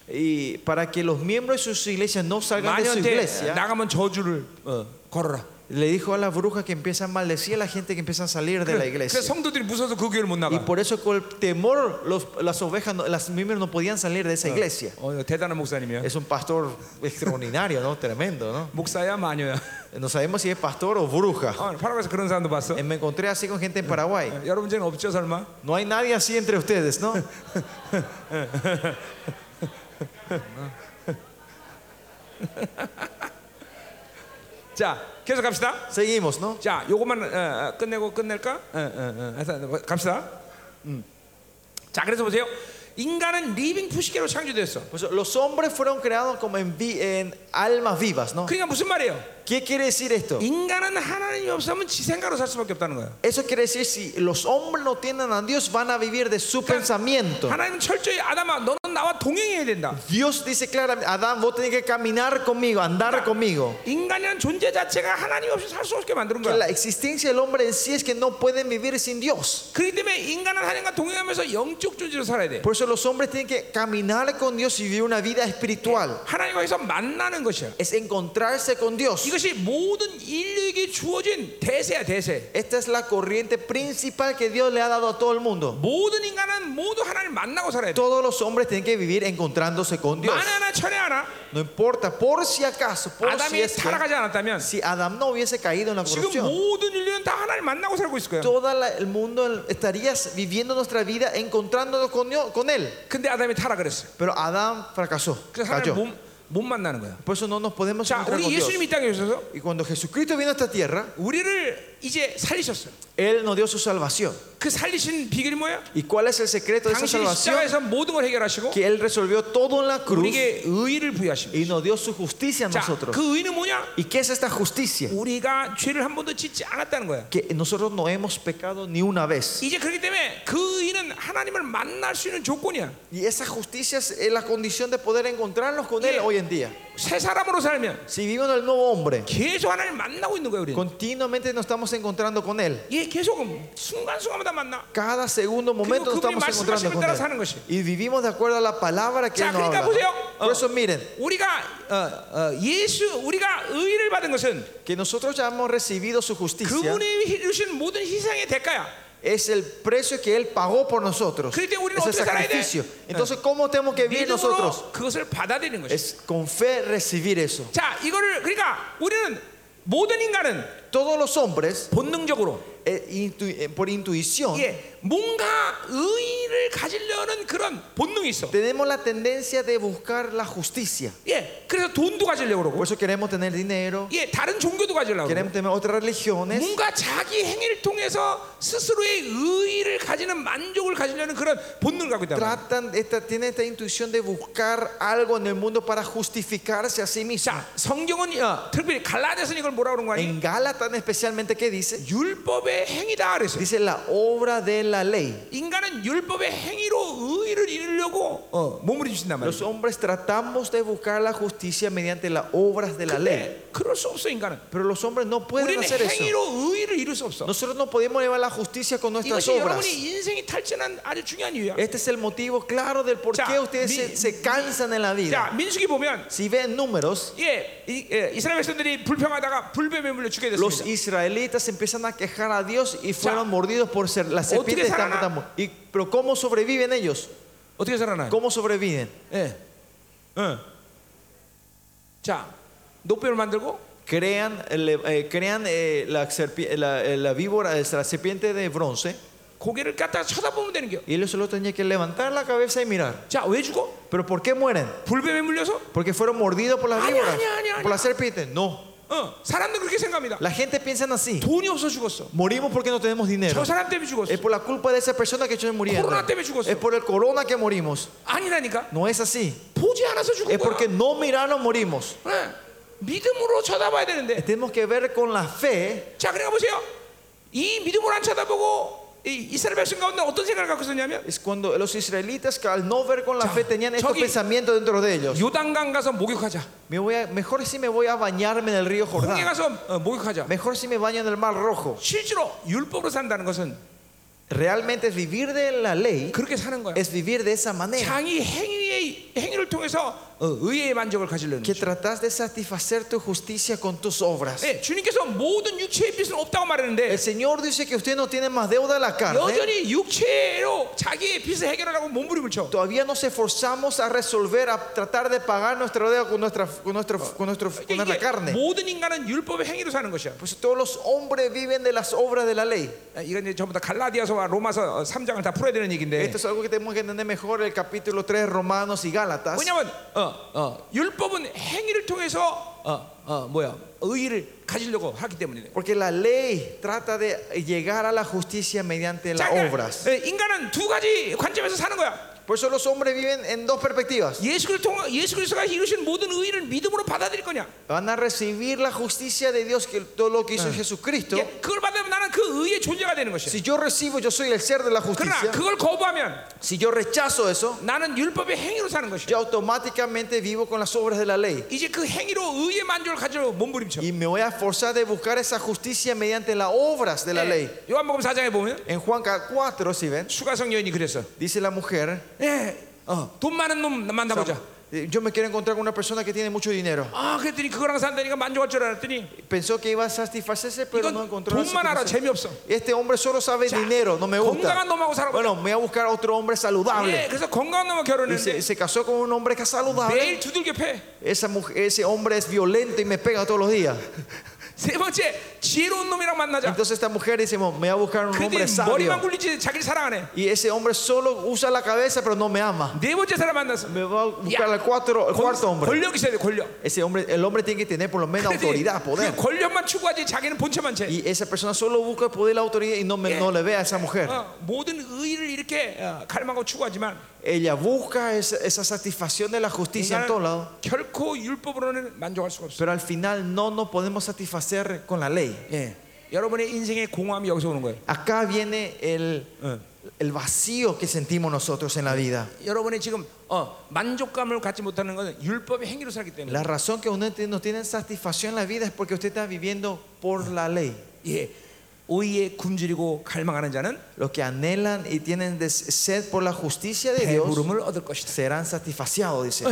B: y para que los miembros de sus iglesias no salgan de su
A: 마녀한테
B: iglesia,
A: 나가면 저주를 어, 걸어라.
B: le dijo a las brujas que empiezan a maldecir a la gente que empiezan a salir de la
A: 그래서
B: iglesia.
A: 성도들이 무서워서 그 교회를 못
B: Y
A: 나가.
B: por eso con el temor los- las ovejas, no- las miembros no podían salir de esa iglesia.
A: 어, 이거 대단한 목사님이야.
B: Es un pastor extraordinario, ¿no? Tremendo, ¿no?
A: 목사야 마녀야.
B: No sabemos si es pastor o bruja.
A: 어, 파라과이에서 그런 사람도 봤어.
B: Eh, Me encontré así con gente en Paraguay.
A: 어, 여러분 쟤는 없죠 설마?
B: No hay nadie así entre ustedes, ¿no?
A: 자 계속 갑시다.
B: Seguimos, ¿no?
A: 자 요것만 어, 어, 끝내고 끝낼까? 어, 어, 어, 하여튼 뭐, 갑시다. 음. 자 그래서 보세요. 인간은 리빙 푸시케로 창조됐어.
B: Pues los hombres fueron creados como en, vi- en almas vivas, ¿no?
A: 그러니까 무슨 말이에요?
B: ¿Qué quiere decir esto?
A: 인간은 하나님이 없으면 지 생각으로 살 수밖에 없다는 거야.
B: Eso quiere decir si los hombres no tienen a Dios van a vivir de su pensamiento.
A: 하나님은 철저히 아담아 너는 나와 동행해야 된다.
B: Dios dice claramente, Adán, vos tenés que caminar conmigo, andar conmigo.
A: 인간이란 존재 자체가 하나님 없이 살 수 없게 만드는
B: Que
A: 거야.
B: la existencia del hombre en sí es que no pueden vivir sin Dios.
A: 그렇기 때문에 인간은 하나님과 동행하면서 영적 존재로 살아야 돼.
B: Por eso los hombres tienen que caminar con Dios y vivir una vida espiritual.
A: 하나님과 해서 만나는 것이야.
B: Es encontrarse con Dios.
A: 이것이 모든 인류에게 주어진 대세야 대세.
B: Esta es la corriente principal que Dios le ha dado a todo el mundo.
A: 모든 인간은 모두 하나님 만나고 살아야 돼.
B: Todos los hombres tienen que vivir encontrándose con Dios.
A: 만에 하나 천에 하나
B: No importa, por si acaso, por si
A: 아담이
B: es que-
A: 타락하지 않았다면
B: si Adam no hubiese caído en la
A: 지금
B: corrupción,
A: 모든 인류는 다 하나님 만나고 살고 있을 거야.
B: todo el mundo estarías viviendo nuestra vida encontrándonos con, Dios- con Él.
A: 근데 아담이 타락을 했어.
B: Pero Adam fracasó,
A: 그래서
B: cayó.
A: 하나님 못, 못 만나는 거야.
B: Por eso no nos podemos
A: 자,
B: encontrar con
A: 우리
B: Dios.
A: 예수님이 이 땅에 오셔서
B: Y cuando Jesucristo vino a esta tierra,
A: 우리를 이제 살리셨어요.
B: Él nos dio su salvación.
A: 그 살리신 비결이 뭐야?
B: ¿Y cuál es el secreto de esa
A: 당신이
B: salvación?
A: 십자가에서 모든 걸 해결하시고
B: Que Él resolvió todo en la cruz
A: 우리에게 의를 부여하십니다.
B: y nos dio su justicia a
A: 자,
B: nosotros.
A: 그 의는 뭐냐?
B: ¿Y qué es esta justicia?
A: 우리가 죄를 한 번도 짓지 않았다는 거야.
B: Que nosotros no hemos pecado ni una vez.
A: 이제 그렇기 때문에 그 의는 하나님을 만날 수 있는 조건이야.
B: Y esa justicia es eh, la condición de poder encontrarnos con Él
A: Yeah.
B: hoy en día.
A: 새 사람으로 살면
B: Si vivimos en el nuevo hombre,
A: 계속 하나님 만나고 있는 거야, 우리는.
B: continuamente nos estamos encontrando con Él.
A: 예, 계속 순간순간마다 만나.
B: Cada segundo momento
A: 그리고
B: nos
A: 그분이
B: estamos encontrando
A: 말씀하시는
B: con
A: 따라 사는
B: Él.
A: 것이.
B: Y vivimos de acuerdo a la palabra que
A: 자,
B: Él nos
A: 그러니까
B: habla.
A: 보세요.
B: Por eso miren,
A: 우리가 어, 어, 예수 우리가 의를 받은 것은
B: que nosotros ya hemos recibido su justicia
A: 그분이 이루신 모든 희생의 대가야.
B: es el precio que Él pagó por nosotros.
A: 그럴 때 우리는
B: Es el
A: 어떻게 살아야 돼?
B: sacrificio. Entonces, ¿cómo tenemos que vivir nosotros?
A: 믿음으로 그것을 받아들이는 것이.
B: Es con fe recibir eso.
A: 자, 이거를 그러니까 우리는 모든 인간은
B: Todos los hombres,
A: 본능적으로
B: eh, intu- eh, por intuición,
A: 예, 뭔가 의를 가지려는 그런 본능이 있어.
B: tenemos la tendencia de buscar la justicia.
A: 예, 그래서 돈도 가지려고 그러고,
B: Por eso queremos tener dinero,
A: 예, 다른 종교도 가지려고 그러고,
B: queremos tener otras religiones.
A: 뭔가 자기 행위를 통해서 스스로의 의를 가지는 만족을 가지려는 그런 본능을 갖고 있다. 말이야.
B: Tratan, esta, tienen esta intuición de buscar algo en el mundo para justificarse a sí mismos.
A: 자, 성경은 어, 특별히 갈라디아서는 이걸 뭐라 그런 거 아니?
B: En Gálatas especialmente, ¿qué dice?
A: 율법의 행위다 그랬어.
B: Dice la obra de la ley.
A: 인간은 율법의 행위로 의를 이루려고 어, 몸을 주신단 말이야.
B: Los hombres tratamos de buscar la justicia mediante las obras de la ley.
A: 근데 그럴 수 없어 인간은.
B: Pero los hombres no pueden
A: 우리는
B: hacer eso.
A: 행위로 의를 이룰 수 없어.
B: Nosotros no podemos llevar la justicia con nuestras
A: 이것이
B: obras.
A: 여러분이 인생이 탈진한 아주 중요한 이유야.
B: Este es el motivo claro del por
A: Ya,
B: qué ustedes
A: mi-
B: se, se cansan en la
A: 자,
B: vida.
A: 민수기 보면
B: Si ven números,
A: 예, 이, 예, 이스라엘 백성들이 불평하다가 불뱀에 물려 죽게
B: Los
A: 됐습니다.
B: israelitas empiezan a quejar a Dios y fueron mordidos por ser las
A: ¿Otra
B: serpientes.
A: vez harán
B: están-
A: a-
B: están- y- pero ¿cómo sobreviven ellos?
A: 어떻게 살아나요?
B: ¿Cómo sobreviven?
A: 예. 예. 자, 노뼈를 만들고
B: crean, le- eh, crean eh, la, serpi- la- eh, la víbora, eh, la serpiente de bronce,
A: 고개를 갖다 쳐다보면 되는 겨.
B: y ellos solo tenían que levantar la cabeza y mirar.
A: 자, 왜 죽어?
B: ¿Pero por qué mueren?
A: 불뱀에 물려서?
B: ¿Porque fueron mordidos por las
A: Aña,
B: víboras?
A: aña, aña,
B: ¿Por
A: aña.
B: la serpiente? No.
A: 어, 사람들 그렇게 생각합니다.
B: La gente piensa así.
A: 돈이 없어 죽었어.
B: Morimos porque no tenemos dinero.
A: 저 사람 때문에 죽었어.
B: Es por la culpa de esa persona que estoy muriendo.
A: Corona 때문에 죽었어.
B: Es por el corona que morimos.
A: 아니라니까.
B: No es así.
A: 보지 않아서 죽은
B: Es
A: 거야.
B: porque no miraron morimos.
A: 네. 믿음으로 쳐다봐야 되는데.
B: Tenemos que ver con la fe.
A: 자, 그러니까 보세요. 이 믿음으로 안 쳐다보고 이 이스라엘 백성 가운데 어떤 생각을 갖고 있었냐면
B: Es cuando los israelitas que al no ver con la fe tenían estos
A: 저기-
B: pensamientos dentro de ellos.
A: 요단강 가서 목욕하자.
B: Me voy a- mejor si me voy a bañarme en el río
A: 홍해
B: Jordán.
A: 가서 어, 목욕하자.
B: Mejor si me baño en el mar rojo.
A: 실제로 율법으로 산다는 것은
B: Realmente es vivir de la ley.
A: 그렇게 사는 거야.
B: Es vivir de esa manera.
A: 장이 행위의 행위를 통해서 어, 의의 만족을 가지려는
B: Que
A: 거죠.
B: tratas de satisfacer tu justicia con tus obras.
A: 예, 주님께서 모든 육체의 빚은 없다고 말했는데
B: El Señor dice que usted no tiene más deuda a la carne.
A: 여전히 육체로 자기의 빚을 해결하라고 몸부림을 쳐. 그러니까
B: Todavía nos esforzamos a resolver, a tratar de pagar nuestra deuda con nuestra, con nuestro, con nuestro, con nuestra
A: 이게
B: carne.
A: 모든 인간은 율법의 행위로 사는 것이야.
B: Pues todos los hombres viven de las obras de la ley.
A: 아, 이건 이제 전부 다 갈라디아서와 로마서 3장을 다 풀어야 되는 얘기인데.
B: Esto es algo que tenemos que entender mejor el capítulo 3 Romanos y Gálatas.
A: 왜냐면 어, 어, 율법은 행위를 통해서 어, 어, 뭐야 의의를 가지려고 하기 때문이래.
B: Porque la ley trata de llegar a la justicia mediante
A: 자,
B: las
A: 그러니까,
B: obras.
A: 예, 인간은 두 가지 관점에서 사는 거야.
B: Por eso los hombres viven en dos perspectivas.
A: 예수 그리스도 통해 예수 그리스도가 이루신 모든 의의를 믿음으로 받아들일 거냐?
B: Van a recibir la justicia de Dios, que todo lo que hizo Jesucristo.
A: 이게 예, 그걸 받으면 나는 그 의의 존재가 되는 것이야.
B: Si yo recibo, yo soy el ser de la
A: 그러나
B: justicia.
A: 그걸 거부하면
B: Si yo rechazo eso,
A: 나는 율법의 행위로 사는 것이야.
B: yo automáticamente vivo con las obras de la ley.
A: 이제 그 행위로 의의 만족을 가지려고 몸부림쳐.
B: Y me voy a forzar de buscar esa justicia mediante las obras de la ley.
A: 예, 요한복음 4장에 보면
B: En Juan 4, si ven,
A: 수가성 여인이 그랬어.
B: dice la mujer,
A: 예, 어, 돈 많은 놈 만나보자.
B: eh, yo me quiero encontrar con una persona que tiene mucho dinero.
A: 아, 그랬더니 그거랑 산다니까 만족할 줄 알았더니
B: Pensó que iba a satisfacerse, pero no
A: 이건
B: encontró la
A: 돈만 알아
B: satisfacción.
A: 재미없어.
B: Este hombre solo sabe
A: 자,
B: dinero, no me gusta.
A: 건강한 놈하고 살아보자.
B: Bueno, me voy a buscar otro hombre
A: 예,
B: saludable.
A: 그래서 건강한 놈하고
B: Y se,
A: 결혼했는데
B: se casó con un hombre que es saludable.
A: 매일 두들겨 패.
B: Esa mujer- ese hombre es violento y me pega todos los días.
A: 세 번째 지혜로운 놈이랑 만나자.
B: Entonces esta mujer dice, me voy a buscar un hombre
A: 그랬더니 머리만
B: sabio.
A: 굴리지 자기를 사랑 안 해.
B: Y ese hombre solo usa la cabeza, pero no me ama.
A: 네 번째 사람 만났어.
B: Me va a buscar al cuatro- al cuarto hombre.
A: 권력 있어야 돼 권력.
B: Ese hombre, el hombre tiene que tener por lo menos
A: 그랬더니
B: autoridad, poder.
A: 그 권력만 추구하지 자기는 본체만 채.
B: Y esa persona solo busca el poder y la autoridad y no, me-
A: Eh.
B: no le ve a esa mujer.
A: 어, 모든 의를 이렇게 어, 갈망하고 추구하지만
B: Ella busca esa, esa satisfacción de la justicia en todos lados.
A: 인간은 결코 율법으로는 만족할 수가 없어.
B: Pero al final no nos podemos satisfacer con la ley.
A: 예, 여러분의 인생의 공허함이 여기서 오는 거예요.
B: Acá viene el,
A: Eh.
B: el vacío que sentimos nosotros en la vida.
A: 여러분의 지금 어, 만족감을 갖지 못하는 것은 율법의 행위로 살기 때문에.
B: La razón que uno no tiene satisfacción en la vida es porque usted está viviendo por la ley.
A: 예, 의에 굶주리고 갈망하는 자는
B: Los que anhelan y tienen des- sed por la justicia de Dios.
A: 배부름을 얻을 것이다.
B: serán satisfaciados, dice.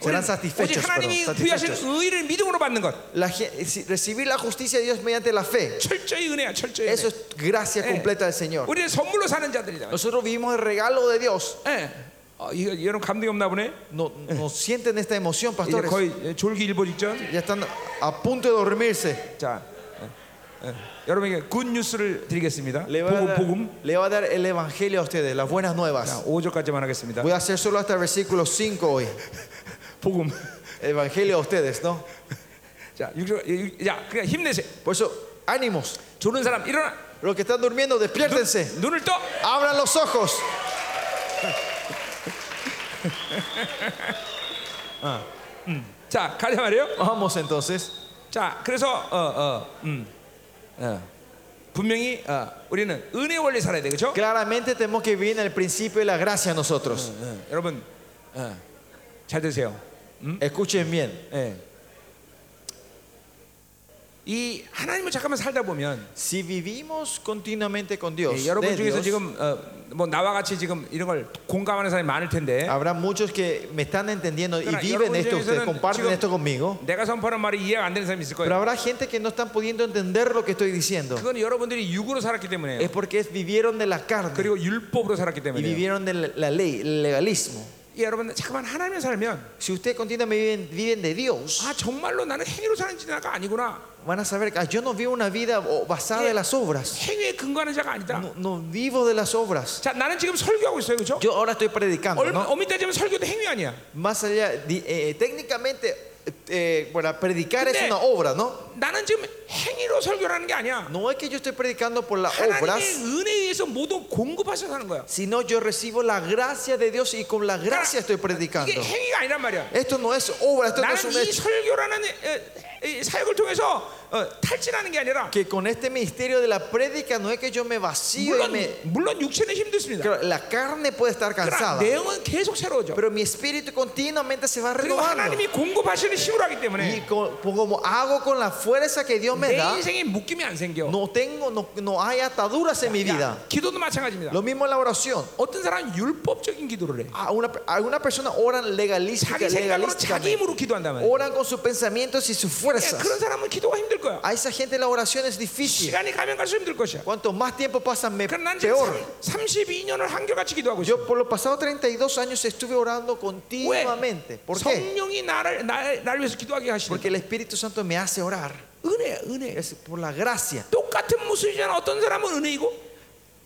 B: Serán
A: 오직
B: satisfechos.
A: 하나님이
B: perdón,
A: 부여하신
B: satisfechos.
A: 의를 믿음으로 받는 것
B: La gen- si- recibir la justicia de Dios mediante la fe.
A: 철저히 은혜야 철저히
B: Eso
A: 은혜.
B: es gracia
A: Eh.
B: completa del Señor.
A: 우리는 선물로 사는 자들이다.
B: Nosotros vivimos el regalo de Dios.
A: 예, 어, 이거 여러분 감동이 없나 보네.
B: No, no sienten esta emoción,
A: 이제
B: pastores.
A: 거의 졸기 일보 직전.
B: Ya están a punto de dormirse.
A: 자, 예, 예. 여러분에게 굿 뉴스를 드리겠습니다.
B: Le voy, a
A: 복음
B: dar,
A: 복음.
B: le voy a dar el evangelio a ustedes, las buenas
A: 자,
B: nuevas.
A: 5절까지만 하겠습니다.
B: Voy a hacer solo hasta el versículo 5 hoy.
A: 복음.
B: Evangelio a ustedes, ¿no?
A: 자, 6절. 야, 그냥 힘내세요.
B: Por eso, ánimos.
A: 조는 사람 일어나.
B: Los que están durmiendo, despiértense.
A: 눈을 떠.
B: Abran los ojos.
A: 자, 가자 말이에요.
B: Vamos entonces.
A: 자, 그래서 어, 어, 음, 어. 분명히 어, 우리는 은혜 원리 살아야 돼, 그렇죠?
B: Claramente tenemos que vivir en el principio de la gracia nosotros.
A: 여러분, 어, 잘 되세요.
B: Escuchen bien.
A: 예. 이 하나님을 잠깐만 살다 보면
B: Si vivimos continuamente con Dios,
A: 예, 여러분
B: de
A: 중에서
B: Dios,
A: 지금 어, 뭐 나와 같이 지금 이런 걸 공감하는 사람이 많을 텐데
B: habrá muchos que me están entendiendo y
A: Claro,
B: viven
A: 여러분
B: esto, ustedes
A: 중에서는
B: comparten
A: 지금-
B: esto conmigo.
A: 내가 선포하는 말이 이해가 안 되는 사람이 있을
B: Pero
A: 거예요.
B: habrá gente que no están pudiendo entender lo que estoy diciendo.
A: 그건 여러분들이 육으로 살았기 때문에
B: Es porque es- vivieron de la carne
A: 그리고 율법으로 살았기
B: y
A: 때문에
B: vivieron de la, la ley, el legalismo.
A: 예, 여러분 잠깐만 하나님을 살면
B: Si ustedes continuamente viven, viven de Dios,
A: 아 정말로 나는 행위로 사는 자가 아니구나.
B: van a saber que ah, yo no vivo una vida oh, basada en las obras.
A: 행위에 근거하는 자가 아니다.
B: No, no vivo de las obras.
A: 자 나는 지금 설교하고 있어요, 그렇죠?
B: Yo ahora estoy predicando, ¿no?
A: 어미 따지면 설교도 행위 아니야.
B: Más allá, di- eh, técnicamente, eh, para predicar es
A: 근데-
B: una obra, ¿no?
A: 나는 지금 행위로 설교하는 게 아니야.
B: No es que yo estoy predicando por las
A: 하나님의
B: obras,
A: 은혜에 의해서 모두 공급하셔서 하는 거야.
B: sino yo recibo la gracia de Dios y con la gracia estoy predicando.
A: 이게 행위가 아니란 말이야.
B: Esto no es obra, esto no es
A: 나는
B: un
A: 이
B: hecho.
A: 설교라는 에, 에, 이 사역을 통해서 어, 탈진하는 게 아니라
B: Que con este ministerio de la prédica no es que yo me vacío y
A: 물론
B: me...
A: 물론 육체는 힘들습니다.
B: Claro, La carne puede estar
A: 그러나
B: cansada,
A: 내용은 계속 새로워져.
B: pero mi espíritu continuamente se va
A: 그러니까 그리고
B: renovando.
A: 하나님이 공급하시는 힘으로 하기
B: Y
A: 때문에
B: co- pues, como hago con la fuerza que Dios me
A: 내
B: da,
A: 인생에 묶임이 안 생겨.
B: no tengo, no, no hay ataduras en mi vida.
A: 야, 기도도 마찬가지입니다.
B: Lo mismo en la oración.
A: 어떤 사람은 율법적인 기도를 해.
B: A una- algunas personas oran legalística,
A: 자기 생각으로 자기
B: legalísticamente.
A: 힘으로 기도한다면
B: Oran con sus pensamientos y sus fuerzas.
A: 그런 사람은 기도가 힘들 거야.
B: A esa gente la oración es difícil.
A: 시간이 가면 갈수록 힘들 것이야.
B: Cuanto más tiempo pasa, me
A: 그럼 난 지금
B: peor.
A: 32년을 한결같이 기도하고 있어.
B: Yo por los pasados 32 años estuve orando continuamente. ¿Por qué?
A: 성령이 나를 날, 날 위해서 기도하게 하시는
B: Porque el Espíritu Santo me hace orar.
A: 은혜, 은혜.
B: Es por la gracia.
A: 똑같은 모습이잖아. 어떤 사람은 은혜이고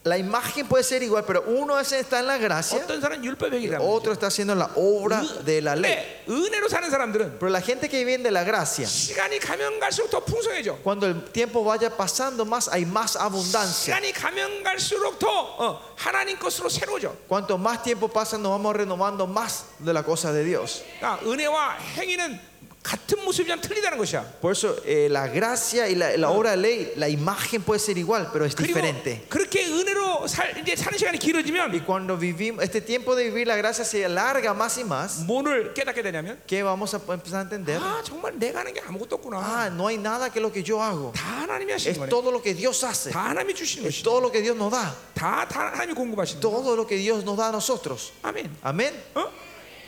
B: La imagen puede ser igual, pero uno es- está en la gracia,
A: 어떤 사람은 율법행위라는
B: otro está haciendo la obra
A: 거지.
B: de la ley.
A: 네, 은혜로 사는 사람들은
B: Pero la gente que viene de la gracia,
A: 시간이 가면 갈수록 더 풍성해져.
B: cuando el tiempo vaya pasando más, hay más abundancia.
A: 시간이 가면 갈수록 더 어, 하나님 것으로 새로워져.
B: Cuanto más tiempo pasa, nos vamos renovando más de la cosa de Dios.
A: 그러니까 은혜와 행위는 같은 모습이지만 틀리다는 것이야.
B: Por eso eh, la gracia y la, la obra de ley, la imagen puede ser igual, pero es
A: 그리고
B: diferente.
A: 그렇게 은혜로 살, 이제 사는 시간이
B: Y
A: 길어지면
B: cuando vivimos, este tiempo de vivir la gracia se alarga más y más,
A: 뭐를 깨닫게 되냐면
B: que vamos a empezar a entender,
A: 아 정말 내가 하는 게 아무것도 없구나.
B: ah, no hay nada que lo que yo hago,
A: 다 하나님이 하시는
B: es
A: 거네.
B: todo lo que Dios hace,
A: 다 하나님이 주시는
B: es
A: 것이.
B: todo lo que Dios nos da,
A: 다, 다 하나님이 공급하시는 거.
B: todo lo que Dios nos da a nosotros.
A: 아멘.
B: Amén.
A: 어?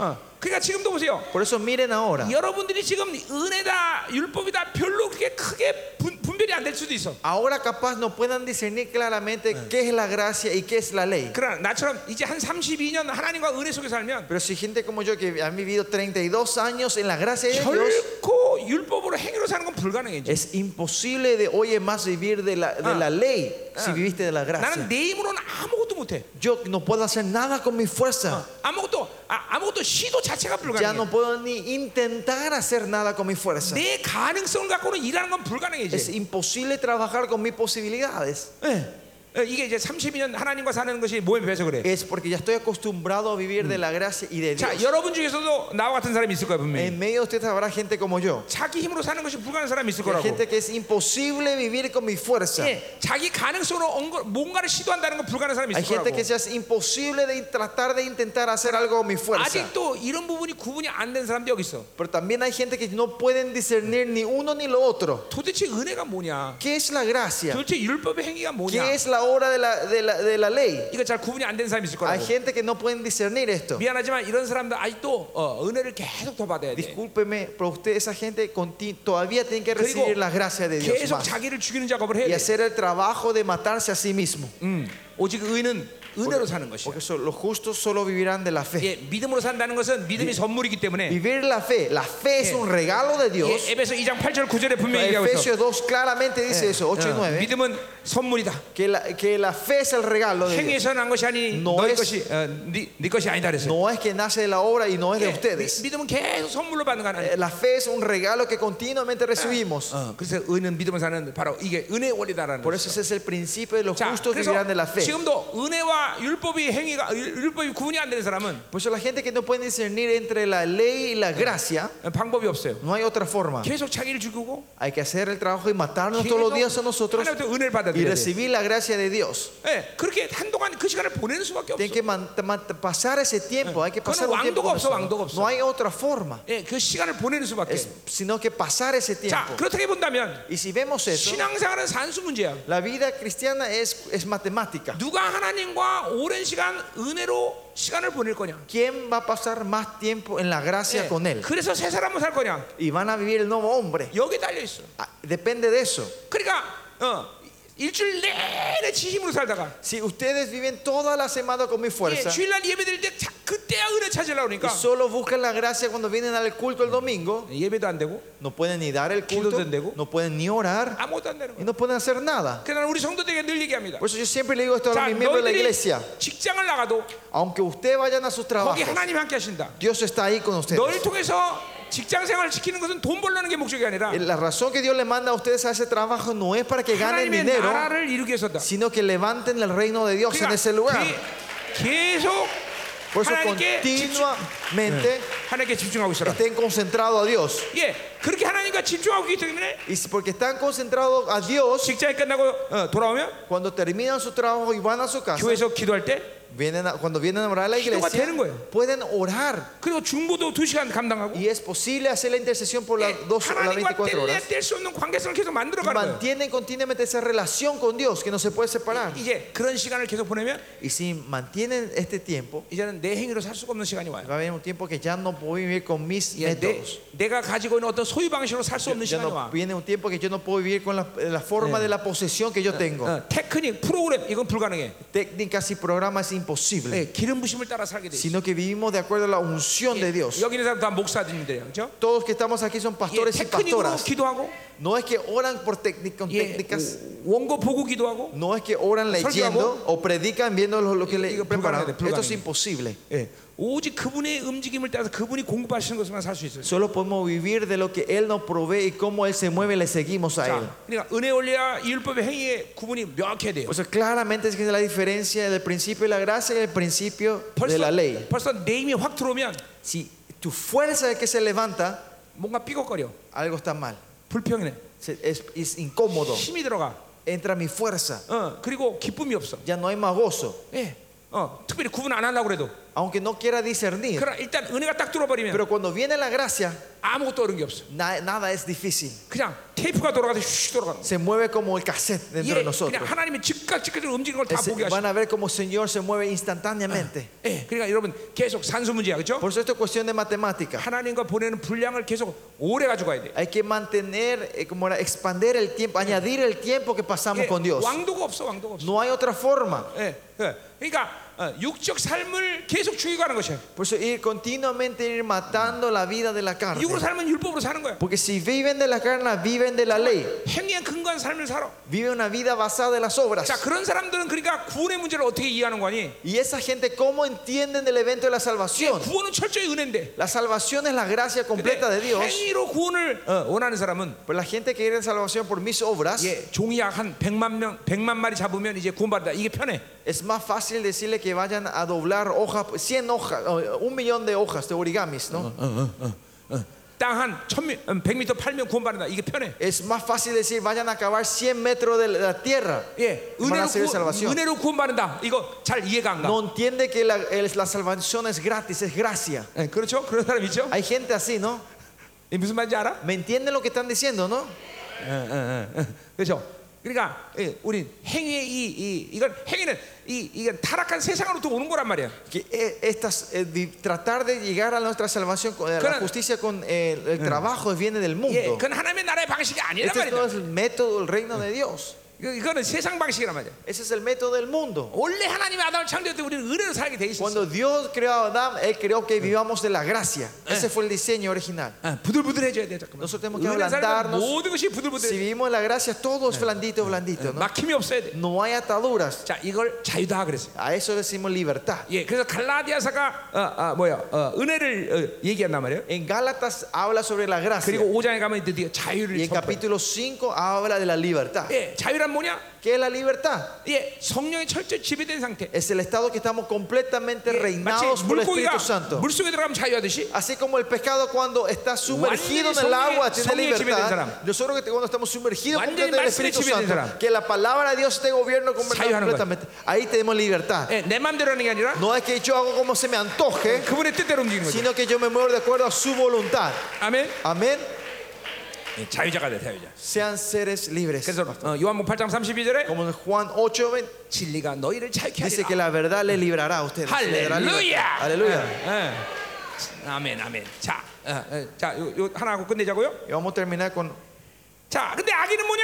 A: 어. 그러니까 지금도 보세요.
B: Por eso miren ahora,
A: 여러분들이 지금 은혜다 율법이다 별로 그렇게 크게 분, 분별이 안 될 수도 있어.
B: ahora capaz no puedan discernir
A: Ah.
B: claramente qué es la gracia y qué es la ley.
A: 그러나 나처럼 이제 한 32년 하나님과 은혜 속에 살면
B: Pero si gente como yo que han vivido 32 años en la gracia de Dios,
A: 결코 율법으로 행위로 사는 건 불가능해지.
B: es imposible de hoy en más vivir de la, de
A: Ah.
B: la ley si
A: Ah.
B: viviste de la
A: 나는
B: gracia.
A: 내 힘으로는 아무것도 못해.
B: Yo no puedo hacer nada con mi fuerza.
A: Ah, 아무것도 아, 아무것도 시도 자체가
B: Ya
A: 불가능해.
B: no puedo ni intentar hacer nada con mi fuerza.
A: 내 가능성을 갖고는 일하는 건
B: Es
A: 불가능해지.
B: imposible trabajar con mis posibilidades.
A: 예, 이게 이제 32년 하나님과 사는 것이 뭐에 비해서 그래.
B: Es porque ya estoy acostumbrado a vivir de la gracia y de
A: 자,
B: Dios.
A: 여러분 중에서도 나와 같은 사람이 있을 거야 분명히.
B: En medio de ustedes habrá gente como yo.
A: 자기 힘으로 사는 것이 불가능한 사람이 있을
B: Hay
A: 거라고.
B: gente que es imposible vivir con mi fuerza.
A: 예, 자기 가능성으로 엉거- 뭔가를 시도한다는 건 불가능한 사람이
B: Hay
A: 있을
B: gente que
A: 거라고.
B: ya es imposible de tratar de intentar hacer algo con mi fuerza.
A: 아직도 이런 부분이 구분이 안 된 사람도 여기 있어.
B: Pero también hay gente que no pueden discernir ni uno ni lo otro.
A: 도대체 은혜가 뭐냐?
B: ¿Qué es la gracia?
A: 도대체 율법의 행위가 뭐냐?
B: ¿Qué es la obra de la, de la, de la ley?
A: 이거 잘 구분이 안 된 사람이 있을
B: Hay
A: 거라고.
B: gente que no pueden discernir esto.
A: 미안하지만 이런 사람들 아직도 어, 은혜를 계속 더 받아야 돼.
B: Discúlpeme, pero usted, esa gente conti- todavía tiene que recibir la gracia de Dios
A: 계속
B: más
A: 자기를 죽이는 작업을 해야
B: y
A: 돼.
B: hacer el trabajo de matarse a sí mismo.
A: 음, 오직 의는 은혜로 사는 것이야.
B: Porque so- los justos solo vivirán de la fe.
A: 예, 믿음으로 산다는 것은 믿음이 선물이기 때문에
B: Vivir la fe, la fe es un regalo de Dios.
A: 예, 에베소 2장 8절 9절에 분명히 얘기하고 있어. 어,
B: Efesios 2 claramente dice eso, 8
A: ah.
B: y 9.
A: 믿음은 선물이다.
B: Que la, que la fe es el regalo de Dios.
A: 행위에서 난 것이 아니
B: No
A: 예. 너의
B: es-
A: 것이 어, 네, 네 것이 아니다 그랬어요.
B: No es que nace de la obra y no es de
A: 예,
B: ustedes.
A: 미- 믿음은 계속 선물로 받는 거 아니야.
B: Eh, La fe es un regalo que continuamente recibimos.
A: 어, 그래서 의는 믿음을 사는 바로 이게 은혜의 원리다라는
B: Por
A: 거죠.
B: eso ese es el principio de los
A: 자,
B: justos vivirán de la
A: 그래서
B: fe.
A: 지금도 은혜와 율법이 행위가 율- 율법이 구분이 안 되는 사람은
B: Por eso la gente que no puede discernir entre la ley y la gracia,
A: 방법이 없어요.
B: no hay otra forma.
A: 계속 자기를 죽이고
B: Hay que hacer el trabajo y matarnos todos los días a
A: 계속
B: nosotros
A: 하나님한테 은혜를
B: y
A: 받아들여야 돼.
B: recibir la gracia de Dios.
A: 예, 그렇게 한동안 그 시간을 보내는 수밖에
B: Tienen
A: 없어.
B: que man- man- pasar ese tiempo. Hay que pasar un tiempo. con eso, ¿no? No hay otra forma,
A: 예, 그 시간을 보내는 수밖에.
B: Es- sino que pasar ese
A: 자,
B: tiempo.
A: 그렇게 본다면
B: Y si vemos eso,
A: 신앙생활은 산수 문제야.
B: la vida cristiana es, es matemática.
A: 누가 하나님과 오랜 시간 은혜로 시간을 보낼 거냐?
B: ¿Quién va a pasar más tiempo en la
A: 예,
B: gracia con él?
A: 그래서 새 사람은 살 거냐?
B: Y van a vivir el nuevo hombre.
A: 여기 달려 있어.
B: Ah, Depende de eso.
A: 그러니까 어, 일주일 내내 지힘으로 살다가
B: Si ustedes viven toda la semana con mi
A: 예,
B: fuerza,
A: 주일날 예배드릴 때 자, 그때야 은혜 가지려고
B: y
A: 그러니까
B: solo buscan la gracia cuando vienen al culto el domingo,
A: 예배도 안 되고
B: no pueden ni dar el culto,
A: 기도도 안 되고.
B: no pueden ni orar
A: 아무것도 안 되는
B: y
A: 거야.
B: no pueden hacer nada.
A: 그러나 우리 성도들에게 늘 얘기합니다.
B: Por eso yo siempre le digo esto a
A: 자,
B: mis miembros de la
A: 너희들이
B: iglesia.
A: 직장을 나가도
B: Aunque ustedes vayan a sus
A: 거기
B: trabajos,
A: 하나님 함께 하신다.
B: Dios está ahí con ustedes.
A: 너를 통해서 직장 생활을 지키는 것은 돈 벌려는 게 목적이 아니라
B: Eh, La razón que Dios le manda a ustedes a ese trabajo no es para que ganen
A: 하나님의
B: dinero,
A: 나라를 이루기 위해서다.
B: sino que levanten el reino de Dios en ese lugar.
A: 게- 계속
B: Por eso
A: 하나님께 집중,
B: continuamente
A: 하나님께 집중하고 있어라.
B: estén concentrados a Dios.
A: 예, 그렇게 하나님과 집중하고 있기 때문에
B: Y si- porque están concentrados a Dios,
A: 직장이 끝나고 어, 돌아오면
B: cuando terminan su trabajo y van a su casa,
A: 교회에서 기도할 때
B: vienen a- cuando vienen a orar a la
A: 기도가
B: iglesia,
A: 되는 거예요.
B: pueden orar.
A: 그리고 중보도 두 시간 감당하고
B: Y es posible hacer la intercesión por
A: 예,
B: las dos- las
A: 하나님과
B: 24 horas.
A: 뗄래야 뗄수 없는 관계성을 계속
B: Y
A: 만들어가는 거예요.
B: mantienen continuamente esa relación con Dios que no se puede separar.
A: 이제 그런 시간을 계속 보내면
B: Y si mantienen este tiempo,
A: 이제는 내 행위로 살 수가 없는 시간이 와요.
B: va a haber un tiempo que ya no puedo vivir con mis
A: 예, 내,
B: métodos.
A: 내가 가지고 있는 어떤 소유 방식으로 살 수 없는 시간이
B: Ya no,
A: 와.
B: viene un tiempo que yo no puedo vivir con la, eh, la forma de la posesión que yo tengo.
A: 어, 테크닉, 프로그램 이건 불가능해.
B: Técnicas y programas imposibles,
A: 예, 기름 부심을 따라 살게 돼. 있어.
B: sino que vivimos de acuerdo a la unción de Dios.
A: 여기 있는 사람 다 목사님들이에요, 그렇죠?
B: Todos que estamos aquí son
A: 예,
B: pastores y
A: 테크닉으로
B: pastoras.
A: 기도하고,
B: No es que oran por técnic- con
A: 예,
B: técnicas,
A: 원고 보고 기도하고,
B: no es que oran leyendo o predican viendo lo, lo que le
A: 이거
B: preparado.
A: 불가능해,
B: Esto es
A: 불가능해.
B: imposible.
A: 예, 오직 그분의 움직임을 따라서 그분이 공급하시는 것만 살 수 있어요.
B: Solo podemos vivir de lo que Él nos provee y cómo Él se mueve, le seguimos a Él.
A: 자, 그러니까 은혜 원리와 율법의 행위의 구분이 명확해야 돼요.
B: O sea, Pues claramente es que es la diferencia del principio de la gracia y el principio de la
A: 벌써
B: ley.
A: 벌써 내 힘이 확 들어오면
B: Si tu fuerza es que se levanta,
A: 뭔가 삐걱거려,
B: algo está mal.
A: 불평해,
B: Se- Es, es incómodo.
A: 힘이 들어가,
B: Entra mi fuerza.
A: 어, 그리고 기쁨이 없어.
B: Ya no hay más gozo.
A: 예. 어, 특별히 구분 안 하려고 그래도
B: Aunque no quiera discernir.
A: 그러나 일단 은혜가 딱 들어버리면
B: Pero cuando viene la gracia,
A: 아무것도 어려운 게 없어
B: na- nada es difícil.
A: 그냥 테이프가 돌아가서 슉 돌아가는 거야
B: Se mueve como el cassette dentro de
A: 예,
B: nosotros.
A: 그냥 하나님이 즉각 즉각 움직이는 걸 다
B: Ese-
A: 보게
B: van
A: 하시고
B: a ver cómo el Señor se mueve instantáneamente.
A: 예, 그러니까 여러분 계속 산수 문제야 그렇죠?
B: Por eso esto es cuestión de matemática.
A: 하나님과 보내는 분량을 계속 오래 가지고 가야 돼
B: Hay que mantener, eh, como era, expander el tiempo, añadir el tiempo que pasamos
A: 예,
B: con Dios.
A: 왕도가 없어 왕도가 없어
B: No hay otra forma.
A: 예, 예. 그러니까 어, 육적 삶을 계속 죽여가는 것이야
B: Por eso ir continuamente ir matando la vida de la carne.
A: 육으로 살면 율법으로 사는 거야
B: Porque si viven de la carne, viven de la ley.
A: 행위에 근거한 삶을 살아
B: Viven una vida basada en las obras.
A: 자 그런 사람들은 그러니까 구원의 문제를 어떻게 이해하는 거니
B: Y esa gente, ¿cómo entienden el evento de la salvación?
A: 구원은 철저히 은혜인데
B: La salvación es la gracia
A: 근데
B: completa de Dios.
A: 행위로 구원을 어, 원하는 사람은
B: Pero la gente que quiere salvación por mis obras,
A: 예, 종이약 한 100만 명, 100만 마리 잡으면 이제 구원받다. 이게 편해.
B: es más fácil decirle que vayan a doblar hojas, 100 hojas, o un millón de hojas de origamis, ¿no?
A: 땅한 100m 팔면 구원받는다. 이게 편해.
B: Es más fácil decir, vayan a cavar 100 metros de la tierra.
A: 예,
B: Van
A: 은혜로,
B: a recibir
A: 구원,
B: salvación.
A: 은혜로 구원받는다. 이거 잘 이해가 안 가.
B: No entiende que la, el- la salvación es gratis, es gracia.
A: 예, 그렇죠? 그런 사람 있죠?
B: Hay gente así, ¿no?
A: 이 무슨 말인지 알아?
B: ¿Me entienden lo que están diciendo, no?
A: 예, 예, 예, 예. 그렇죠? 그러니까 예, 우리 행위의 이, 이 이건 행위는 이 이건 타락한 세상으로부터 오는 거란 말이야.
B: Que eh, estas, eh, di- tratar de llegar a nuestra salvación, con- a la
A: Claro.
B: justicia con eh, el, trabajo viene del
A: 예,
B: mundo.
A: 그건 하나님의 나라의 방식이 아니란
B: Este no
A: 말이야.
B: es el método del reino de Dios.
A: 이거- 이거는 세상 방식이란 말이야.
B: Ese es el método del mundo.
A: 원래 하나님의 아담을 창조할 때 우리는 은혜로 살게 돼 있었어.
B: Cuando Dios creó a Adán, Él creó que vivamos de la gracia. Ese fue el diseño original.
A: 아, 부들부들해져야 돼 잠깐만.
B: Nosotros tenemos que
A: 은혜 삶은
B: ablandarnos.
A: 모든 것이
B: Si
A: 부들부들.
B: vivimos en la gracia, todo es blandito, blandito. ¿no?
A: 막힘이 없어야 돼.
B: no hay ataduras.
A: 자, 이걸 자유다 그랬어요.
B: A eso decimos libertad.
A: 예, 그래서 갈라디아서가 어, 아, 뭐야 어, 은혜를 어, 얘기한단 말이에요.
B: En Gálatas habla sobre la
A: 그리고
B: gracia.
A: 5장에 가면 드디어 자유를
B: Y en
A: 선포해요.
B: capítulo 5 habla de la libertad.
A: 예, 자유란 뭐냐?
B: ¿Qué es la libertad?
A: 예, 성령의 철저히 지배된 상태.
B: Es el estado que estamos completamente
A: 예, 마치
B: reinados por el
A: 물고기가
B: Espíritu Santo.
A: 물속에 들어가면 자유하듯이
B: Así como el pescado cuando está sumergido en
A: 완전히
B: el agua
A: 성령의-
B: tiene
A: 성령의 지배된
B: libertad,
A: 사람.
B: nosotros que te- cuando estamos sumergidos
A: 완전히
B: completamente en el
A: 말씀에
B: Espíritu
A: 지배된
B: Santo,
A: 사람.
B: que la palabra de Dios te gobierna como-
A: 자유하는
B: completamente, ahí tenemos libertad.
A: 예, 내 마음대로 하는 게 아니라
B: No es que yo hago como se me antoje,
A: 그분의 뜻대로 움직이는 거죠.
B: sino que yo me muevo de acuerdo a su voluntad.
A: 아멘.
B: Amén.
A: 예, 자유자가 돼, 자유자.
B: Sean seres libres.
A: 그래서 어, 요한복음 8장 32절에
B: Como en Juan 8, ven,
A: 진리가 너희를 자유케
B: dice
A: 하리라.
B: que la verdad le librará a ustedes. le dará
A: 할렐루야.
B: libertad.
A: Eh.
B: Aleluya.
A: 예, 예. 아멘, 아멘. 자, 어, 어, 자, 요, 요 하나 하고 끝내자고요.
B: Y vamos a terminar con
A: 자, 근데 아기는 뭐냐?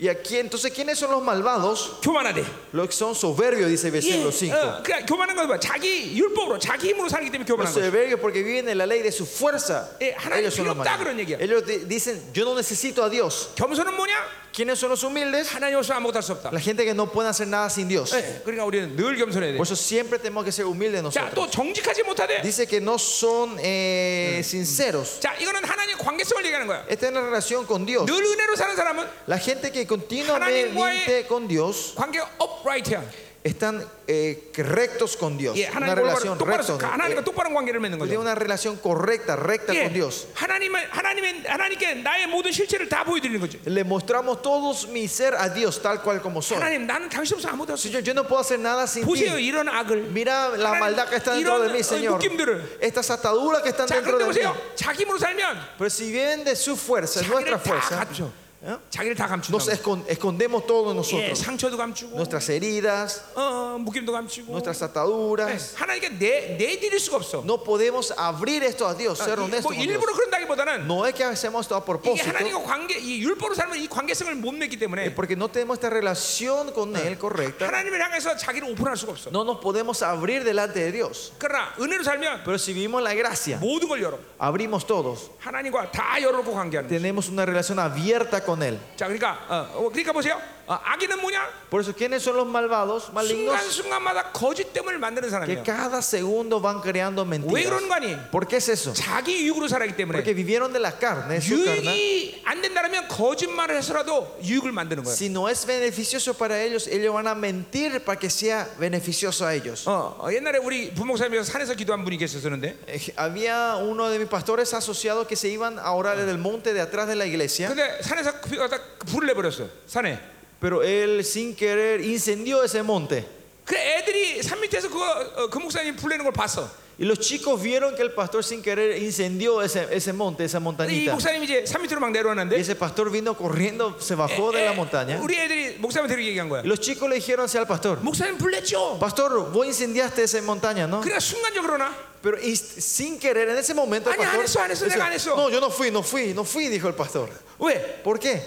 B: Y aquí, entonces, ¿quiénes son los malvados?
A: 교만하대.
B: Los que son soberbios, dice el
A: 예,
B: versículo 5.
A: 어, 그냥 교만한 건 뭐야? 자기 율법으로 자기 힘으로 살기 때문에 교만한
B: Los
A: 거지.
B: soberbios porque viven en la ley de su fuerza.
A: Eh, 하나님
B: Ellos son los
A: 필요 없다
B: malvados.
A: 그런 얘기야.
B: Ellos di- dicen, yo no necesito a Dios.
A: 겸손은 뭐냐?
B: ¿Quiénes son los humildes?
A: 하나님 없으면 아무것도 할 수 없다.
B: La gente que no puede hacer nada sin Dios.
A: 예, 그러니까 우리는 늘 겸손해야 돼.
B: Por eso siempre tenemos que ser humildes
A: 자,
B: nosotros.
A: 또 정직하지 못하대.
B: Dice que no son eh, sinceros.
A: 자, 이거는 하나님의 관계성을 얘기하는 거야.
B: Esta es la relación con Dios.
A: 늘 은혜로 사는 사람은
B: La gente que
A: 하나님과의-
B: continuamente con Dios
A: 관계 upright야.
B: están eh, rectos con Dios.
A: 예,
B: Una
A: 하나님과
B: relación
A: 올바른- 똑바로
B: recta.
A: 하나님과 똑바른 관계를 맺는
B: Tiene
A: 거죠.
B: una relación correcta, recta
A: 예,
B: con Dios.
A: 하나님을 하나님의 하나님께 나의 모든 실체를 다 보여드리는 거죠.
B: Le mostramos todos mi ser a Dios tal cual como soy.
A: 하나님, 나는 당신 없어 아무도 없어.
B: Señor, yo no puedo hacer nada sin
A: 보세요,
B: ti.
A: 이런 악을.
B: Mira la
A: 하나님,
B: maldad que está dentro de
A: 이런,
B: mí,
A: 어,
B: Señor.
A: 느낌들을.
B: Estas ataduras que están
A: 자, 그런데
B: dentro de mí.
A: 보세요. 자기 힘으로 살면
B: Pero si vienen de su fuerza, nuestra
A: 자기를 다
B: fuerza,
A: 감춰.
B: ¿eh?
A: 자기를 다 감춘다.
B: nos escon- escondemos todos
A: 예,
B: nosotros.
A: 상처도 감추고,
B: Nuestras heridas,
A: 어, 어, 묶임도 감추고.
B: nuestras
A: 예,
B: ataduras.
A: 하나님께 내 내드릴 수가 없어.
B: No podemos abrir esto a Dios, ser honestos.
A: 뭐
B: con Dios.
A: 일부러 그런다기보다는
B: No es que hacemos esto a
A: 이게
B: propósito,
A: 하나님과 관계, 이 율법으로 살면 이 관계성을 못 맺기
B: es
A: 때문에
B: porque no tenemos esta relación con Él correcta.
A: 하나님을 향해서 자기를 오픈할 수가 없어.
B: No nos podemos abrir delante de Dios.
A: 그러나 은혜로 살면
B: Pero si vivimos la gracia,
A: 모든 걸 열어.
B: abrimos todos.
A: 하나님과 다 열어놓고 관계하는. 거야.
B: Tenemos una relación abierta con Él.
A: 자, 그러니까 어, 어, 그러니까 보세요. 어, 악인은 뭐냐?
B: Por eso, ¿quiénes son los malvados, malignos?
A: 순간순간마다 거짓됨을 만드는
B: Que
A: 사람이야.
B: cada segundo van creando
A: 왜
B: mentiras.
A: 그런 거 아니?
B: ¿Por qué es eso?
A: 자기 유익으로 살아기 때문에
B: Porque vivieron de la carne, de su carne.
A: 유익이 안 된다면 거짓말을 해서라도 유익을 만드는 거야.
B: Si no es beneficioso para ellos, ellos van a mentir para que sea beneficioso a ellos.
A: 어, 어, 옛날에 우리 부목사님께서 산에서 기도한 분이 계셨었는데
B: Eh, Había uno de mis pastores asociados que se iban a orar en el monte de atrás de la iglesia,
A: 근데 산에서 그- 갖다 불을 내버렸어 산에
B: pero él sin querer incendió ese monte.
A: 그 애들이 산 밑에서 그, 어, 그 목사님 불 내는 걸 봤어
B: Y los chicos vieron que el pastor sin querer incendió ese, ese monte, esa
A: 근데 이
B: montañita.
A: 목사님이 이제 산 밑으로 막
B: Y
A: 내려왔는데
B: ese pastor vino corriendo, se bajó de la
A: 에,
B: montaña.
A: 우리 애들이 목사님한테 얘기한 거야
B: Y los chicos le dijeron hacia el pastor,
A: 목사님 불 냈죠
B: pastor, vos incendiaste esa montaña, ¿no?
A: 그러니까 순간적으로 나
B: Pero inst- sin querer, en ese momento, el
A: Ani,
B: pastor,
A: an eso, an eso,
B: dice,
A: nega, an eso.
B: no, yo no fui, no fui, no fui, dijo el pastor.
A: 왜?
B: ¿Por qué?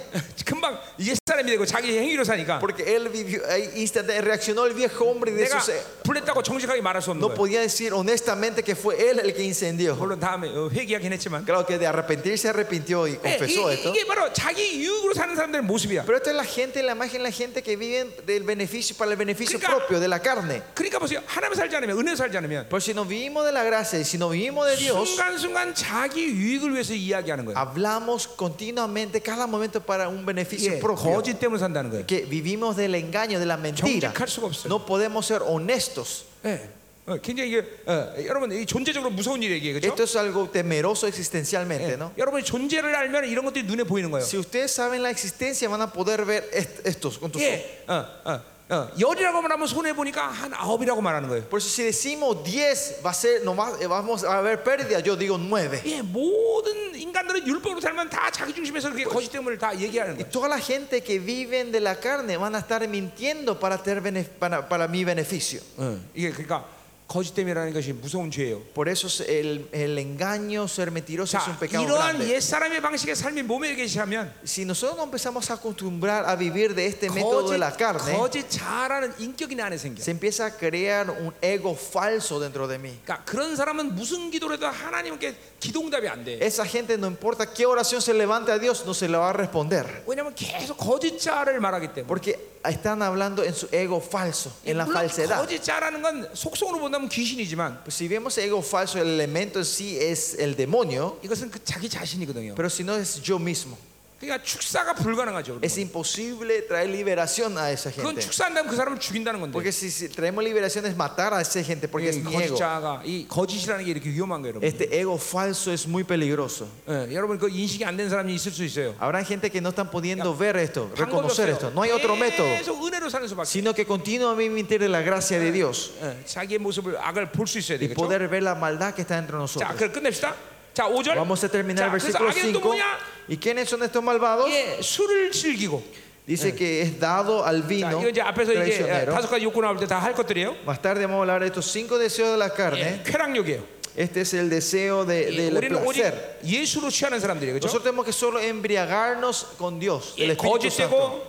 A: 금방 옛사람이 되고 자기 행위로 사니까
B: Porque él vivió, ahí instante- reaccionó el viejo hombre y de
A: 내가
B: eso se-
A: 불 냈다고 정직하게 말할 수 없는
B: no
A: 거야
B: podía decir honestamente que fue él el que incendió.
A: 물론 다음에 어, 회개하긴 했지만
B: Claro que de arrepentirse se arrepintió y
A: 예,
B: confesó
A: 이,
B: esto.
A: 게 바로 자기 유익으로 사는 사람들의 모습이야
B: Pero esta es la gente, la imagen, la gente que vive del beneficio para el beneficio
A: Kika.
B: propio de la carne.
A: 그러니까 보세요 하나님 살지 않으면 은혜 살지 않으면
B: Pero si no vivimos de la gracia y si no vivimos de Dios,
A: 순간순간 자기 유익을 위해서 이야기하는 거예요.
B: hablamos continuamente cada momento para un beneficio
A: 이게
B: propio.
A: 거짓 때문에 산다는 거예요.
B: que vivimos del engaño, de la mentira.
A: 정직할 수가 없어요.
B: No podemos ser honestos.
A: 예. 어, 굉장히 이게 어, 여러분 이 존재적으로 무서운 일이에요,
B: Esto
A: 그렇죠? 예.
B: es algo temeroso existencialmente, ¿no?
A: 여러분이 존재를 알면 이런 것들이 눈에 보이는 거예요.
B: Si ustedes saben la existencia, van a poder ver est- estos con tus ojos.
A: 예, 어, 어, 어, 열이라고 말하면 손해 보니까 한 아홉이라고 말하는 거예요.
B: Por eso si decimos 10, va a ser, no va- eh, vamos a haber pérdida. Yo digo 9.
A: 예, 모든 인간들은 율법으로 살면 다 자기 중심에서 그렇게 거짓 때문에 다 얘기하는
B: Y
A: 거예요.
B: toda la gente que viven de la carne van a estar mintiendo para, ter bene- para, para mi beneficio.
A: 어, 이게 그러니까 거짓 때문이라는 것이 무서운 죄예요.
B: Por eso es el, el engaño, ser mentiroso es un
A: 자,
B: pecado
A: 이러한
B: grande.
A: 옛 사람의 방식의 삶이 몸에 계시하면
B: Si nosotros no empezamos a acostumbrar a vivir de este método de
A: 거짓,
B: la carne,
A: 거짓 잘하는 인격이 내 안에 생겨.
B: se empieza a crear un ego falso dentro de mí.
A: 그러니까 그런 사람은 무슨 기도를 해도 하나님께 기도응답이 안 돼.
B: Esa gente no importa qué oración se levante a Dios, no se le va a responder.
A: 왜냐면 계속 거짓자를 말하기 때문에.
B: Porque están hablando en su ego falso, en la
A: 물론
B: falsedad.
A: 거짓자라는 건 속성으로 본다면 귀신이지만
B: Pues si vemos ego falso, el elemento en sí es el demonio,
A: 이것은 그 자기 자신이거든요.
B: pero si no es yo mismo.
A: 그러니까 축사가 불가능하죠.
B: Es
A: 그건,
B: imposible traer liberación a esa
A: 그건
B: gente.
A: 축사한다면 그 사람을 죽인다는 건데.
B: Porque si, si traemos liberación es matar a esa gente, porque es
A: 이
B: mi ego.
A: 거짓자가 이 거짓이라는 게 이렇게 위험한 거예요, 여러분.
B: Este ego falso es muy peligroso.
A: 예, 여러분 그 인식이 안 된 사람이 있을 수 있어요.
B: Habrá gente que no están pudiendo ver esto,
A: 방법이
B: reconocer
A: 없어요.
B: esto. No hay otro método.
A: 계속 은혜로 사는 수밖에.
B: sino que continuamente de la gracia de Dios
A: 예, 자기의 모습을 악을 볼 수 있어야
B: y
A: 되겠죠.
B: poder ver la maldad que está entre
A: 자,
B: nosotros.
A: 그럼 끝냅시다. 자, 5절.
B: Vamos a terminar el
A: 그래서
B: versículo
A: 악인은 또
B: 5.
A: 뭐냐?
B: ¿Y quiénes son estos malvados?
A: 예, 술을 즐기고.
B: Dice que es dado al
A: 자,
B: vino
A: 이거 이제 앞에서 이제 어,
B: traicionero.
A: 다섯 가지 욕구 나올 때 다 할 것들이에요. 예,
B: Más tarde vamos a hablar de estos cinco deseos de la
A: 네.
B: carne.
A: 쾌락욕이에요.
B: Este es el deseo de,
A: 이
B: del
A: 우리는 오직
B: placer.
A: 예수로 취하는 사람들이에요. 네, 그렇죠?
B: Nosotros tenemos que solo embriagarnos con Dios, el
A: 예,
B: Espíritu Santo.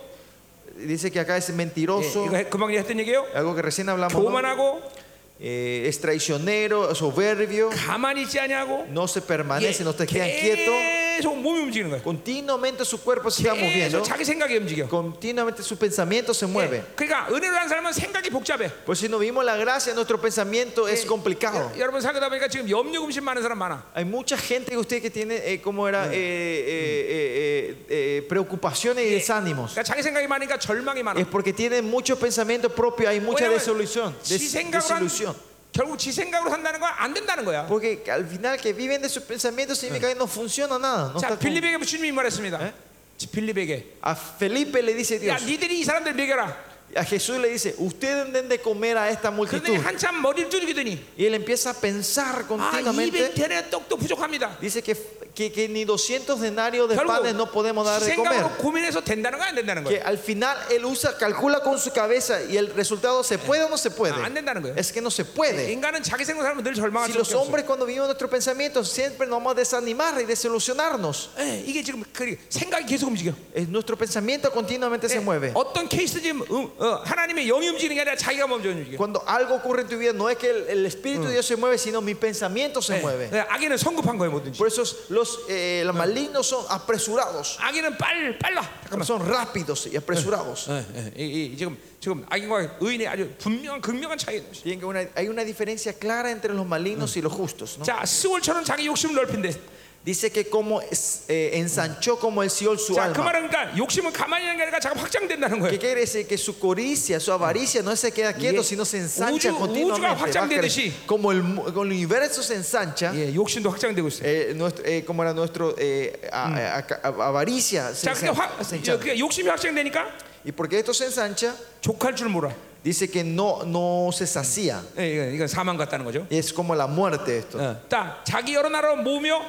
A: 거짓되고
B: dice que acá es
A: 예,
B: mentiroso,
A: 이거 해- 금방 했던 얘기예요.
B: algo que recién hablamos, ¿no?
A: 교만하고
B: Eh, es traicionero, soberbio,
A: 가만히 있지 아니하고
B: no se
A: 예,
B: permanece, no se queda quieto.
A: 계속 몸이 움직이는 거예요.
B: Continuamente su cuerpo se está moviendo,
A: 계속 자기 생각이 움직여.
B: continuamente sus pensamientos se
A: 예,
B: mueven.
A: 그러니까 은혜로 한 사람은 생각이 복잡해.
B: Por si no vimos la gracia, nuestro pensamiento es complicado.
A: 여- 여러분 사귀다 보니까 지금 염려 금심 많은 사람 많아.
B: Hay mucha gente que usted que tiene, eh, como era, eh, eh, eh, eh, eh, preocupaciones y desánimos.
A: 그러니까 자기 생각이 많으니까 절망이 많아.
B: Es porque tiene muchos pensamientos propios, hay mucha
A: 왜냐면
B: desilusión.
A: 지
B: des-
A: 생각으로 한-
B: desilusión.
A: 결국 지 생각으로 산다는 건 안 된다는 거야.
B: Porque al final que viven de sus pensamientos significa que no funciona nada. no
A: 자
B: está con-
A: 빌립에게 주님이 말했습니다.
B: 예?
A: 빌립에게
B: A Felipe le dice
A: 야
B: Dios,
A: 니들이 이 사람들 먹여라.
B: a Jesús le dice, ustedes den de comer a esta
A: 그런데
B: multitud.
A: 한참 머리를 줄이더니
B: Y él empieza a pensar
A: 아
B: continuamente.
A: 200대의 떡도 부족합니다.
B: Dice que, que, que ni 200 denarios de panes no podemos
A: 결국
B: dar
A: 지
B: de comer.
A: 생각으로 고민해서 된다는 거야 안 된다는
B: Que
A: 거야.
B: al final él usa, calcula con su cabeza y el resultado se puede o no se puede.
A: Ah, 안 된다는 거예요.
B: Es que no se puede.
A: 인간은 자기 생각 사람은 늘 절망할 수밖에
B: Si los
A: 없어.
B: hombres cuando vivimos nuestros pensamientos siempre nos vamos a desanimar y desilusionarnos.
A: 예, 이게 지금 그 생각이 계속 움직여.
B: Es- Nuestro pensamiento continuamente
A: Eh,
B: se mueve.
A: 어떤 케이스든지 음, 어, 하나님의 영이 움직이는 게 아니라 자기가 먼저 움직여.
B: Cuando algo ocurre en tu vida, no es que el, el Espíritu de Dios se mueve, sino mi pensamiento se
A: 예,
B: mueve.
A: 예, 악인은 성급한 거예요 뭐든지.
B: Por eso los, eh, los malignos son apresurados,
A: 악인은 빨 빨라. 잠깐만.
B: son rápidos y apresurados.
A: 예, 예, 이- 이 지금 지금 악인과 의인의 아주 분명한 극명한 차이예요.
B: Tienen que una- hay una diferencia clara entre los malignos y los justos. ¿no?
A: 자, 스월처럼 자기 욕심을 넓힌대.
B: Dice que como es- eh, ensanchó como el Seol su
A: 자, 그
B: alma.
A: 말은 그러니까 욕심은 가만히 있는 게 아니라 자꾸 확장된다는
B: ¿Qué
A: 거예요.
B: quiere decir? Que su codicia, su avaricia no se queda quieto, sino se ensancha
A: 우주-
B: continuamente.
A: 우주가 확장되듯이.
B: Va cre- Como el, mu- como el universo se ensancha,
A: 예, 욕심도 확장되고 있어요.
B: eh, nuestro- eh, como era nuestro eh, a- a- a- avaricia se
A: 자, 그게,
B: ensan-
A: 확,
B: se ensancha.
A: 그게 욕심이 확장되니까
B: Y porque esto se ensancha,
A: 족할 줄 몰라.
B: dice que no, no se sacía.
A: 예, 이건, 이건 사망 같다는 거죠.
B: Es como la muerte esto.
A: 어, 딱 자기 여러 나라로 모으며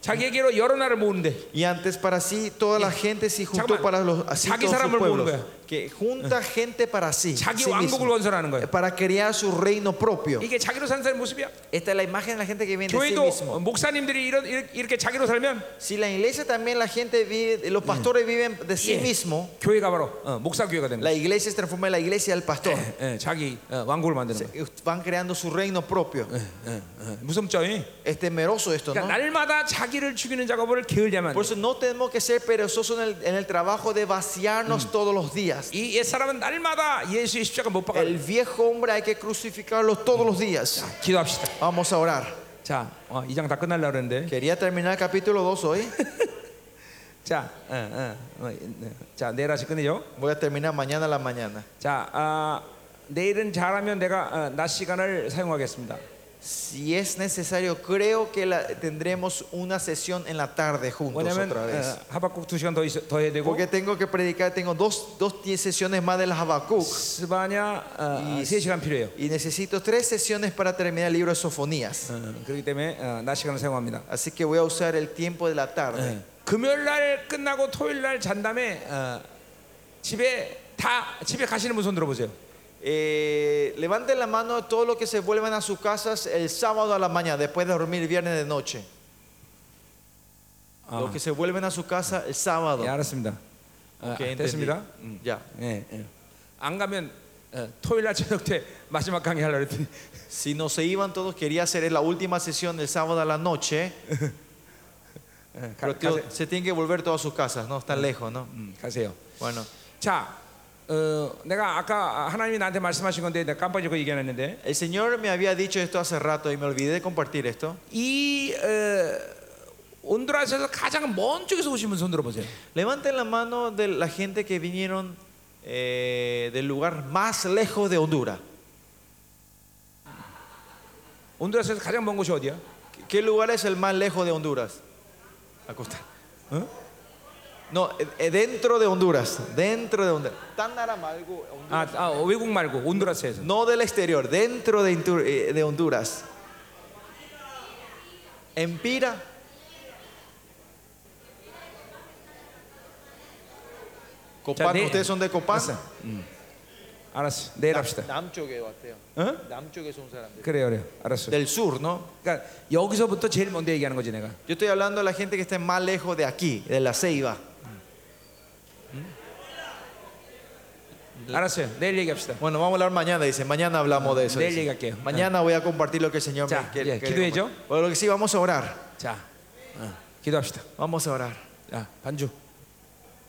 A: 자기에게로 여러 나라를 모으는데
B: Y antes para sí, toda la gente se juntó
A: 잠깐만.
B: para los así
A: 자기
B: todos sus
A: 사람을 모으는
B: pueblos.
A: 거야.
B: Que junta gente para sí,
A: 자기
B: sí
A: 왕국을
B: mismo,
A: 건설하는 거예요.
B: para crear su reino propio.
A: 이게 자기로 사는 사람의 모습이야.
B: Esta es la imagen de la gente que viene de sí
A: 교회도
B: mismo.
A: 어, 목사님들이 이런 이렇게- 이렇게 자기로 살면
B: Si la iglesia también la gente vive, los pastores viven de sí
A: Mm. Yeah.
B: mismo,
A: 교회가 바로 어, 목사 교회가 되는
B: la iglesia se transforma en la iglesia del pastor.
A: 거예요. 예, 자기 어, 왕국을 만드는 거예요.
B: Van creando su reino propio.
A: 예, 예. 무섭죠? 예?
B: Es temeroso esto, ¿no?
A: 그러니까 날마다 자기를 죽이는 작업을 게을리하면 안
B: Por
A: 돼요.
B: eso no tenemos que ser perezosos en el, en el trabajo de
A: Mm.
B: vaciarnos todos los días.
A: 이 옛사람은 날마다 예수의 십자가 못 박아.
B: El viejo hombre hay que crucificarlo todos los días.
A: 기도합시다.
B: Vamos a orar.
A: 자, 어, 이장 다 끝날라 그러는데.
B: Quería terminar el capítulo 2 hoy.
A: 자, 어, 어, 어, 네. 자, 내일 아시 끝내죠.
B: Voy a terminar mañana a la mañana.
A: 자, 아, 내일은 잘하면 내가 어, 낮 시간을 사용하겠습니다.
B: Si es necesario, creo que la- tendremos una sesión en la tarde juntos
A: 뭐냐면
B: otra vez.
A: 어, 하박국 두 시간 더, 있어- 더 해야 되고
B: Porque tengo que predicar, tengo dos, dos diez sesiones más de las Habacuc
A: 스바냐 어,
B: 이-
A: 세 시간 필요해요.
B: y necesito tres sesiones para terminar el libro de Sofonías.
A: 어, 그렇기 때문에 어, 낮 시간을 사용합니다. 어,
B: Así que voy a usar el tiempo de la tarde.
A: Eh. 금요일 날 끝나고 토요일 날 잔 다음에 어, 집에 다 집에 가시는 분 손 들어보세요.
B: Eh, levanten la mano a todos los que se vuelvan a sus casas el sábado a la mañana, después de dormir viernes de noche.
A: Ah.
B: Los que se vuelven a su casa el sábado.
A: 예, 알았습니다. 어,
B: Ok, entendí.
A: 됐습니다.
B: Mm, Ya.
A: 예, 예. 안 가면 어, 토요일 날 저녁 때 마지막 강의 하려고 했더니
B: Si no se iban todos, quería hacer la última sesión el sábado a la noche.
A: 예, 가,
B: Pero tío,
A: 가세,
B: se tienen que volver todos a sus casas, no están lejos, ¿no?
A: 음, 가세요.
B: Bueno.
A: 자, 어, 내가 아까 하나님이 나한테 말씀하신 건데 내가 깜빡 잊고 얘기 안 했는데
B: El Señor me había dicho esto hace rato y me olvidé de compartir esto.
A: 이 어, 온두라스에서 가장 먼 쪽에서 오신 분 손 들어보세요.
B: Levanten la mano de la gente que vinieron eh, del lugar más lejos de Honduras.
A: 온두라스에서 가장 먼 곳이 어디야?
B: ¿Qué lugar es el más lejos de Honduras? La costa.
A: ¿Eh?
B: No, eh, eh, dentro de Honduras. Dentro de Honduras. Tanaramalgo, Honduras.
A: 아, 아 외국 말고 온두라스에서.
B: No del exterior, dentro de, Intu- eh, de Honduras. Empira.
A: Ya,
B: Copán,
A: de-
B: ustedes son de Copán.
A: 알았어. 음. 알았어. 내일 합시다. 응? 그래요, 그래요. 알았어.
B: Del sur, ¿no?
A: 그러니까 여기서부터 제일 먼저 얘기하는 거지 내가.
B: Yo estoy hablando de la gente que está más lejos de aquí, de la ceiba.
A: 알았어요. 내일 얘기합시다.
B: Bueno, vamos a hablar mañana, dice. Mañana hablamos de eso.
A: De él
B: dice.
A: llega que-
B: Mañana voy a compartir lo que el Señor
A: Ya,
B: me quiere.
A: ya,
B: quiere
A: ¿기도해줘?
B: compartir. Bueno, lo que sí, vamos a orar.
A: 자, 어, 기도합시다.
B: Vamos a orar.
A: 자, 반주.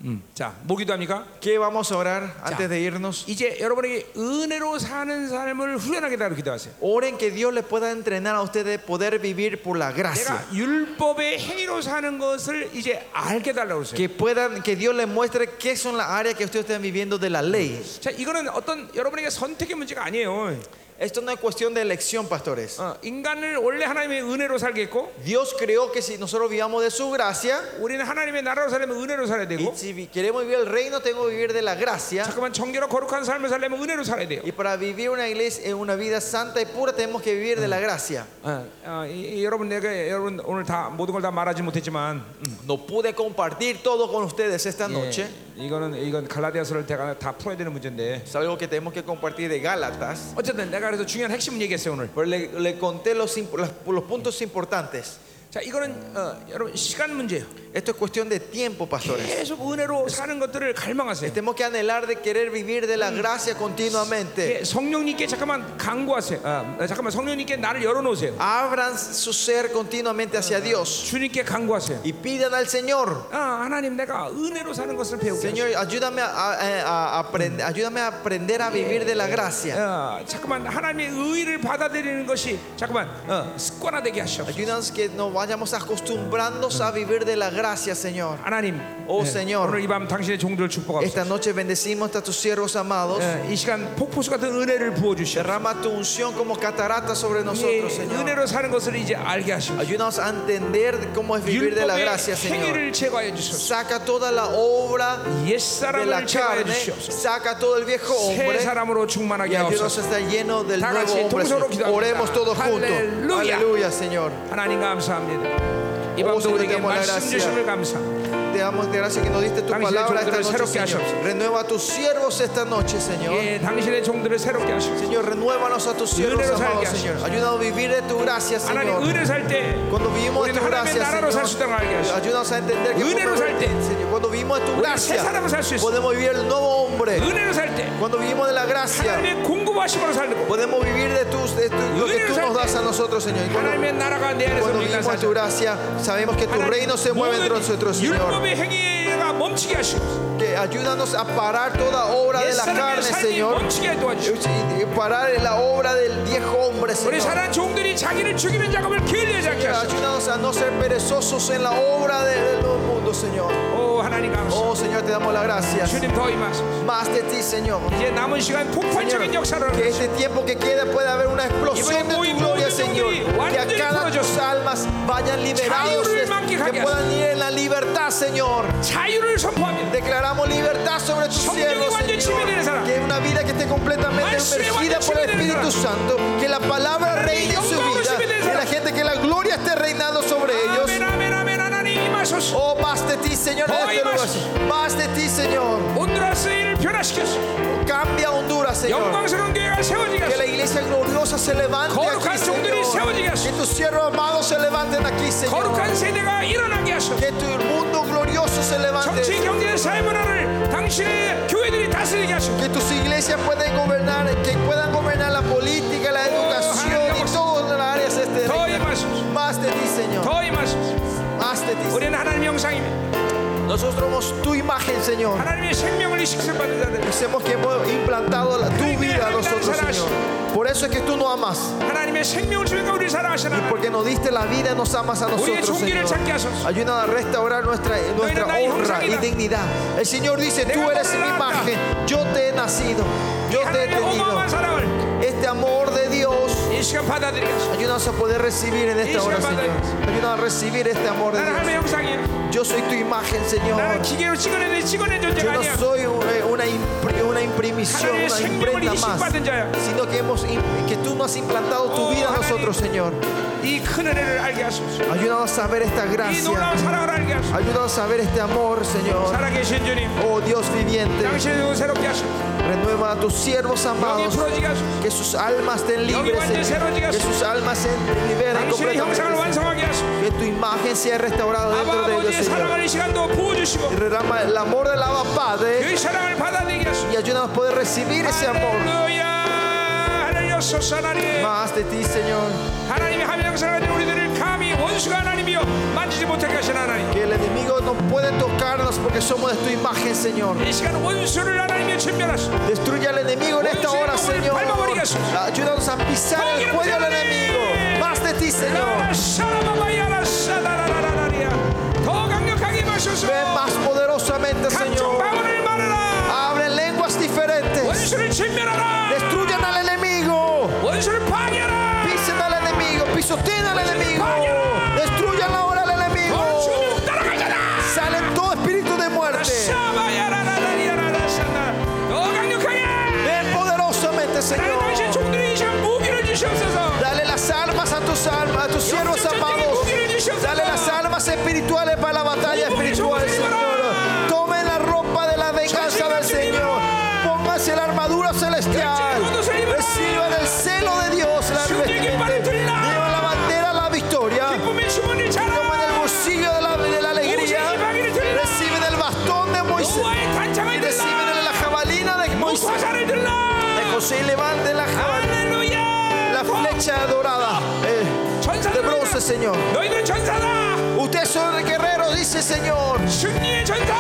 A: 음, 자, 뭐 기도합니까?
B: ¿Qué vamos a orar antes de irnos?
A: 이제 여러분에게 은혜로 사는 삶을 후련하게 다루 기도하세요.
B: Oren que Dios les pueda entrenar a ustedes poder vivir por la gracia.
A: 내가 율법의 행위로 사는 것을 이제 알게 달라고 그러세요.
B: Que puedan, que Dios les muestre qué son las áreas que ustedes están viviendo de la ley.
A: 자, 이거는 어떤 여러분에게 선택의 문제가 아니에요.
B: Esto no es cuestión de elección, pastores.
A: 어, 인간을 원래 하나님의 은혜로 살게 했고,
B: Dios creó que si nosotros vivamos de su gracia,
A: 우리는 하나님의 나라로 살려면 은혜로 살아야
B: y
A: 되고,
B: si vi- queremos vivir el reino, tengo que vivir de la gracia.
A: 잠깐만 정결하고 거룩한 삶을 살려면 은혜로 살아야 돼요.
B: Y para vivir una iglesia, eh, una vida santa y pura, tenemos que vivir de la gracia.
A: 어, 어, 이- 이 여러분 내가 여러분 오늘 다 모든 걸 다 말하지 못했지만 음,
B: No pude compartir todo con ustedes esta noche.
A: 예, 이거는 이건 갈라디아서를 내가 다 풀어야 되는 문제인데
B: Es algo que tenemos que compartir de Gálatas.
A: 어쨌든 내가 그래서 중요한 핵심 얘기했어요 오늘.
B: Pero le, le conté los, imp- las- los puntos importantes.
A: 자 이거는 어, 여러분 시간 문제예요.
B: Esto es cuestión de tiempo, pastores.
A: 계속 은혜로 사는 것들을 갈망하세요.
B: Tenemos que anhelar de querer vivir de la gracia continuamente.
A: 예, 성령님께 잠깐만 강구하세요. 아, 잠깐만 성령님께 나를 열어놓으세요.
B: Abran su ser continuamente hacia Dios
A: 주님께 강구하세요.
B: y pidan al Señor.
A: 아, 하나님 내가 은혜로 사는 것을 배우게. 하소서.
B: Señor, ayúdame a, a- a aprend- ayúdame a aprender a vivir de la gracia.
A: 어, 잠깐만 하나님의 의를 받아들이는 것이 잠깐만 어, 습관화되게 하시옵소서.
B: Ayúdanos que nos vayamos acostumbrándonos a vivir de la gracia, Señor.
A: 하나님,
B: 오,
A: 예,
B: 세뇨.
A: 오늘 이 밤 당신의 종들을 축복하옵소서.
B: Esta noche bendecimos a tus siervos amados.
A: 예, 이 시간 폭포수 같은 은혜를 부어 주시옵소서.
B: Derrama tu unción como catarata sobre nosotros, Señor.
A: 은혜로 사는 것을 이제 알게 하시옵소서.
B: Ayúdanos a entender cómo es vivir de la
A: 율법의
B: gracia, Señor.
A: 행위를 제거해 주소서.
B: Saca toda la obra
A: 옛
B: de la
A: 사람을 제거해
B: carne,
A: 주시옵소서.
B: saca todo el viejo
A: 새
B: hombre.
A: 사람으로 충만하게
B: Y ayúdanos a
A: 하옵소서.
B: estar lleno del
A: 다
B: nuevo
A: 같이
B: hombre.
A: 동서로
B: Señor.
A: 기도합니다.
B: Oremos todos juntos.
A: 할렐루야.
B: Aleluya, Señor.
A: 하나님 감사합니다. 이
B: 오,
A: 밤도
B: 세뇨,
A: 우리에게
B: damos la
A: 말씀
B: gracia.
A: 주심을 감사합니다.
B: Te damos gracias que nos diste tu
A: 당신의
B: palabra esta
A: 종들을
B: noche,
A: 새롭게
B: Señor.
A: 하시옵소서.
B: Renueva a tus siervos esta noche, Señor.
A: 예, 당신의 종들을 새롭게 하시옵소서.
B: Señor, renuévanos a tus siervos,
A: Unero salga.
B: amados Señor. Ayúdanos a vivir de tu gracia,
A: 하나님
B: Señor.
A: 은혜 살때
B: Cuando vivimos de
A: 우리는
B: tu
A: 하나님의
B: gracia,
A: 나라로 살 수 있다는
B: Señor,
A: 걸 알게 하시옵소서.
B: ayúdanos a entender que
A: Unero
B: podemos-
A: salga.
B: Señor, cuando vivimos de tu
A: Unero 세 사람을
B: gracia,
A: 살수 있어.
B: podemos vivir el nuevo hombre.
A: 은혜로 살 때
B: Cuando vivimos de la gracia,
A: 하나님의 공급하심으로 살고
B: podemos vivir de, tus, de tu, lo que
A: Unero
B: tú nos
A: salga.
B: das a nosotros, Señor. Y cuando,
A: 하나님의 나라가 내 안에서
B: cuando
A: 우리가
B: vivimos de tu
A: 살자
B: gracia, sabemos que tu reino se mueve entre nosotros, Señor.
A: 율법의 행위가 멈추게 하시고
B: Que ayúdanos a parar toda obra de la
A: 옛사람의
B: carne,
A: 삶이
B: Señor.
A: 멈추게 도와주시고
B: Y- y Parar la obra del viejo hombre,
A: 우리
B: Señor.
A: 사랑 종들이 자기를 죽이는 작업을 게을리하지 않게 하시고
B: Ayúdanos a no ser perezosos en la obra de- del nuevo mundo, Señor.
A: 오 하나님 감사합니다
B: Oh, Señor, te damos las gracias.
A: 주님 더 임하소서
B: Más de ti, Señor.
A: 이제 남은 시간 폭발적인 역사를
B: Que este tiempo que queda pueda haber una explosión de tu gloria, Señor. Que a cada tus almas vayan liberados, de- que puedan ir en la libertad, Señor.
A: 자유를 선포합니다
B: Declaramos libertad sobre tus
A: 성령이
B: siervos,
A: 완전 지배되는
B: Señor.
A: 사람
B: Que una vida que esté completamente sumergida por el Espíritu Santo. Que la palabra reine en su vida. Que la gente, que la gloria esté reinando sobre ellos.
A: 아멘 아멘 아멘 하나님 임하소서
B: Oh, más de ti, Señor, en este lugar. Más de ti, Señor.
A: 온드라스 일을 변화시켜서
B: Cambia Honduras, Señor.
A: 영광스러운 교회가 세워지게
B: Que la
A: 하소서
B: iglesia gloriosa se levante aquí, Señor. Que tus siervos amados se levanten aquí, Señor.
A: 거룩한 세대가 일어나게 하소서
B: Que tu mundo glorioso se
A: 정치
B: levante.
A: 경제 사회 문화를 당신의 교회들이 다스리게 하시고
B: Que tus iglesias puedan gobernar, que puedan gobernar la política, la educación y todas las áreas de este
A: 더
B: reino.
A: 임하소서
B: Más de ti, Señ님
A: 더 임하소서
B: Más de ti. Señor.
A: 우리는 하나님의 형상이며
B: Nosotros somos tu imagen, Señor.
A: 하나님의 생명을 이식을 받은 자들
B: Hacemos que hemos implantado la- tu vida a nosotros, Señor. Por eso es que tú nos amas.
A: 하나님의 생명을 주니까 우리를 사랑하시는 하나님
B: Porque nos diste la vida, nos amas a nosotros, Señor. Ayúdanos a restaurar nuestra, nuestra honra y dignidad. El Señor dice, tú eres mi imagen, yo te he nacido, yo te he
A: 하나님의
B: tenido.
A: 어마어마한 사랑을
B: Este amor de Dios,
A: 이 시간 받아들이겠습니다
B: ayúdanos a poder recibir en esta hora, Señor. Ayúdanos a recibir este amor de
A: 나는 하나님의
B: Dios.
A: 형상이에요
B: Yo soy tu imagen, Señor.
A: 나는 기계로 찍어내는 찍어낸
B: Yo
A: 존재가
B: no
A: 아니야
B: soy una, una impre- una imprimisión,
A: 하나님의
B: una
A: 생명을
B: imprenta más,
A: 이식받은 자야
B: sino que, hemos, im- que tú nos has implantado tu vida a nosotros, Señor.
A: 이 큰 은혜를 알게 하소서
B: Ayúdanos a saber esta
A: 이
B: gracia.
A: 놀라운 사랑을 알게 하소서
B: Ayúdanos a ver este amor, Señor.
A: 살아계신 주님
B: Oh Dios viviente,
A: 당신의 눈을 새롭게 하소서
B: renueva a tus siervos
A: 영이
B: amados.
A: 풀어지게 하소서
B: Que sus almas estén libres, Señor. Que sus almas se liberen
A: 당신의 형상을
B: completamente. Señor.
A: 완성하게 하소서
B: Que tu imagen sea restaurada dentro
A: 아바
B: de ellos,
A: 아버지의
B: Señor.
A: 사랑하는 시간도 부어주시고
B: Y derrama el amor del Abba Padre
A: 그 사랑을 받아들이게 하소서
B: y ayúdanos a poder recibir ese amor
A: 할렐루야 하나님 여소서 하나님
B: más de ti, Señor.
A: 하나님이 하며 사랑하는 우리들을 감히 원수가 하나님이여 만지지 못하게 하신 하나님
B: Que el enemigo no puede tocarnos porque somos de tu imagen, Señor.
A: 이 시간 원수를 하나님이여 전멸하소서
B: Destruye al enemigo en esta hora, Señor. Ayúdanos a pisar el cuello del enemigo. Más de ti, Señor.
A: 라라샤라바바야라샤라라라라리야. 더 강력하게 마셔서
B: Ven más poderosamente,
A: 각종
B: Señor.
A: 방언을 말하라
B: Abren lenguas diferentes.
A: 원수를 전멸하라
B: Destruyan al enemigo.
A: 원수를 파괴하라
B: Pisen al enemigo. Pisoteen al enemigo. Destruyan ahora al
A: 너는
B: enemigo.
A: 죽으면 따라가잖아
B: Salen todo espíritu de
A: 네. Pues.
B: muerte.
A: 라샤바야라라라리야라라샤나. 더 강력하게
B: Ven poderosamente,
A: 나는
B: Señor.
A: 당신 종들이 이 시간 무기를 주시옵소서
B: Dale las almas a tus almas, a tus siervos amados. Dale las almas espirituales para la batalla espiritual, Señor. Tomen la ropa de la venganza del Señor. Pónganse la armadura celestial. Reciban el celo de Dios. La revestimienta. Llevan la bandera a la victoria.
A: 기쁨의 주문을
B: Toman
A: 자라
B: el bolsillo de la, de la alegría. Reciben el bastón de Moisés.
A: 노아의 단창을
B: Reciben la
A: 들라
B: jabalina de Moisés.
A: 화살을 들라
B: De José y levanten la, jabalina,
A: 할렐루야
B: la flecha dorada. eh, de
A: 전사들
B: bronce, Señor.
A: 너희들은 전사다
B: Ustedes son guerreros, dice el Señor.
A: 승리의 전사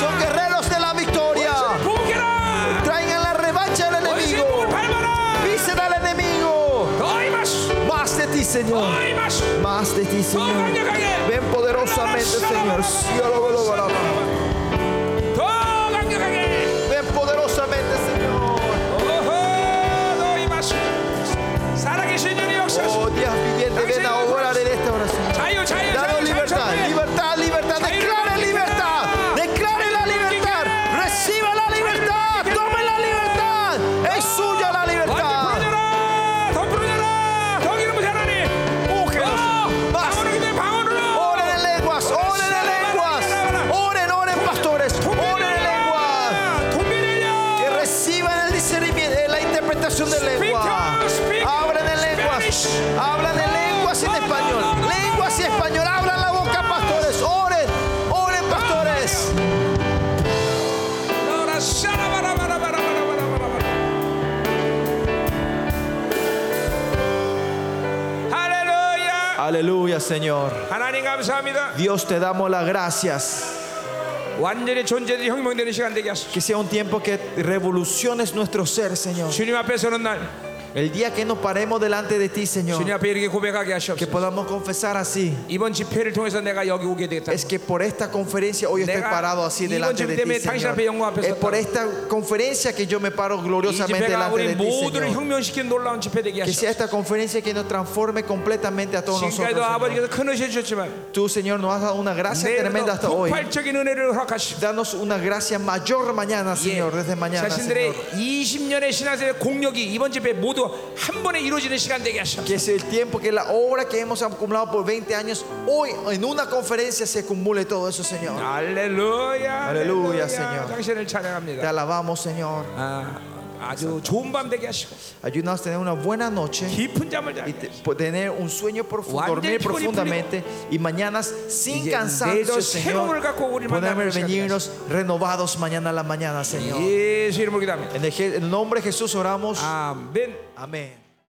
B: Son guerreros de la victoria.
A: 보복해라
B: Traigan la revancha al
A: 원수의
B: enemigo.
A: 복을 밟아라
B: Pisen al enemigo.
A: 너희 마수
B: Más de ti, Señor.
A: 너희 마수
B: Más de ti,
A: 더
B: Señor.
A: 강력하게
B: Ven poderosamente, Señor.
A: 더 강력하게
B: Ven poderosamente, Señor.
A: 오호 너희 마시 살아계신 주님 역사하시
B: Oh, Dios viviente, ven ahora en esta oración.
A: 자유 자유 자유
B: Danos libertad,
A: 자유
B: libertad, libertad. Declare libertad. Declare la libertad. Reciba la libertad. Tome la libertad. Es suya la libertad.
A: 완전 풀어져라 더 풀어져라 더 기름 부으 하나님 어, 방언을 기도해 방언으로
B: Oren en lenguas, oren en lenguas. Oren, oren, pastores. Oren en lenguas. Que
A: 동비를려
B: reciban el discernimiento, eh, la interpretación de lenguas. Hablan en lenguas. Hablan en lenguas y en español. Lenguas y español. Abran la boca, pastores. Oren, oren, pastores.
A: 너라 샤라바라바라바라바라바라바라 할렐루야
B: Aleluya, Señor.
A: 하나님 감사합니다
B: Dios te damos las gracias.
A: 완전히 존재들이 혁명되는 시간 되게 하소서
B: Que sea un tiempo que revoluciones nuestro ser, Señor.
A: 주님 앞에 서는 날
B: El día que nos paremos delante de ti,
A: 주님
B: Señor.
A: 앞에 이렇게 고백하게
B: Que
A: 하시옵소서
B: podamos confesar así.
A: 이번 집회를 통해서 내가 여기 오게 되겠다
B: Es que por esta conferencia hoy estoy
A: Nega,
B: parado así
A: 이번
B: delante de
A: 집회
B: ti,
A: 때문에 당신 앞에 영광
B: Señor.
A: 앞에
B: Es
A: 섰다.
B: por esta conferencia que yo me paro
A: 이
B: gloriosamente
A: 집회가
B: delante
A: 우리
B: de ti,
A: 모두를
B: Señor.
A: 혁명시키는 놀라운 집회 되게
B: Que sea
A: 하시옵소서
B: esta conferencia que nos transforme completamente a todos nosotros.
A: 지금까지도
B: Señor.
A: 아버지께서 큰 은혜 주셨지만
B: Tú, Señor, nos has dado una gracia tremenda
A: 내일도
B: hasta hoy.
A: 폭발적인 은혜를 허락하시고
B: Danos una gracia mayor mañana, Señor, desde mañana,
A: 예. 자신들의
B: Señor.
A: 20년의 신앙생활 공력이 이번 집회 모두 한 번에 이루어지는 시간 되게 하시옵소서
B: Que es el tiempo que la obra que hemos acumulado por 20 años, hoy en una conferencia se acumule todo eso, Señor.
A: 할렐루야
B: 할렐루야, Señor.
A: 당신을
B: Te
A: 찬양합니다
B: alabamos, Señor.
A: 아, 아주 좋은 밤 되게 하시고
B: Ayúdanos a tener una buena noche.
A: 깊은 잠을 자게
B: y te- po- tener un sueño profundo,
A: 완전히
B: dormir
A: 피곤이
B: profundamente y mañana sin
A: 이제
B: cansancio,
A: 내일도
B: Señor,
A: 새로움을 갖고 우리를 만나는
B: poder
A: 시간이
B: venirnos renovados mañana a la mañana, Señor.
A: 예수 이름으로 기도합니다 Ah.
B: En el, Je- en el nombre de Jesús oramos.
A: 아멘
B: Amén.